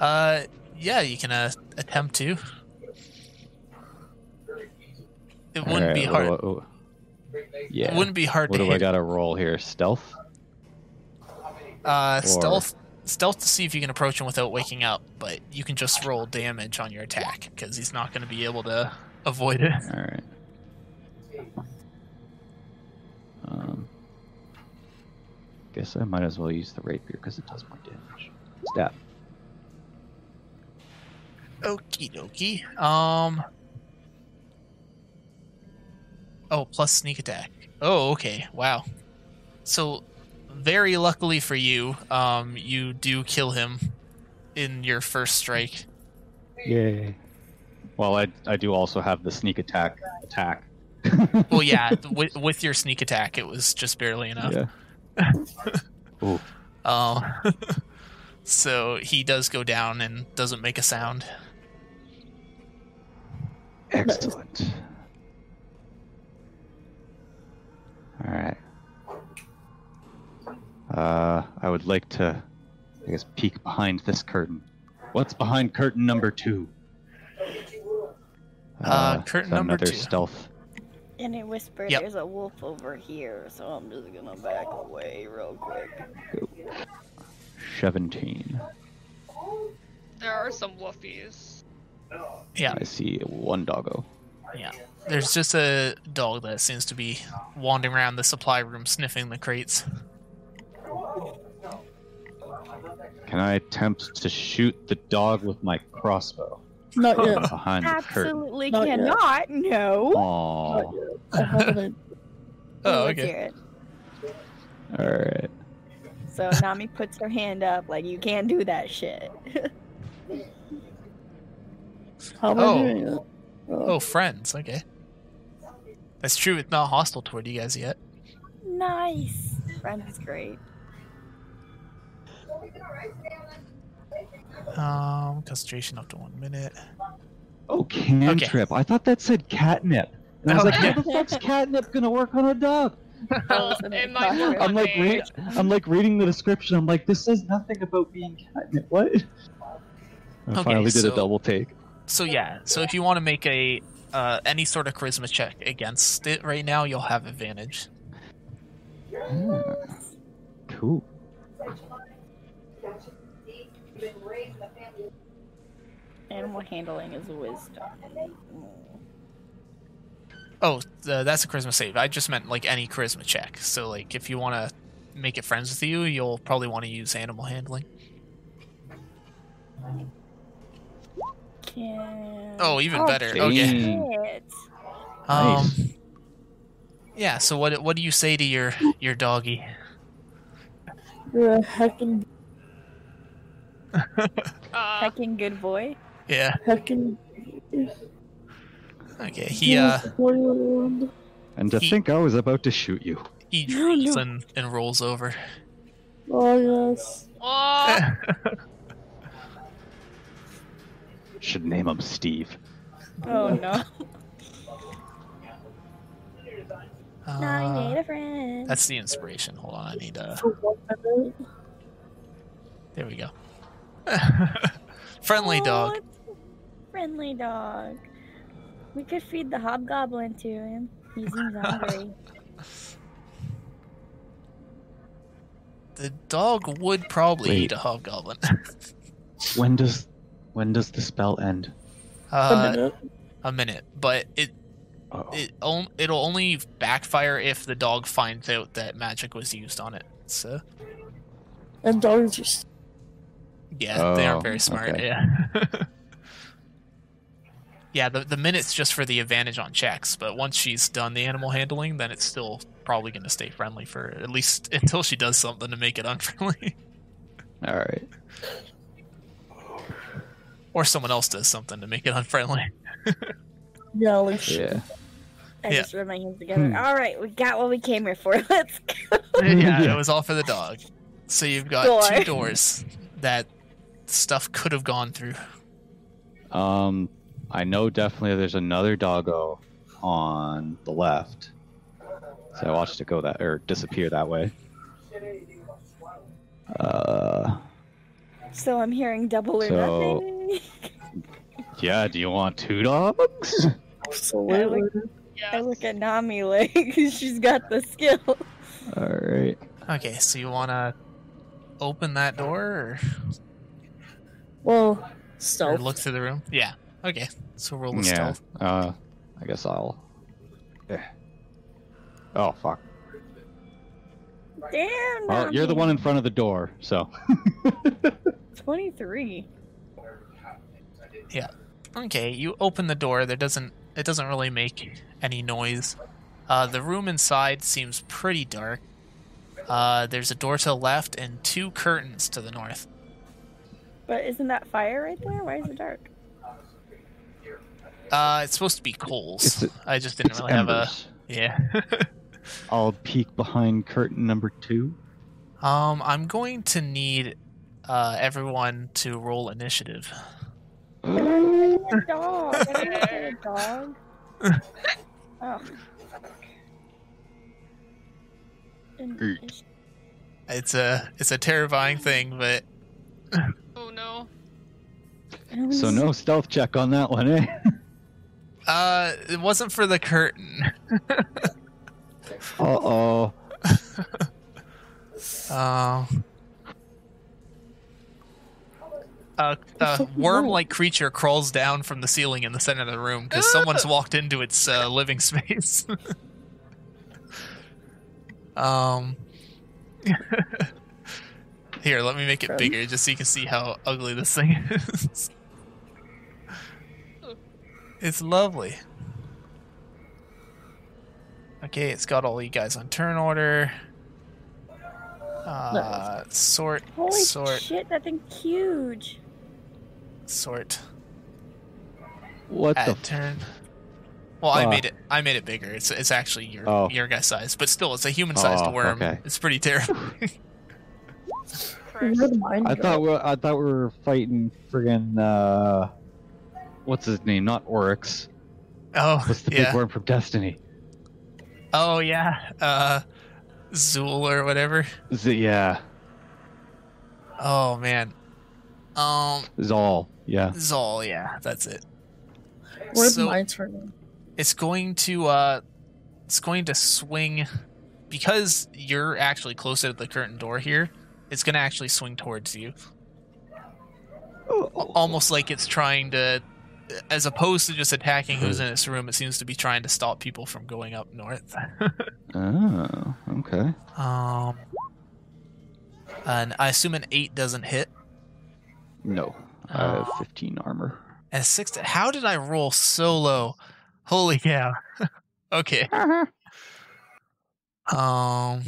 S2: Uh, yeah, you can uh, attempt to. It wouldn't
S7: Alright,
S2: be
S7: what
S2: hard.
S7: do I- oh, yeah.
S2: It wouldn't be hard
S7: what
S2: to
S7: do I
S2: hit.
S7: gotta roll here? Stealth.
S2: Uh,
S7: Or-
S2: stealth, stealth to see if you can approach him without waking up, but you can just roll damage on your attack because he's not going to be able to avoid it.
S7: All right. Um, guess I might as well use the rapier because it does more damage. Stab.
S2: Okie dokie. Um. Oh, plus sneak attack. Oh, okay. Wow. So, very luckily for you, um, you do kill him in your first strike.
S7: Yay. Well, I I do also have the sneak attack attack.
S2: Well, yeah, with, with your sneak attack, it was just barely enough.
S7: Yeah. Ooh.
S2: Um, so he does go down and doesn't make a sound.
S7: Excellent. All right. Uh, I would like to, I guess, peek behind this curtain. What's behind curtain number two?
S2: Uh, curtain
S7: so
S2: number
S7: another
S2: two.
S7: stealth.
S1: And it whispered,
S2: Yep.
S1: "There's a wolf over here," so I'm just gonna back away real quick.
S7: Seventeen.
S3: There are some woofies.
S2: Yeah,
S7: I see one doggo.
S2: there's just a dog that seems to be wandering around the supply room sniffing the crates.
S7: Can I attempt to shoot the dog with my crossbow
S6: Not yet.
S7: behind the curtain?
S1: Absolutely
S6: Not yet.
S1: cannot. No.
S7: Aw.
S6: Not yet. I haven't.
S2: Oh,
S1: Let's
S2: okay.
S1: hear it.
S7: All right.
S1: So Nami puts her hand up, like you can't do that shit.
S6: How am
S2: Oh.
S6: I doing it?
S2: Oh, friends. Okay. That's true. It's not hostile toward you guys yet.
S1: nice. Friends is great.
S2: Um, concentration up to one minute.
S7: Oh, cantrip. I thought that said catnip. And I was
S2: Oh,
S7: like,
S2: yeah.
S7: how the fuck's catnip gonna work on a dog?
S3: Well,
S1: Listen,
S3: it might work
S7: I'm
S3: on
S7: like,
S3: me.
S7: re- I'm like reading the description. I'm like, this says nothing about being catnip. What? I
S2: Okay,
S7: finally did
S2: so-
S7: a double take.
S2: So yeah. So if you want to make a uh, any sort of charisma check against it right now, you'll have advantage.
S7: Ah, cool.
S1: Animal handling is wisdom.
S2: Oh, uh, that's a charisma save. I just meant like any charisma check. So like if you want to make it friends with you, you'll probably want to use animal handling.
S1: Can...
S2: Oh, even better. Okay.
S7: Dang.
S1: Shit.
S2: Um,
S7: Nice.
S2: yeah. So what what do you say to your your doggy?
S6: You're a heckin'
S7: Ah.
S3: Uh,
S1: Fucking good boy.
S2: Yeah.
S6: heckin'
S2: Okay. He uh
S6: spoiled.
S7: And to
S2: He-
S7: think I was about to shoot you.
S2: he
S6: No,
S2: drools
S6: no.
S2: and, and rolls over.
S6: Oh yes.
S3: oh,
S7: Should name him Steve.
S1: Oh no.
S2: Uh,
S8: need a friend.
S2: That's the inspiration. Hold on, I need uh
S6: For one minute.
S2: there we go. Friendly dog.
S8: Friendly dog. We could feed the hobgoblin to him. He seems hungry.
S2: The dog would probably
S7: Wait.
S2: eat a hobgoblin.
S7: When does when does the spell end?
S6: A
S2: Uh,
S6: minute.
S2: a minute, but it
S7: Oh,
S2: it on- it'll only backfire if the dog finds out that magic was used on it. So
S6: And dogs just
S2: yeah, they
S7: Oh,
S2: aren't very smart.
S7: okay.
S2: Yeah. yeah, the the minute's just for the advantage on checks, but once she's done the animal handling, then it's still probably going to stay friendly for at least until she does something to make it unfriendly.
S7: all right.
S2: or someone else does something to make it unfriendly.
S6: yeah, like shit.
S7: Yeah.
S1: I
S2: Yeah.
S1: just rubbed my hands together.
S7: Hmm.
S1: All right, we got what we came here for. Let's go.
S2: yeah,
S7: Yeah.
S2: it was all for the dog. So you've got two
S1: Door.
S2: doors that stuff could have gone through.
S7: Um, I know definitely there's another doggo on the left. So I watched it go that or disappear that way. Uh,
S1: So I'm hearing double or
S7: So-
S1: nothing.
S7: yeah. Do you want two dogs?
S6: Absolutely.
S1: I
S3: Yeah.
S1: look at Nami like she's got the skill.
S7: All right.
S2: Okay, so you want to open that door or,
S6: Well,
S2: or
S6: stealth.
S2: look through the room? Yeah. Okay. So roll the
S7: Yeah.
S2: stealth.
S7: Uh, I guess I'll. Eh. Oh fuck.
S1: Damn.
S7: Well, you're the
S1: Nami.
S7: one in front of the door, so.
S1: 23.
S2: Okay, you open the door. There doesn't it doesn't really make any noise. Uh, the room inside seems pretty dark. Uh, there's a door to the left and two curtains to the north.
S1: But isn't that fire right there? Why is it dark?
S2: Uh, it's supposed to be coals.
S7: It's-
S2: I just didn't really have a
S7: embers.
S2: yeah.
S7: I'll peek behind curtain number two.
S2: Um, I'm going to need uh, everyone to roll initiative.
S1: A dog. I don't wanna say a dog. Oh.
S7: Great.
S2: It's a it's a terrifying thing, but
S3: Oh no.
S7: So no stealth check on that one, eh?
S2: uh, it wasn't for the curtain.
S7: Uh oh.
S2: Oh. A, a worm-like creature crawls down from the ceiling in the center of the room because someone's walked into its uh, living space. um, here, let me make it bigger just so you can see how ugly this thing is. it's lovely. Okay, it's got all you guys on turn order. Uh, sort,
S1: Holy
S2: sort,
S1: shit, that thing's huge.
S2: sort.
S7: What the?
S2: Add
S7: F-
S2: turn. Well, I
S7: fuck?
S2: made it. I made it bigger. It's it's actually your
S7: Oh.
S2: your guy's size, but still, it's a human-sized
S7: Oh,
S2: worm.
S7: okay.
S2: It's pretty terrible.
S3: Christ.
S6: Where'd mine
S7: I
S6: go?
S7: thought we I thought we were fighting friggin' uh, what's his name? Not Oryx.
S2: oh
S7: What's the
S2: yeah.
S7: big worm from Destiny?
S2: Oh yeah. Uh, Zool or whatever.
S7: Z- yeah,
S2: Oh man. Um,
S7: Zol. Yeah.
S2: Zol. Yeah, that's it.
S6: Where'd
S2: so-
S6: mine turn? in?
S2: it's going to uh it's going to swing because you're actually closer to the curtain door here it's going to actually swing towards you Al- almost like it's trying to as opposed to just attacking who's in its room it seems to be trying to stop people from going up north
S7: Oh, okay.
S2: um and i assume an 8 doesn't hit
S7: No, I have
S2: Oh.
S7: 15 armor.
S2: and a 6 how did i roll so low holy cow okay Um,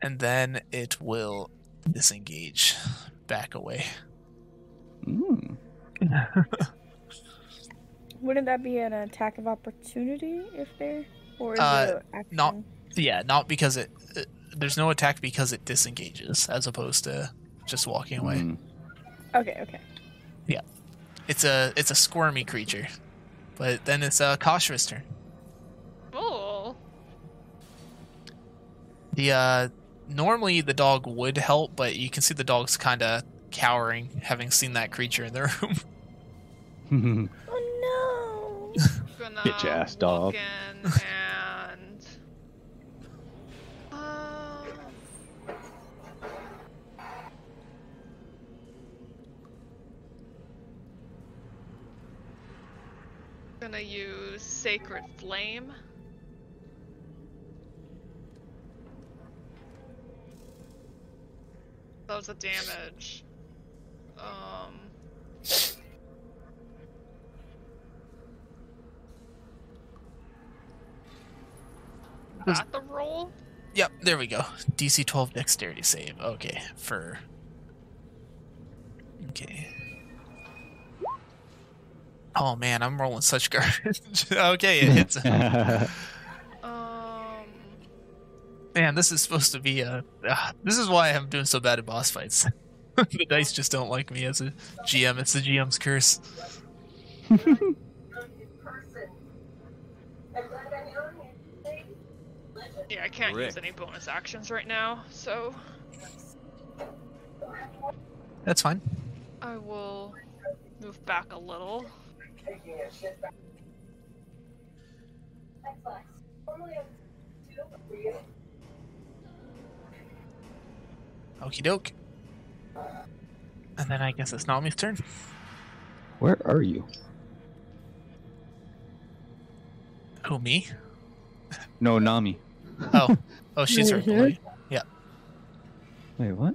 S2: and then it will disengage back away.
S7: Mm.
S1: Wouldn't that be an attack of opportunity if they're. Or is
S2: Uh,
S1: it action?
S2: not- Yeah, not because it, it- There's no attack because it disengages, as opposed to just walking away.
S7: Mm.
S1: Okay, okay.
S2: It's a it's a squirmy creature, but then it's uh, Koshra's turn.
S3: Oh.
S2: The uh, normally the dog would help, but you can see the dog's kind of cowering, having seen that creature in the room.
S7: Hmm.
S1: Oh no!
S3: Gonna
S7: Bitch-ass
S3: walk
S7: dog.
S3: in and. Uh, Gonna use Sacred Flame. That was a damage. Um.
S2: Was-
S3: Not the roll?
S2: Yep, there we go. DC 12 dexterity save. Okay, for. Okay. Oh man, I'm rolling such garbage. okay, it hits. uh,
S3: Um.
S2: uh, man, this is supposed to be a. ah, this is why I'm doing so bad at boss fights. the dice just don't like me as a GM. It's the GM's curse.
S3: Yeah, I can't use
S9: Rick.
S3: any bonus actions right now, so
S2: That's fine.
S3: I will move back a little.
S2: Okie doke. And then I guess it's Naomi's turn.
S5: Where are you?
S2: Who Oh, me?
S7: No, Nami.
S2: Oh, oh, she's
S6: Right
S2: right
S6: here?
S2: below you.
S7: Wait, what?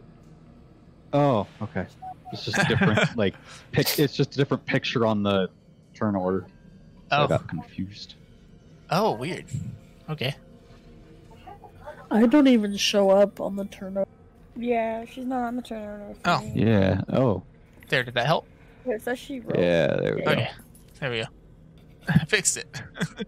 S5: Oh, okay.
S7: It's just different. like,
S5: Pic- it's just a different picture on the turn order. So I
S2: Oh,
S5: got confused.
S2: oh, weird. Okay.
S6: I don't even show up on the turnover.
S1: Yeah, she's not on the turnover. for
S2: Oh.
S1: me.
S7: yeah. Oh,
S2: There, did that help?
S1: It says she rolled.
S7: yeah. There we go.
S2: Okay. There we go. Fixed it.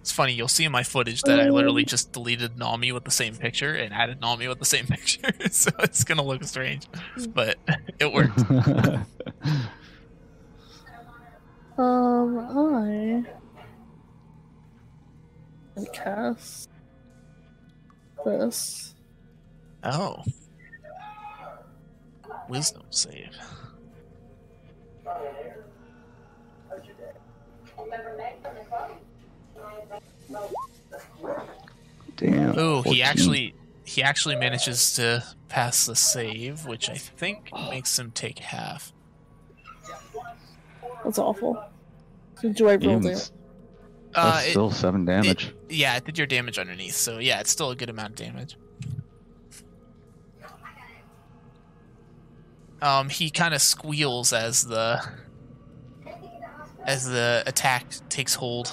S2: it's funny, you'll see in my footage that I literally just deleted Nami with the same picture and added Nami with the same picture, so it's gonna look strange. But it worked.
S6: Um, I can cast this.
S2: Oh. Wisdom save.
S7: Damn.
S2: Oh, he
S7: 14.
S2: actually he actually manages to pass the save, which I think makes him take half.
S6: That's awful. Do I roll
S7: Damn,
S6: damage?
S7: that's
S2: Uh,
S7: that's
S2: it-
S7: still seven damage.
S2: It, yeah, it did your damage underneath, so yeah, it's still a good amount of damage. Um, he kind of squeals as the as the attack takes hold.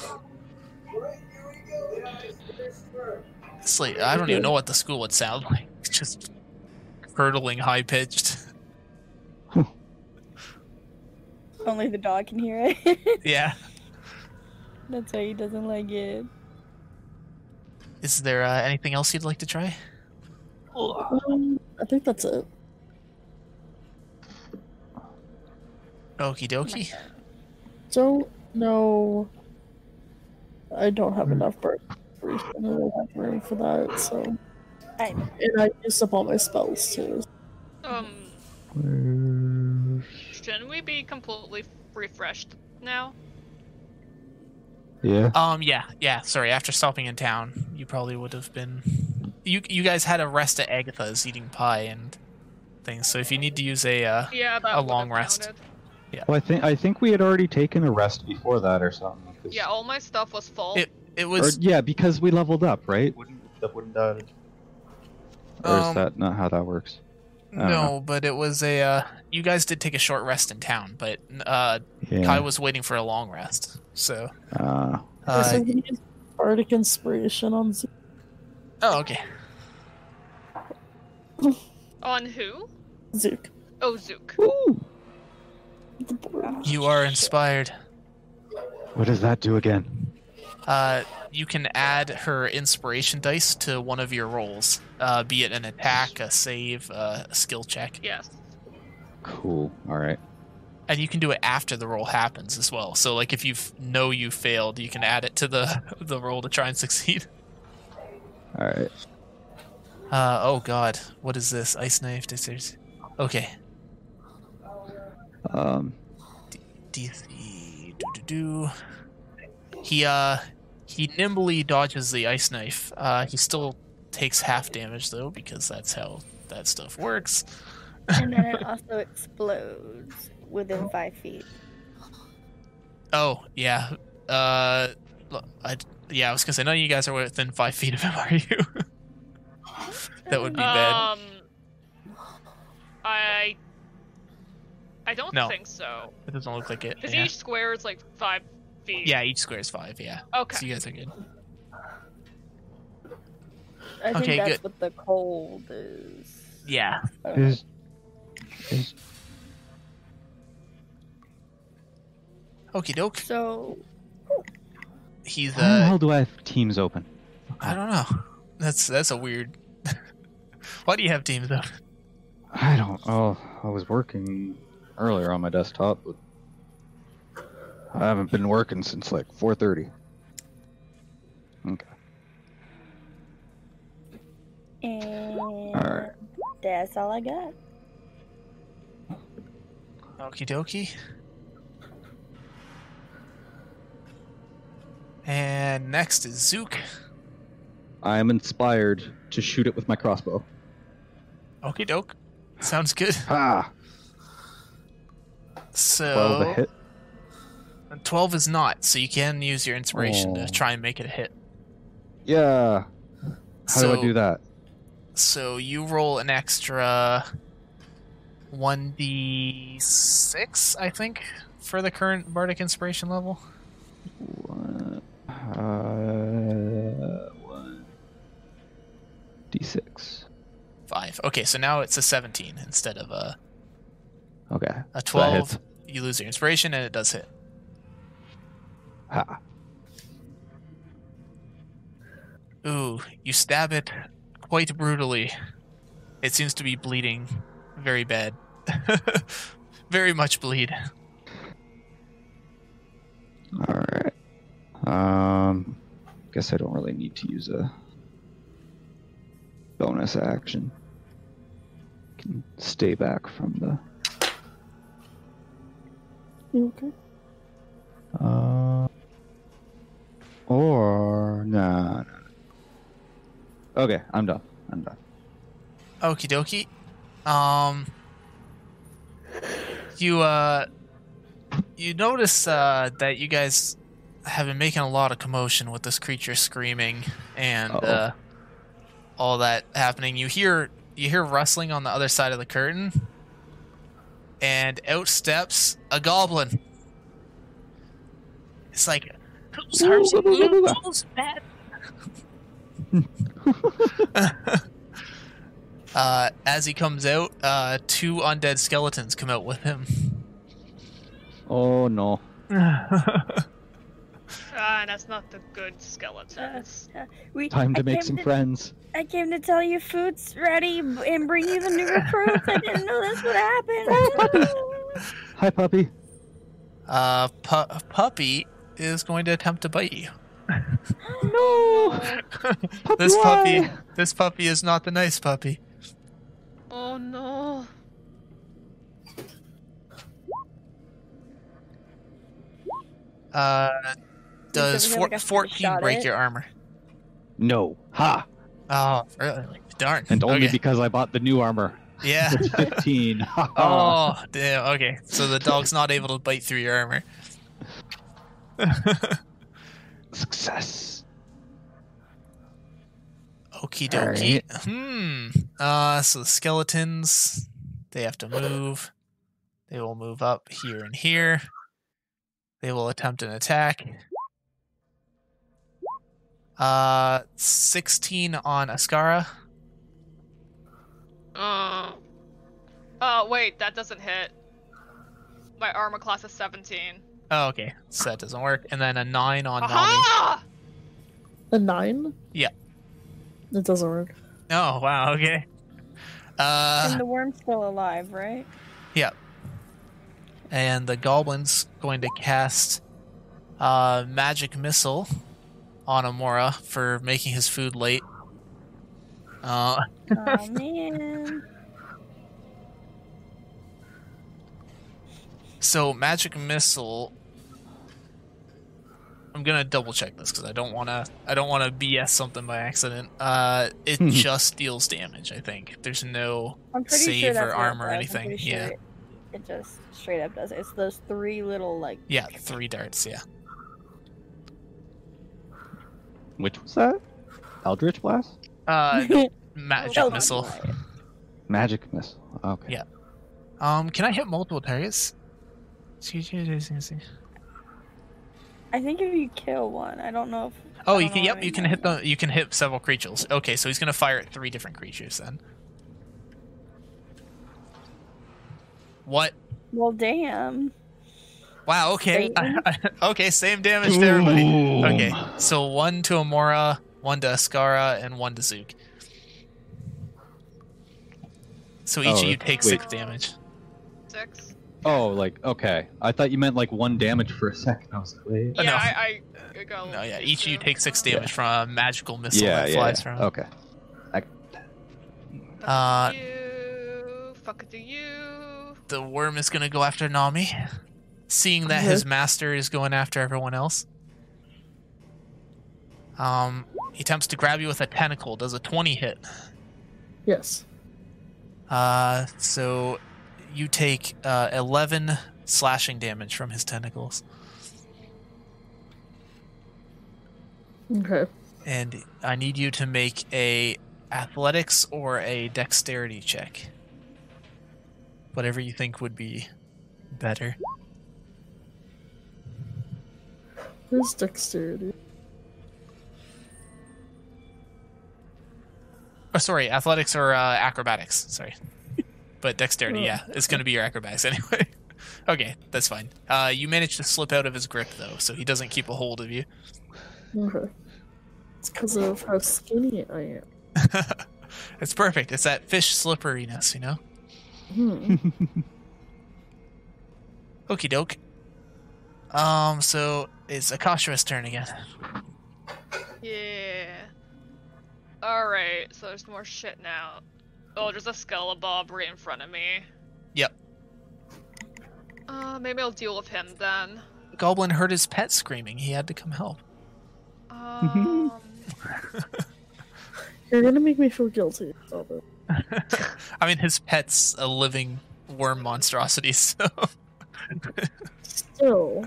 S2: It's like I don't even know what the school would sound like. It's just hurtling, high pitched.
S1: Only the dog can hear it.
S2: yeah.
S1: That's why he doesn't like it.
S2: Is there uh, anything else you'd like to try?
S6: Um, I think that's it.
S2: Okie dokie.
S6: Don't know. I don't
S2: Hmm.
S6: have enough burn. I don't have room for that, so.
S1: I-
S6: and I used up all my spells too.
S3: Um, shouldn't we be completely refreshed now?
S5: Yeah.
S2: Um, yeah, yeah. Sorry, after stopping in town, you probably would have been. You you guys had a rest at Agatha's eating pie and things. So if you need to use a, uh,
S3: Yeah, that
S2: A
S3: would
S2: long
S3: have
S2: rest.
S3: counted.
S5: Well, I think I think we had already taken a rest before that or something. 'cause-
S3: Yeah, all my stuff was full.
S2: it
S5: or,
S2: was
S5: yeah, because we leveled up, right? Wouldn't that wouldn't that? Or
S2: Um,
S5: is that not how that works? I don't
S2: no, but it was a. Uh, you guys did take a short rest in town, but uh,
S5: Yeah.
S2: Kai was waiting for a long rest. So.
S5: uh,
S6: so
S2: Uh,
S6: we use Bardic Inspiration on Z-
S2: oh, okay.
S3: On who?
S6: Zook.
S3: Oh, Zook.
S5: ooh,
S6: The board.
S2: You are inspired.
S5: what does that do again?
S2: Uh, you can add her inspiration dice to one of your rolls, uh, be it an attack, a save, uh, a skill check.
S3: Yes.
S5: Cool. All right.
S2: and you can do it after the roll happens as well. So like if you f- know you failed, you can add it to the the roll to try and succeed.
S5: All right.
S2: Uh, oh god, what is this? Ice knife, distance. Okay,
S5: Um,
S2: DC. Do do do. He uh he nimbly dodges the ice knife. Uh, he still takes half damage though because that's how that stuff works.
S1: And then it also explodes within five feet.
S2: Oh yeah. Uh, l- I yeah I was gonna say none of you guys are within five feet of him, are you? that would be
S1: Oh.
S2: bad.
S3: Um, I. I don't
S2: No.
S3: think so.
S2: It doesn't look like it.
S3: Because
S2: yeah.
S3: each square is like five feet.
S2: Yeah, each square is five. Yeah, so
S3: Okay.
S2: you guys are good.
S1: I think
S2: Okay,
S1: that's
S2: good.
S1: what the cold is.
S2: Yeah.
S5: is is
S2: Okie doke.
S1: So
S2: He's
S5: how the
S2: uh,
S5: hell do I have teams open?
S7: Oh.
S2: I don't know. That's that's a weird. Why do you have Teams open?
S7: I don't. Oh, I was working earlier on my desktop, but I haven't been working since like 4:30.
S1: And
S7: Alright.
S1: that's all I got.
S2: Okie dokie. And next is Zook.
S7: I am inspired to shoot it with my crossbow.
S2: Okie doke. Sounds good.
S7: Ha!
S2: So
S7: 12 a hit.
S2: 12 is not, so you can use your inspiration
S7: Oh.
S2: to try and make it a hit.
S7: Yeah. How
S2: so,
S7: do I do that?
S2: So you roll an extra 1d6, I think, for the current Bardic Inspiration level.
S7: One, uh, one. D6.
S2: 5. Okay, so now it's a 17 instead of a,
S7: Okay.
S2: a
S7: So that
S2: 12.
S7: hits.
S2: you lose your inspiration and it does hit.
S7: Ha.
S2: Ooh, you stab it quite brutally. It seems to be bleeding very bad. very much bleed.
S7: All right. Um, guess I don't really need to use a bonus action. Can stay back from the.
S6: You okay?
S7: Uh, or nah, nah. nah. Okay, I'm done. I'm done.
S2: Okie dokie. Um, you uh, you notice uh that you guys have been making a lot of commotion with this creature screaming and
S7: Uh-oh.
S2: uh, all that happening. You hear you hear rustling on the other side of the curtain, and out steps a goblin. It's like who's hurt? Who's bad? Uh, as he comes out, uh, two undead skeletons come out with him.
S7: Oh no.
S3: Ah, that's not the good skeletons.
S1: We,
S7: Time to
S1: I
S7: make
S1: came
S7: some friends.
S1: I came to tell you food's ready b- and bring you the new recruits. I didn't know this would happen.
S7: Hi, puppy.
S2: Uh, pu- puppy is going to attempt to bite you.
S7: No. puppy
S2: This puppy,
S7: why?
S2: this puppy is not the nice puppy.
S3: Oh no.
S2: Uh, does
S1: we have,
S2: four,
S1: like, a
S2: fourteen
S1: shot
S2: break
S1: at?
S2: your armor?
S7: No. Ha.
S2: Oh, really? Darn.
S7: And only
S2: Okay.
S7: because I bought the new armor.
S2: yeah.
S7: It's 15. Ha ha.
S2: Oh, damn. Okay. So the dog's not able to bite through your armor. Oh.
S7: Success.
S2: Okie dokie. Hmm. Uh, so the skeletons, they have to move. They will move up here and here. They will attempt an attack. Uh, 16 on Ascara.
S3: Oh. Oh wait, that doesn't hit. My armor class is 17.
S2: Oh, okay. So that doesn't work. And then a 9 on Nami.
S3: Aha!
S6: A nine?
S2: Yeah.
S6: It doesn't work.
S2: Oh, wow. Okay. Uh,
S1: and the worm's still alive, right?
S2: and the goblin's going to cast uh, magic missile on Amora for making his food late. Uh,
S1: Oh man.
S2: so magic missile. I'm gonna double check this because I don't wanna I don't wanna BS something by accident. Uh, it just deals damage. I think there's no
S1: I'm pretty
S2: save
S1: sure
S2: or
S1: that's what it
S2: armor or
S1: does. I'm
S2: anything,
S1: pretty sure
S2: yeah.
S1: It, it just straight up does. it. It's those three little like
S2: yeah three darts. Yeah,
S7: Which was that? Eldritch Blast?
S2: uh, no, magic
S1: Eldritch
S2: missile.
S1: Blast.
S7: Magic missile. Okay.
S2: Yeah. Um, can I hit multiple targets? Excuse me.
S1: I think if you kill one, I don't know if
S2: Oh,
S1: I
S2: you
S1: don't
S2: can.
S1: know what
S2: Yep,
S1: I
S2: you can
S1: mean
S2: hit
S1: by
S2: the. You can hit several creatures. Okay, so he's gonna fire at three different creatures then. What?
S1: well, damn.
S2: Wow. Okay.
S1: Same.
S2: okay. Same damage to everybody.
S7: Boom.
S2: Okay. So one to Amora, one to Ascara, and one to Zook. So each
S7: Oh,
S2: of you take
S7: wait.
S2: six damage.
S3: Six.
S7: Oh, like okay. I thought you meant like one damage for a second. I was like, wait.
S2: Oh,
S3: yeah, I,
S2: no.
S3: I, I got. a
S2: No,
S3: little
S2: yeah.
S3: confused
S2: Each of you
S3: there.
S2: take six damage from a magical missile
S7: yeah,
S2: that
S7: yeah,
S2: flies
S7: yeah.
S2: from.
S7: Okay.
S3: Fuck
S2: Uh,
S3: you. Fuck do you?
S2: The worm is gonna go after Nami, seeing that his master is going after everyone else. Um, he attempts to grab you with a tentacle. Does a twenty hit?
S6: Yes.
S2: Uh, so you take uh, 11 slashing damage from his tentacles,
S6: Okay.
S2: and I need you to make a athletics or a dexterity check, whatever you think would be better.
S6: Who's dexterity?
S2: Oh, sorry, athletics or uh, acrobatics. Sorry, but dexterity,
S6: Oh.
S2: yeah, it's going to be your acrobatics anyway. okay, that's fine. Uh, you managed to slip out of his grip though, so he doesn't keep a hold of you.
S6: Okay. It's because of how skinny I am.
S2: it's perfect. It's that fish slipperiness, you know.
S6: Hmm.
S2: Okie doke. Um, so it's Akashra's turn again.
S3: Yeah. All right. So there's more shit now. Oh, there's a Skeleborb right in front of me.
S2: Yep.
S3: Uh, maybe I'll deal with him then.
S2: Goblin heard his pet screaming. He had to come help.
S3: Um,
S6: You're gonna make me feel guilty. about it.
S2: I mean, his pet's a living worm monstrosity, so.
S6: Still,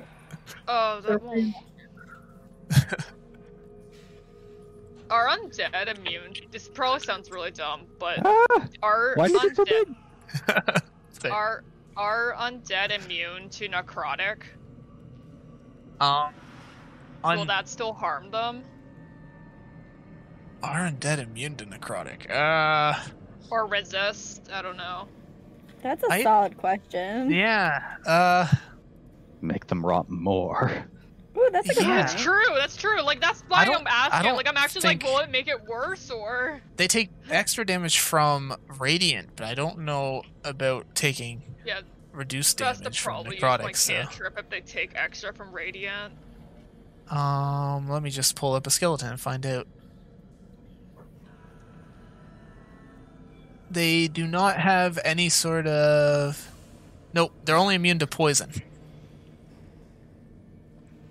S3: oh, that won't. Are undead immune? This probably sounds really dumb, but
S7: Ah,
S3: are
S7: why is it so
S3: undead
S7: big?
S3: are are undead immune to necrotic?
S2: um,
S3: Will
S2: un-
S3: that still harm them?
S2: are undead immune to necrotic? Uh,
S3: Or resist? I don't know.
S1: That's a
S2: I-
S1: solid question.
S2: yeah. Uh,
S7: Make them rot more.
S1: Ooh, that's a good
S2: Yeah.
S1: one.
S3: That's true. That's true. Like that's why
S2: don't-
S3: I'm asking.
S2: don't
S3: Like I'm actually
S2: think-
S3: like, will it make it worse or?
S2: they take extra damage from radiant, but I don't know about taking
S3: Yeah,
S2: reduced
S3: That's the
S2: damage from
S3: problem.
S2: necrotic.
S3: Use my
S2: So,
S3: cantrip if they take extra from radiant.
S2: um, let me just pull up a skeleton and find out. They do not have any sort of. Nope, they're only immune to poison.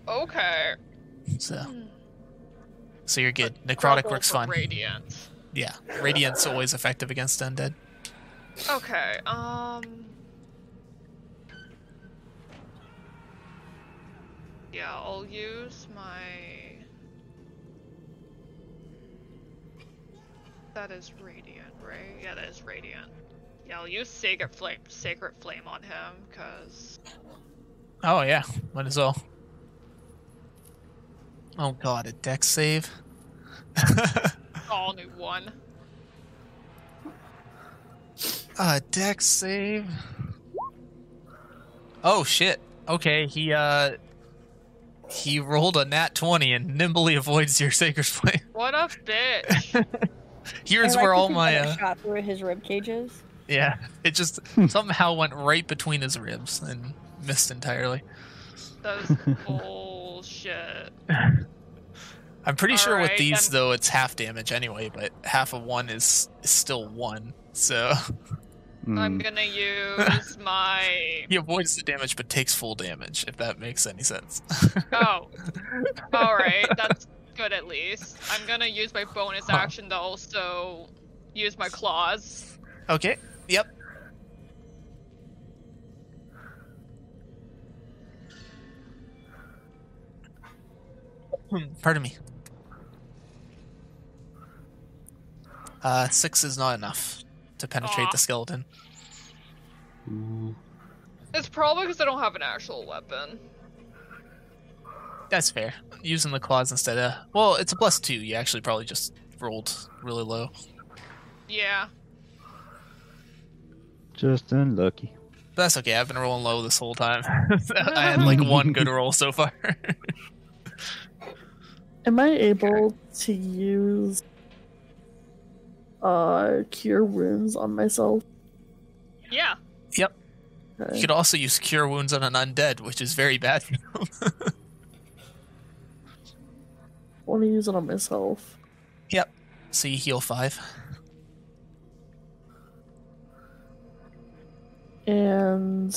S3: Okay.
S2: So,
S3: Hmm.
S2: so you're good.
S3: I'll
S2: Necrotic
S3: go
S2: works
S3: for
S2: fine.
S3: Radiant.
S2: Yeah, radiant's always effective against undead.
S3: Okay. Um. Yeah, I'll use my. That is radiant, right? Yeah, that is radiant. Yeah, I'll use sacred flame, sacred flame on him, cause
S2: Oh yeah, might as well. Oh god, a dex save.
S3: all new one.
S2: a dex save. Oh shit. Okay, he uh he rolled a nat 20 and nimbly avoids your sacred flame.
S3: What a bitch!
S1: I
S2: Here's
S1: like
S2: where
S1: to
S2: all
S1: think
S2: my
S1: that it
S2: uh,
S1: shot through his rib cages.
S2: yeah, it just somehow went right between his ribs and missed entirely.
S3: That was bullshit.
S2: I'm pretty
S3: All
S2: sure with
S3: right,
S2: these
S3: then-
S2: though it's half damage anyway, but half of one is, is still one. So
S3: I'm
S7: Mm,
S3: gonna use my.
S2: he avoids the damage but takes full damage, if that makes any sense.
S3: Oh. Alright, that's good at least. I'm gonna use my bonus
S2: Huh.
S3: action to also use my claws.
S2: okay. Yep. Hmm, Pardon me. Uh, six is not enough to penetrate
S3: Aw.
S2: the skeleton.
S3: It's probably because I don't have an actual weapon.
S2: That's fair. Using the claws instead of well, it's a plus two. You actually probably just rolled really low.
S3: Yeah.
S7: just unlucky.
S2: But that's okay. I've been rolling low this whole time. I had like one good roll so far.
S6: am I able to use uh cure wounds on myself?
S3: Yeah.
S2: You could also use cure wounds on an undead, which is very bad.
S6: want to use it on myself.
S2: so you heal five.
S6: And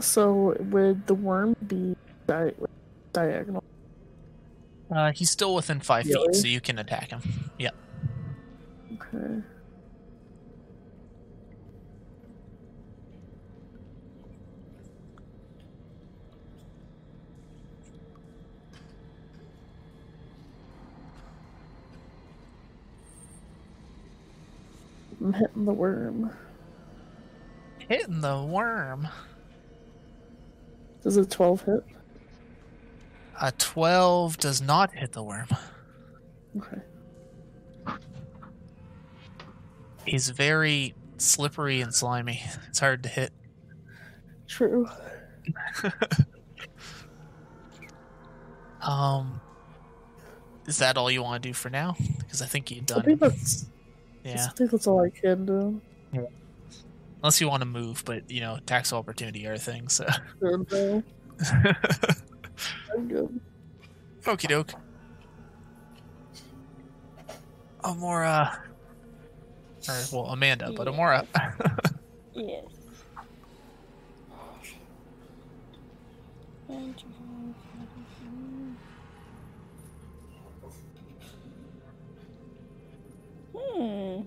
S6: so would the worm be di- diagonal?
S2: Uh, he's still within five
S6: Really?
S2: feet, so you can attack him. Yeah.
S6: Okay. I'm hitting the worm.
S2: Hitting the worm.
S6: Does a 12 hit?
S2: A 12 does not hit the worm.
S6: Okay.
S2: He's very slippery and slimy. It's hard to hit.
S6: True.
S2: Um, is that all you want to do for now? Because I think you've
S6: I think
S2: done.
S6: that's
S2: Yeah.
S6: I think that's all I can do.
S2: Unless you want to move, but you know, tax of opportunity are a thing. So.
S6: Good, though. I'm good.
S2: Okie doke. Amora. Or, well, Amanda, but Amora.
S1: Yes. Thank you. Hmm.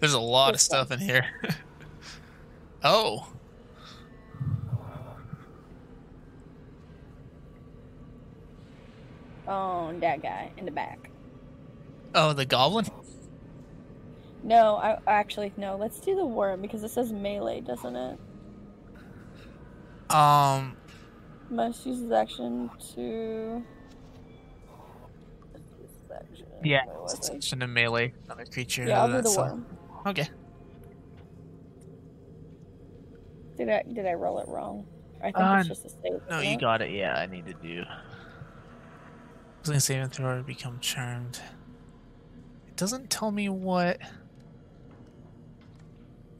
S2: There's a lot of stuff in here. oh.
S1: Oh, that guy in the back.
S2: Oh, the goblin?
S1: No, I actually no. Let's do the worm because it says melee, doesn't it?
S2: Um,
S1: Must use his action to. Must use his action.
S2: yeah.
S1: Where was I?
S2: Section of melee. Another creature. uh,
S1: Yeah, I'll do
S2: that
S1: the
S2: sort-
S1: worm.
S2: Okay.
S1: Did I did I roll it wrong? I think
S2: Uh,
S1: it's just a save.
S2: No,
S1: isn't
S2: you
S1: it?
S2: got it. Yeah, I need to do. Something saving throw to become charmed. It doesn't tell me what.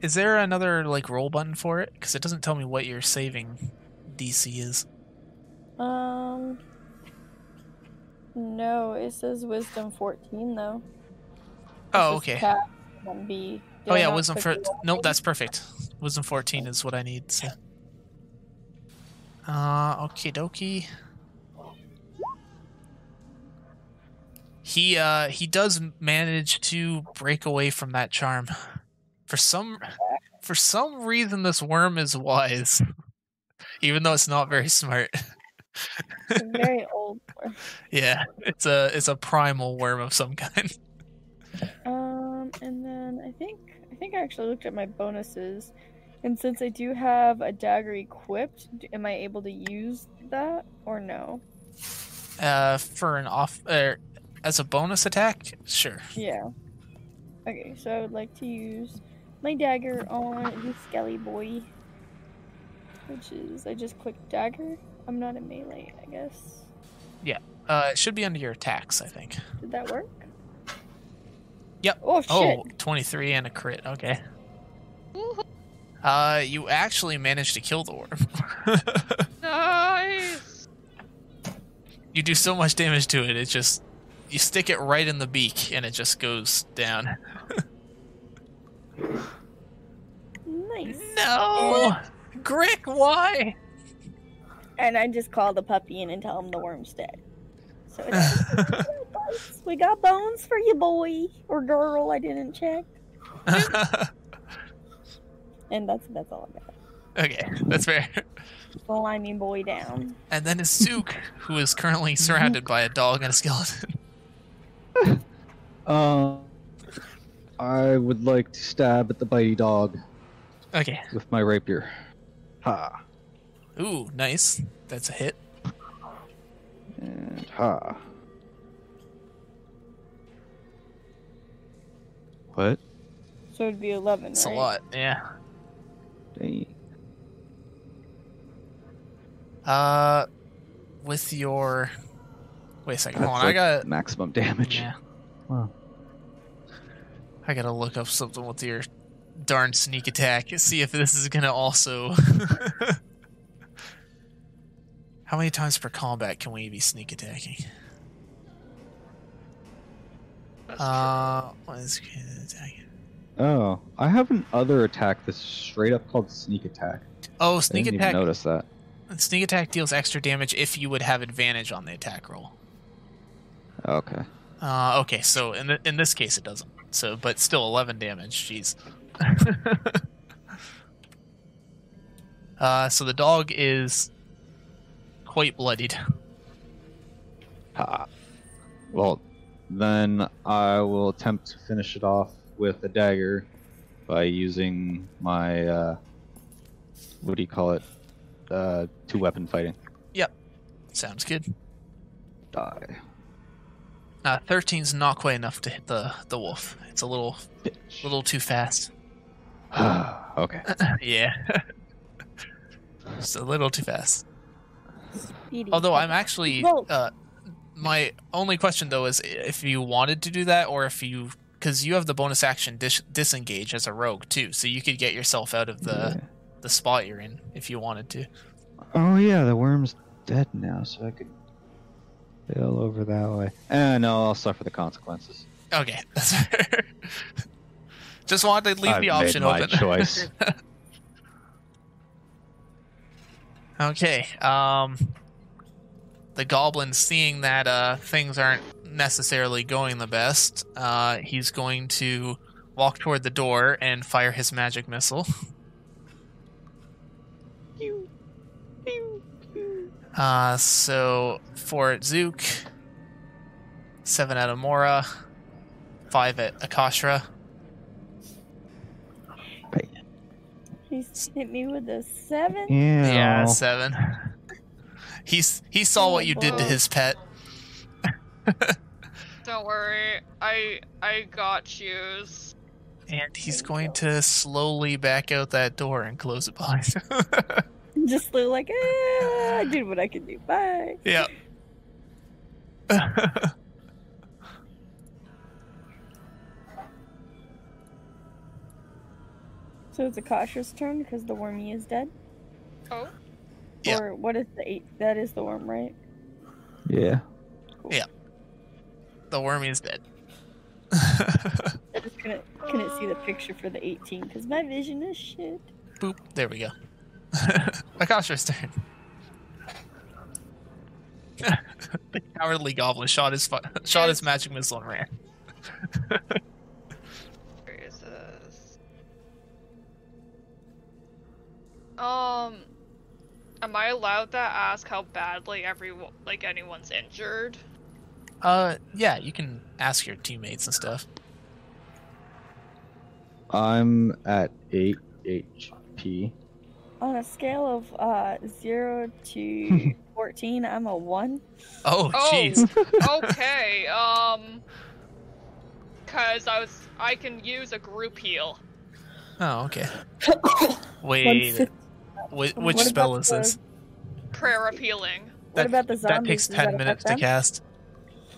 S2: Is there another like roll button for it? Because it doesn't tell me what your saving DC is.
S1: Um. No, it says wisdom fourteen though. It
S2: Oh,
S1: says
S2: okay.
S1: cap and B. Did
S2: Oh
S1: I
S2: yeah,
S1: not
S2: wisdom
S1: click the
S2: for
S1: wrong
S2: nope.
S1: thing?
S2: That's perfect. Wisdom fourteen is what I need. So. Uh, okay, dokie. He uh he does manage to break away from that charm. For some for some reason, this worm is wise, even though it's not very smart.
S1: It's a very old. Word.
S2: Yeah, it's a it's a primal worm of some kind.
S1: Um, and then I think I think I actually looked at my bonuses, and since I do have a dagger equipped, d- am I able to use that or no?
S2: Uh, for an off er, as a bonus attack, sure.
S1: Yeah. Okay, so I would like to use my dagger on the skelly boy. Which is, I just click dagger. I'm not in melee, I guess.
S2: Uh, it should be under your attacks, I think.
S1: Did that work?
S2: Yep.
S1: Oh, shit.
S2: Oh, 23 and a crit. Okay.
S3: Woohoo.
S2: Uh, you actually managed to kill the worm.
S3: Nice.
S2: you do so much damage to it. It just you stick it right in the beak and it just goes down.
S1: Nice.
S2: No, Grick, why?
S1: And I just call the puppy in and tell him the worm's dead. So it's bones. we got bones for you, boy or girl. I didn't check.
S2: okay,
S1: And that's that's all I got.
S2: that's fair.
S1: Slimy boy down.
S2: And then is Zook, who is currently surrounded by a dog and a skeleton.
S5: Uh,
S7: Um,
S5: I would like to stab at the bitey dog
S2: Okay.
S5: with my rapier. Ha
S2: Ooh, nice. That's a hit.
S5: and ha.
S7: What?
S1: So it'd be 11.
S2: It's a
S1: right?
S2: lot. Yeah.
S7: Dang.
S2: Uh, with your. Wait a second.
S7: That's
S2: Hold on. I
S7: like
S2: got.
S7: maximum damage.
S2: Yeah.
S7: Wow.
S2: I gotta look up something with your darn sneak attack. See if this is gonna also. How many times per combat can we be sneak attacking?
S3: That's
S2: Uh, what is attack?
S7: Oh, I have an other attack that's straight up called sneak attack.
S2: Oh,
S7: I
S2: sneak
S7: didn't
S2: attack.
S7: even notice that.
S2: Sneak attack deals extra damage if you would have advantage on the attack roll.
S7: Okay.
S2: Uh, okay, so in th- in this case it doesn't. So, but still eleven damage. Jeez. uh, so the dog is quite bloodied.
S7: Ha. Well, then I will attempt to finish it off with a dagger by using my uh, what do you call it? Uh, two weapon fighting.
S2: Sounds good.
S7: Die,
S2: Uh, 13's not quite enough to hit the the wolf. It's a little
S7: bitch.
S2: little too fast.
S7: okay.
S2: yeah. Just a little too fast.
S1: Speedy.
S2: Although I'm actually
S1: Well-
S2: uh, my only question though is if you wanted to do that or if you because you have the bonus action dis- disengage as a rogue too, so you could get yourself out of the
S7: Yeah.
S2: the spot you're in if you wanted to.
S7: Oh yeah, the worm's dead now, so I could sail over that way. Eh, no, I'll suffer the consequences.
S2: Okay, that's fair. Just wanted to leave
S7: I've
S2: the
S7: made
S2: option
S7: my
S2: open.
S7: choice.
S2: Okay. Um the goblin seeing that uh things aren't necessarily going the best, uh he's going to walk toward the door and fire his magic missile. Uh so four at Zook, seven at Amora, five at Akashra.
S1: He s- hit me with a 7.
S7: yeah.
S2: Yeah, seven. He's he saw what you did to his pet.
S3: Don't worry, I I got yous.
S2: And he's going to slowly back out that door and close it behind him.
S1: Just look like, ah, I did what I could do. Bye.
S2: yeah.
S1: So it's a cautious turn because the wormy is dead?
S3: Oh,
S2: Yeah.
S1: Or what is the eight? That is the worm, right?
S7: Yeah.
S2: the wormy is dead.
S1: I just couldn't, couldn't see the picture for the 18 because my vision is shit.
S2: Boop. There we go. Akashra's turn. the cowardly goblin shot his fu- shot his magic missile and ran.
S3: where is this? Um, am I allowed to ask how badly everyone, like anyone's injured?
S2: Uh, yeah, you can ask your teammates and stuff.
S7: I'm at 8 HP.
S1: On a scale of uh, 0 to 14, I'm a 1.
S2: Oh,
S3: Oh.
S2: jeez.
S3: okay, um, cause I was, I can use a group heal.
S2: Oh, okay. Wait, whi-
S1: What
S2: which
S1: about
S2: spell is this?
S3: Prayer of healing.
S1: What
S2: That-
S1: about the zombies?
S2: That takes
S1: Does
S2: ten
S1: affect
S2: minutes to
S1: them?
S2: cast.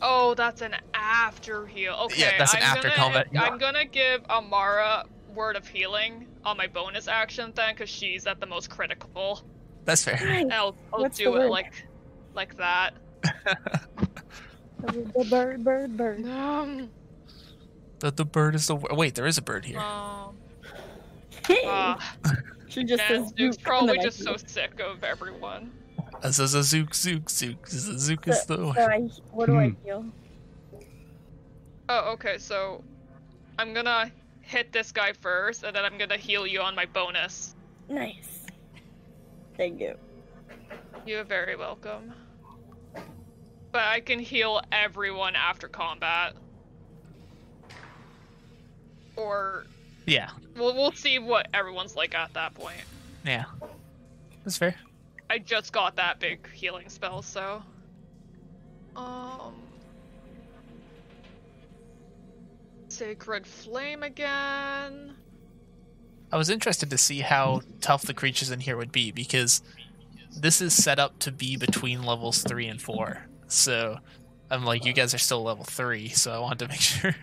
S3: Oh, that's an after heal. Okay,
S2: that's an
S3: I'm
S2: after
S3: gonna,
S2: combat.
S3: I'm gonna give Amara word of healing on my bonus action then, cause she's at the most critical.
S2: That's fair.
S1: Nice.
S3: And I'll, I'll
S1: What's
S3: do
S1: the
S3: it
S1: word?
S3: like, like that.
S1: The bird, bird, bird.
S3: Um,
S2: The, the bird is the wor- wait. There is a bird here.
S3: um,
S1: Hey,
S3: uh,
S1: she just
S3: man,
S1: says, "Zook,"
S3: Duke's
S1: and
S3: probably
S1: then I
S3: just
S1: do
S3: so
S1: it.
S3: sick of everyone.
S2: As a zook, zook, zook. Zook is
S1: So
S2: the
S1: I, what do I heal?
S3: Oh, okay, so I'm gonna hit this guy first, and then I'm gonna heal you on my bonus.
S1: Nice. Thank you.
S3: You're very welcome. But I can heal everyone after combat. Or
S2: yeah.
S3: we'll we'll see what everyone's like at that point.
S2: Yeah, that's fair.
S3: I just got that big healing spell, so um Sacred Flame again.
S2: I was interested to see how tough the creatures in here would be because this is set up to be between levels three and four. So I'm like, you guys are still level three, so I wanted to make sure.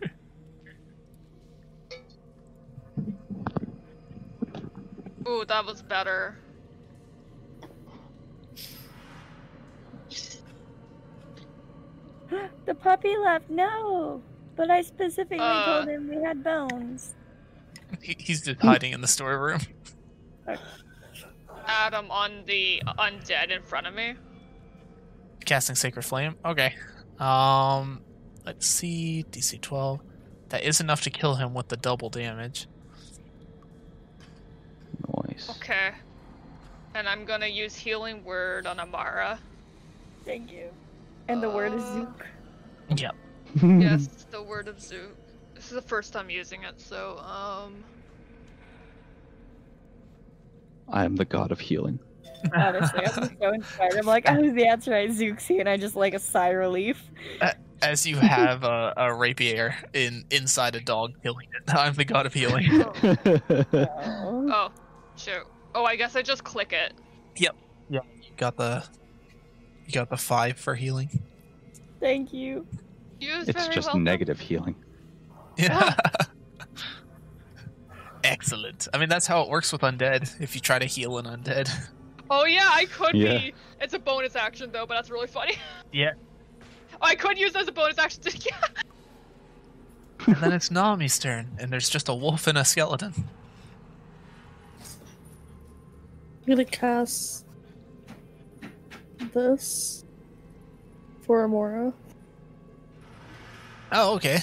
S3: Ooh, that was better.
S1: the puppy left. No, but I specifically
S3: Uh.
S1: told him we had bones.
S2: He- He's just hiding in the storeroom.
S3: Adam on the undead in front of me.
S2: Casting Sacred Flame. Okay. Um, let's see. DC 12. That is enough to kill him with the double damage.
S7: Nice.
S3: Okay. And I'm gonna use healing word on Amara.
S1: Thank you. And the word is
S3: Uh.
S1: zook.
S2: Yep.
S7: Mm-hmm.
S3: yes, the word of Zook. This is the first time using it, so um
S7: I am the god of healing.
S1: Honestly, I'm just so inspired. I'm like, oh, that's right, Zooksy, and I just like a sigh relief.
S2: As you have a, a rapier in inside a dog healing it. I'm the god of healing.
S1: Oh.
S3: oh shoot. Oh I guess I just click it.
S2: You got the you got the five for healing.
S1: Thank you.
S3: You was
S7: it's
S3: very
S7: just
S3: welcome.
S7: negative healing.
S2: Yeah. Excellent. I mean that's how it works with undead. If you try to heal an undead.
S3: Oh yeah, I could
S7: Yeah.
S3: be. It's a bonus action though, but that's really funny.
S2: Yeah.
S3: I could use it as a bonus action to yeah.
S2: And then it's Nami's turn, and there's just a wolf and a skeleton.
S6: I'm gonna cast this for Amora.
S2: Oh, okay.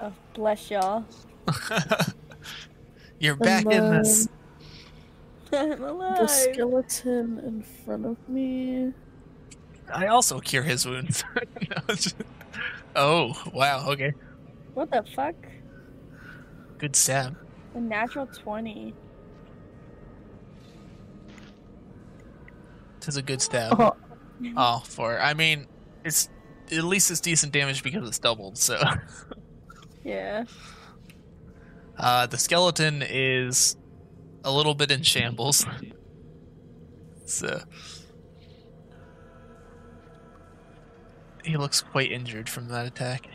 S1: Oh, bless y'all.
S2: You're back in this.
S1: I'm
S6: The
S1: alive.
S6: skeleton in front of me.
S2: I also cure his wounds. No, it's- oh, wow. Okay.
S1: What the fuck?
S2: Good stab.
S1: A natural 20.
S2: Tis a good stab. Oh,
S6: Oh.
S2: for I mean, it's at least it's decent damage because it's doubled. So
S1: Yeah.
S2: uh, the skeleton is a little bit in shambles. So he looks quite injured from that attack.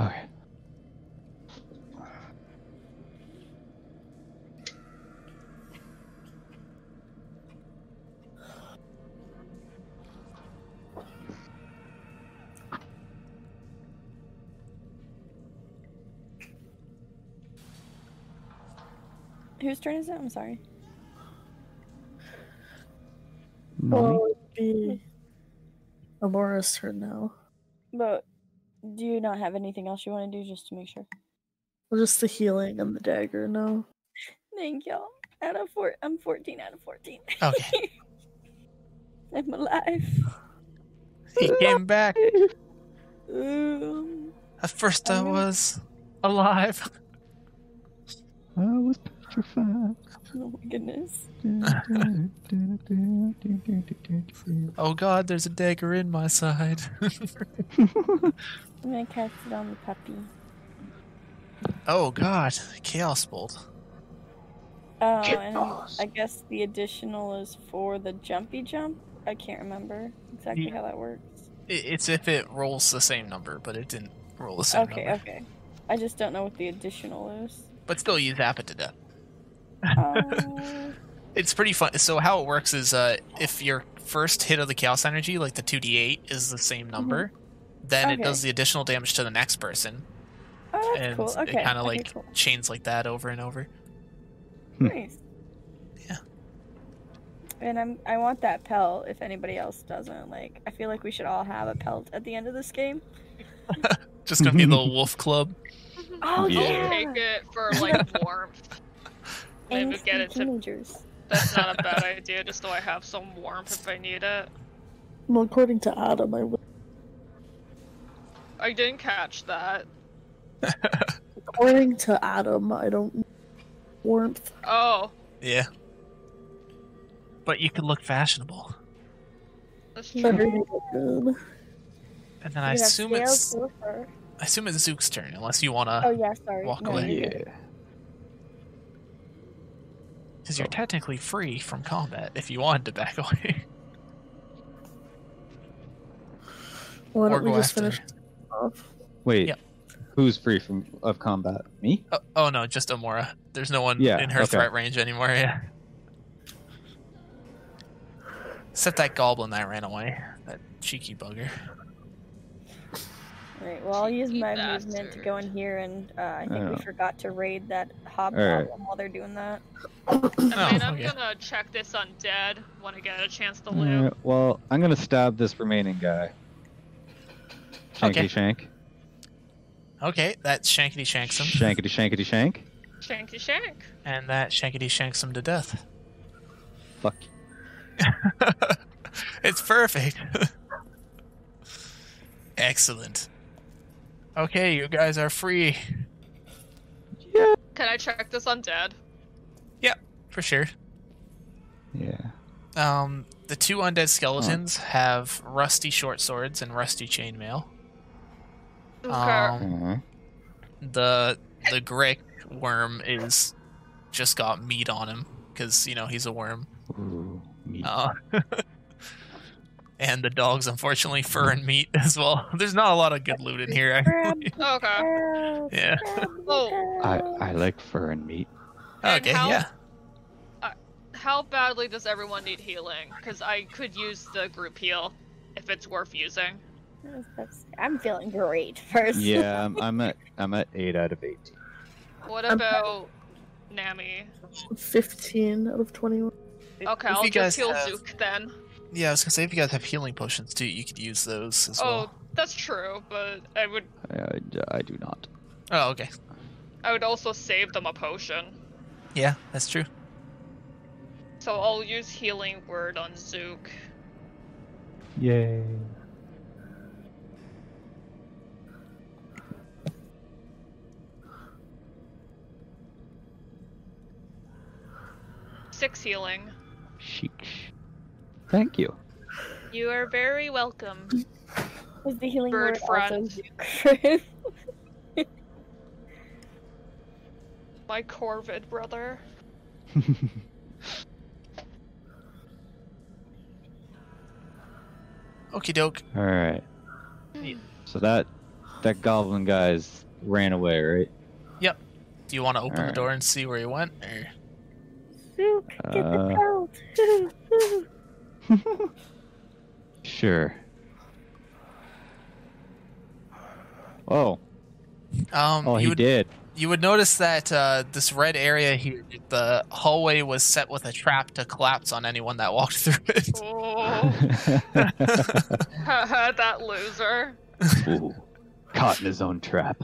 S7: Okay.
S1: Whose turn is it? I'm sorry.
S7: Nami?
S2: Mm-hmm.
S6: Oh, it'd be Amora's turn now.
S1: But do you not have anything else you want to do just to make sure?
S6: Well, just the healing and the dagger now.
S1: Thank y'all. Out of four, I'm 14 out of 14.
S2: Okay,
S1: I'm alive.
S2: he came back.
S1: Um,
S2: At first, I was alive.
S7: I was petrified.
S1: oh my goodness.
S2: Oh God, there's a dagger in my side.
S1: I'm gonna cast it on the puppy.
S2: oh God, chaos bolt.
S1: Oh, and I'm- I guess the additional is for the jumpy jump. I can't remember exactly
S2: Yeah.
S1: how that works.
S2: I- It's if it rolls the same number, but it didn't roll the same
S1: Okay,
S2: number.
S1: okay. I just don't know what the additional is. Oh,
S2: But still, you zap it to death.
S1: Uh,
S2: It's pretty fun. So how it works is, uh, if your first hit of the chaos energy, like the two d eight, is the same number, then it
S1: Mm-hmm. Okay.
S2: does the additional damage to the next person,
S1: oh, that's
S2: and
S1: cool. Okay.
S2: it
S1: okay,
S2: kind of like
S1: cool.
S2: chains like that over and over.
S1: nice.
S2: Yeah.
S1: And I'm I want that pelt if anybody else doesn't. Like I feel like we should all have a pelt at the end of this game.
S2: Just gonna be the wolf club.
S1: Oh
S7: Yeah.
S3: I'll take it for like warmth. Maybe
S1: Angsty
S3: get it to
S1: teenagers.
S3: That's not a bad idea, just so I have some warmth if I need it.
S6: Well, according to Adam, I would.
S3: I didn't catch that.
S6: According to Adam, I don't need warmth.
S3: Oh,
S2: Yeah. But you could look fashionable.
S3: That's
S6: Better
S3: true.
S6: do it good.
S2: And then I
S1: You have
S2: assume
S1: scale,
S2: it's
S1: bluffer-
S2: I assume it's Zook's turn, unless you wanna
S1: Oh yeah, sorry.
S2: walk
S1: No,
S2: away.
S1: you
S7: Mm-hmm. Yeah.
S1: did it.
S2: Because you're technically free from combat if you wanted to back away.
S6: Why
S2: or
S6: don't we
S2: go
S6: just
S2: after.
S6: finish off?
S7: Wait.
S2: Yep.
S7: Who's free from of combat? Me?
S2: Oh, oh no, just Amora. There's no one
S7: Yeah,
S2: in her
S7: okay.
S2: threat range anymore, yeah. Except that goblin that ran away. That cheeky bugger.
S1: Alright, well I'll use
S3: Cheeky
S1: my movement to go in
S3: bastard.
S1: here and uh, I think we
S7: Oh.
S1: forgot to raid that hobgoblin
S7: Alright.
S1: while they're doing that.
S3: I mean,
S2: Oh,
S3: I'm
S2: okay.
S3: gonna check this undead when I get a chance to live.
S7: Uh, well, I'm gonna stab this remaining guy. Shankety
S2: Okay.
S7: shank.
S2: Okay, that shankety shanks him.
S7: Shankety shankety shank.
S3: Shanky shank.
S2: And that shankety shanks him to death.
S7: Fuck.
S2: It's perfect. Excellent. Okay, you guys are free.
S3: Can I check this undead?
S2: For sure.
S7: Yeah.
S2: Um, the two undead skeletons have rusty short swords and rusty chainmail.
S3: Okay.
S2: Um,
S7: Uh-huh.
S2: the the Grick worm is just got meat on him because you know he's a worm.
S7: Ooh, meat.
S2: Uh, and the dogs, unfortunately, fur and meat as well. There's not a lot of good loot in here.
S1: Grab
S2: Actually.
S3: okay.
S1: Girl,
S2: Yeah.
S1: grab the
S3: Oh.
S1: girl.
S7: I I like fur and meat.
S3: And
S2: Okay.
S3: how-
S2: Yeah.
S3: How badly does everyone need healing? Because I could use the group heal if it's worth using.
S1: That's- I'm feeling great first.
S7: Yeah, I'm, I'm at I'm at eight out of eighteen.
S3: What
S6: I'm-
S3: about Nami?
S6: 15 out of 21.
S3: Okay,
S2: If
S3: I'll
S2: you
S3: just
S2: guys
S3: heal
S2: have-
S3: Zook then.
S2: Yeah, I was gonna say if you guys have healing potions too, you could use those as
S3: Oh,
S2: well.
S3: that's true, but I would
S7: I, I, Uh, I do not.
S2: Oh, okay.
S3: I would also save them a potion.
S2: Yeah, that's true.
S3: So I'll use healing word on Zook.
S7: Yay.
S3: Six healing.
S7: Chic. Thank you.
S3: You are very welcome.
S1: Was the healing
S3: Bird
S1: word also
S3: front.
S1: Zucrin?
S3: My Corvid brother.
S2: Okie doke.
S7: All right. So that that goblin guy's ran away, right?
S2: Do you want to open the
S7: Alright.
S2: door and see where he went? Or...
S1: Zook, get
S7: Uh.
S1: the belt. Zook, Zook.
S7: Sure. Oh,
S2: Um,
S7: oh,
S2: you
S7: he
S2: would,
S7: did.
S2: You would notice that uh, this red area here, the hallway was set with a trap to collapse on anyone that walked through it.
S3: Oh, that loser.
S7: Ooh, caught in his own trap.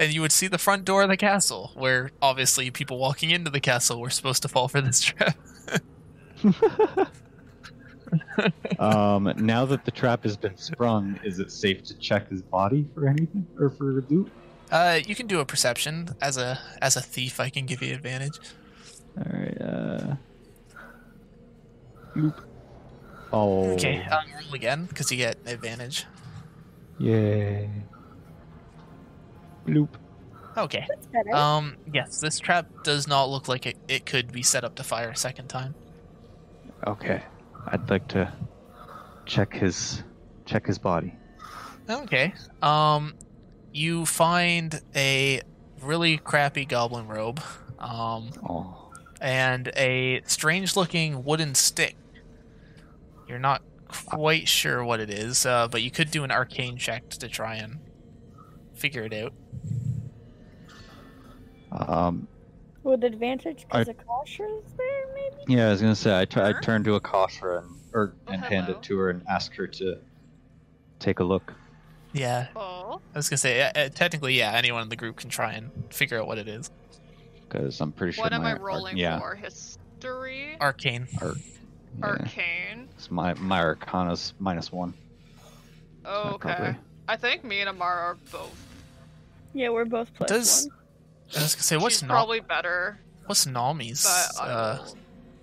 S2: and you would see the front door of the castle, where obviously people walking into the castle were supposed to fall for this trap.
S7: Um, now that the trap has been sprung, is it safe to check his body for anything or for loot?
S2: Uh, you can do a perception as a as a thief. I can give you advantage.
S7: All right. Uh. Oop. Oh.
S2: Okay, um, roll again because you get advantage.
S7: Yay. Bloop.
S2: Okay.
S1: That's better.
S2: Um. Yes, this trap does not look like it, it could be set up to fire a second time.
S7: Okay. I'd like to check his check his body.
S2: Okay. Um, you find a really crappy goblin robe, um,
S7: Oh.
S2: and a strange-looking wooden stick. You're not quite sure what it is, uh, but you could do an arcane check to try and figure it out.
S7: Um.
S1: With advantage
S7: I-
S1: because the caution's there, maybe?
S7: Yeah, I was gonna say I, t- I turned to Akasha and or
S3: Oh,
S7: and hand
S3: hello.
S7: it to her and ask her to take a look.
S2: Yeah,
S3: Oh.
S2: I was gonna say uh, uh, technically, yeah, anyone in the group can try and figure out what it is.
S7: Because I'm pretty sure.
S3: What am
S7: my
S3: I
S7: arc-
S3: rolling
S7: yeah,
S3: for? History?
S2: Arcane.
S7: yeah.
S3: Arcane?
S7: It's my my arcana's minus one. so I
S3: Oh, okay.
S7: probably-
S3: I think me and Amara are both.
S1: Yeah, we're both plus
S2: Does- I was gonna say what's
S3: She's
S2: Na-
S3: probably better,
S2: what's Nami's
S3: but I
S2: uh,
S3: will-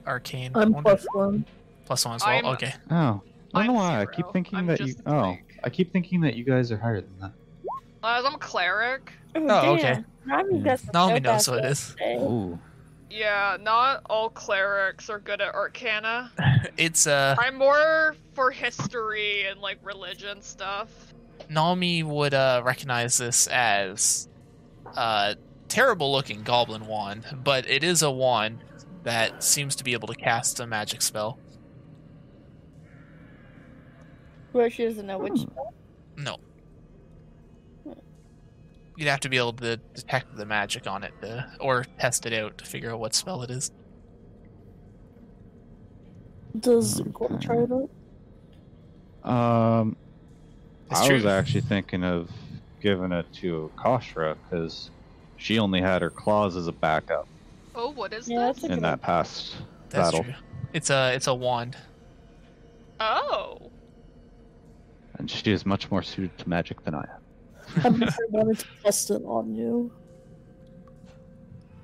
S2: arcane? I
S6: I'm
S2: wonder-
S6: plus 1.
S2: Plus one as well.
S3: I'm-
S2: okay.
S7: Oh, I don't
S3: I'm
S7: know why. I
S3: zero.
S7: keep thinking
S3: I'm
S7: that you.
S3: just a
S7: Oh,
S3: cleric.
S7: I keep thinking that you guys are higher than that.
S3: As I'm a cleric,
S2: Oh, okay.
S1: Robbie
S7: Yeah.
S1: does
S2: Naomi knows what it is.
S7: Ooh.
S3: yeah, not all clerics are good at arcana.
S2: It's uh
S3: I'm more for history and like religion stuff.
S2: Naomi would uh recognize this as uh terrible looking goblin wand, but it is a wand that seems to be able to cast a magic spell.
S1: Where she doesn't know which.
S2: No. You'd have to be able to detect the magic on it to, or test it out to figure out what spell it is.
S6: Does
S2: Mm.
S6: Gwen try it out?
S7: Um,
S2: It's
S7: I
S2: true.
S7: was actually thinking of giving it to Koshra because she only had her claws as a backup
S3: Oh, what is
S1: Yeah,
S3: this?
S1: that's a
S7: in
S1: good
S7: that past
S2: That's
S7: battle,
S2: true. It's a it's a wand.
S3: Oh,
S7: and she is much more suited to magic than I am.
S6: I'm just I wanted to test it on you.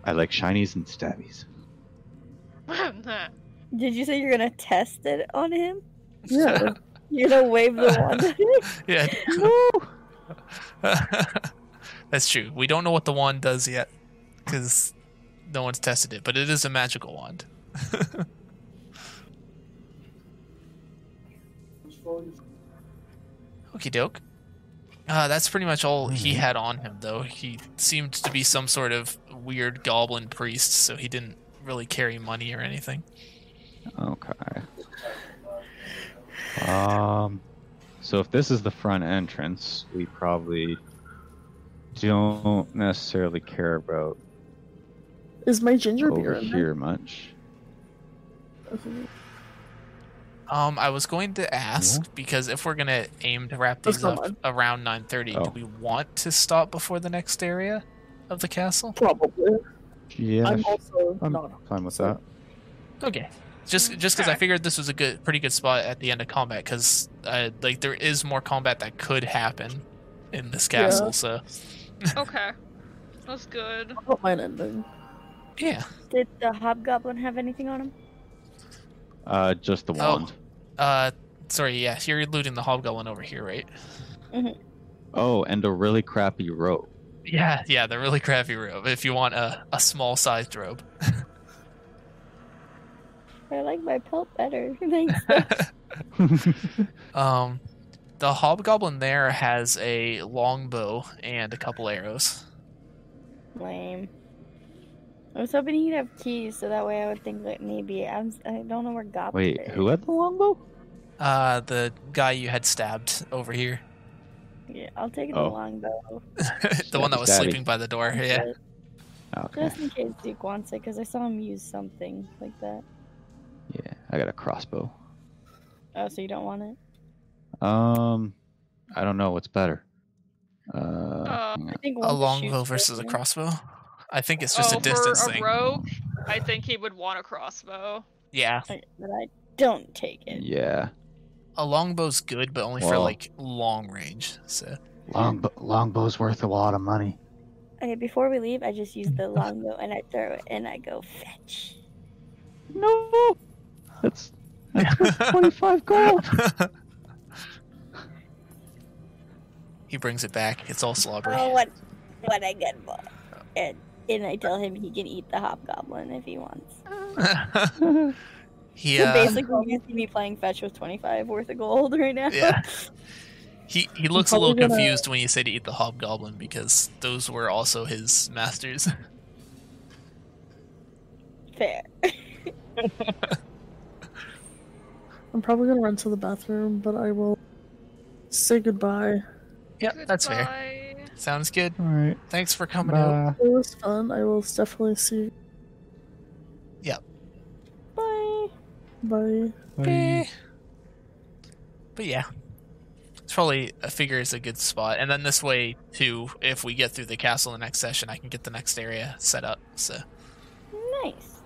S7: I like shinies and stabbies.
S1: Did you say you're gonna test it on him?
S6: Yeah.
S1: You're gonna wave the wand.
S2: Yeah.
S6: no.
S2: That's true. We don't know what the wand does yet because no one's tested it, but it is a magical wand. Okie doke. Uh, that's pretty much all he had on him, though. He seemed to be some sort of weird goblin priest, so he didn't really carry money or anything.
S7: Okay. Um, so if this is the front entrance, we probably don't necessarily care about
S6: Is my ginger beer
S7: over
S6: in
S7: here much.
S6: there? Okay.
S2: Um, I was going to ask because if we're gonna aim to wrap
S6: Let's
S2: these
S6: go
S2: up
S6: on.
S2: around nine thirty,
S7: Oh.
S2: do we want to stop before the next area of the castle?
S6: Probably.
S7: Yeah,
S6: I'm also
S7: I'm
S6: not.
S7: fine with that.
S2: Okay.
S6: Mm,
S2: Just just because I
S3: alright.
S2: figured this was a good, pretty good spot at the end of combat, because uh, like there is more combat that could happen in this
S6: Yeah.
S2: castle. So
S3: okay, that's good.
S6: I don't mind ending.
S2: yeah.
S1: Did the hobgoblin have anything on him?
S7: Uh, just the
S2: Oh.
S7: wand.
S2: Uh, sorry. Yeah, you're looting the hobgoblin over here, right?
S7: Oh, and a really crappy rope.
S2: Yeah. Yeah, the really crappy robe. If you want a, a small sized robe.
S1: I like my pelt better. Thanks.
S2: Um, the hobgoblin there has a longbow and a couple arrows.
S1: Lame. I was hoping he'd have keys, so that way I would think that maybe I'm. I don't know where Goblin.
S7: Wait,
S1: is.
S7: who had the longbow?
S2: Uh, the guy you had stabbed over here,
S1: Yeah, I'll take the
S7: Oh.
S1: longbow
S2: the one that was
S7: Stabby, stabby.
S2: sleeping by the door. Yeah.
S7: Okay.
S1: just in case Duke wants it, because I saw him use something like that.
S7: Yeah, I got a crossbow.
S1: Oh, so you don't want it?
S7: Um, I don't know what's better. Uh,
S3: Uh,
S7: hang
S1: I think
S2: A
S1: one
S2: longbow
S1: shoots
S2: versus a
S1: person.
S2: crossbow. I think it's just
S3: oh,
S2: a distance
S3: for a
S2: thing.
S3: rogue, I think he would want a crossbow.
S2: Yeah,
S1: Okay, But I don't take
S7: on.
S1: it.
S7: yeah,
S2: a longbow's good, but only for
S7: Well-
S2: like long range. So
S7: long longbow's worth a lot of money.
S1: Okay, before we leave, I just use
S2: Mm-hmm.
S1: the longbow and I throw it and I go fetch.
S7: No, that's that's worth twenty-five gold.
S2: he brings it back. It's all slobbery.
S1: Oh, what? What I get more? And and I tell him he can eat the hobgoblin if he wants.
S2: he
S1: So
S2: uh,
S1: basically, you see me playing fetch with 25 worth of gold right now.
S2: Yeah. he he looks a
S6: probably
S2: little
S6: gonna-
S2: confused when you say to eat the hobgoblin because those were also his masters.
S1: Fair.
S6: I'm probably gonna run to the bathroom, but I will say goodbye.
S2: yep, that's fair.
S3: Goodbye.
S2: Sounds good.
S7: All right, uh,
S2: Thanks for coming out.
S7: bye.
S6: It was fun. I will definitely see you.
S1: Bye.
S6: Bye.
S2: Eh. But yeah, it's probably I figure it's a good spot. And then this way too, if we get through the castle in the next session, I can get the next area set up. So.
S1: Nice.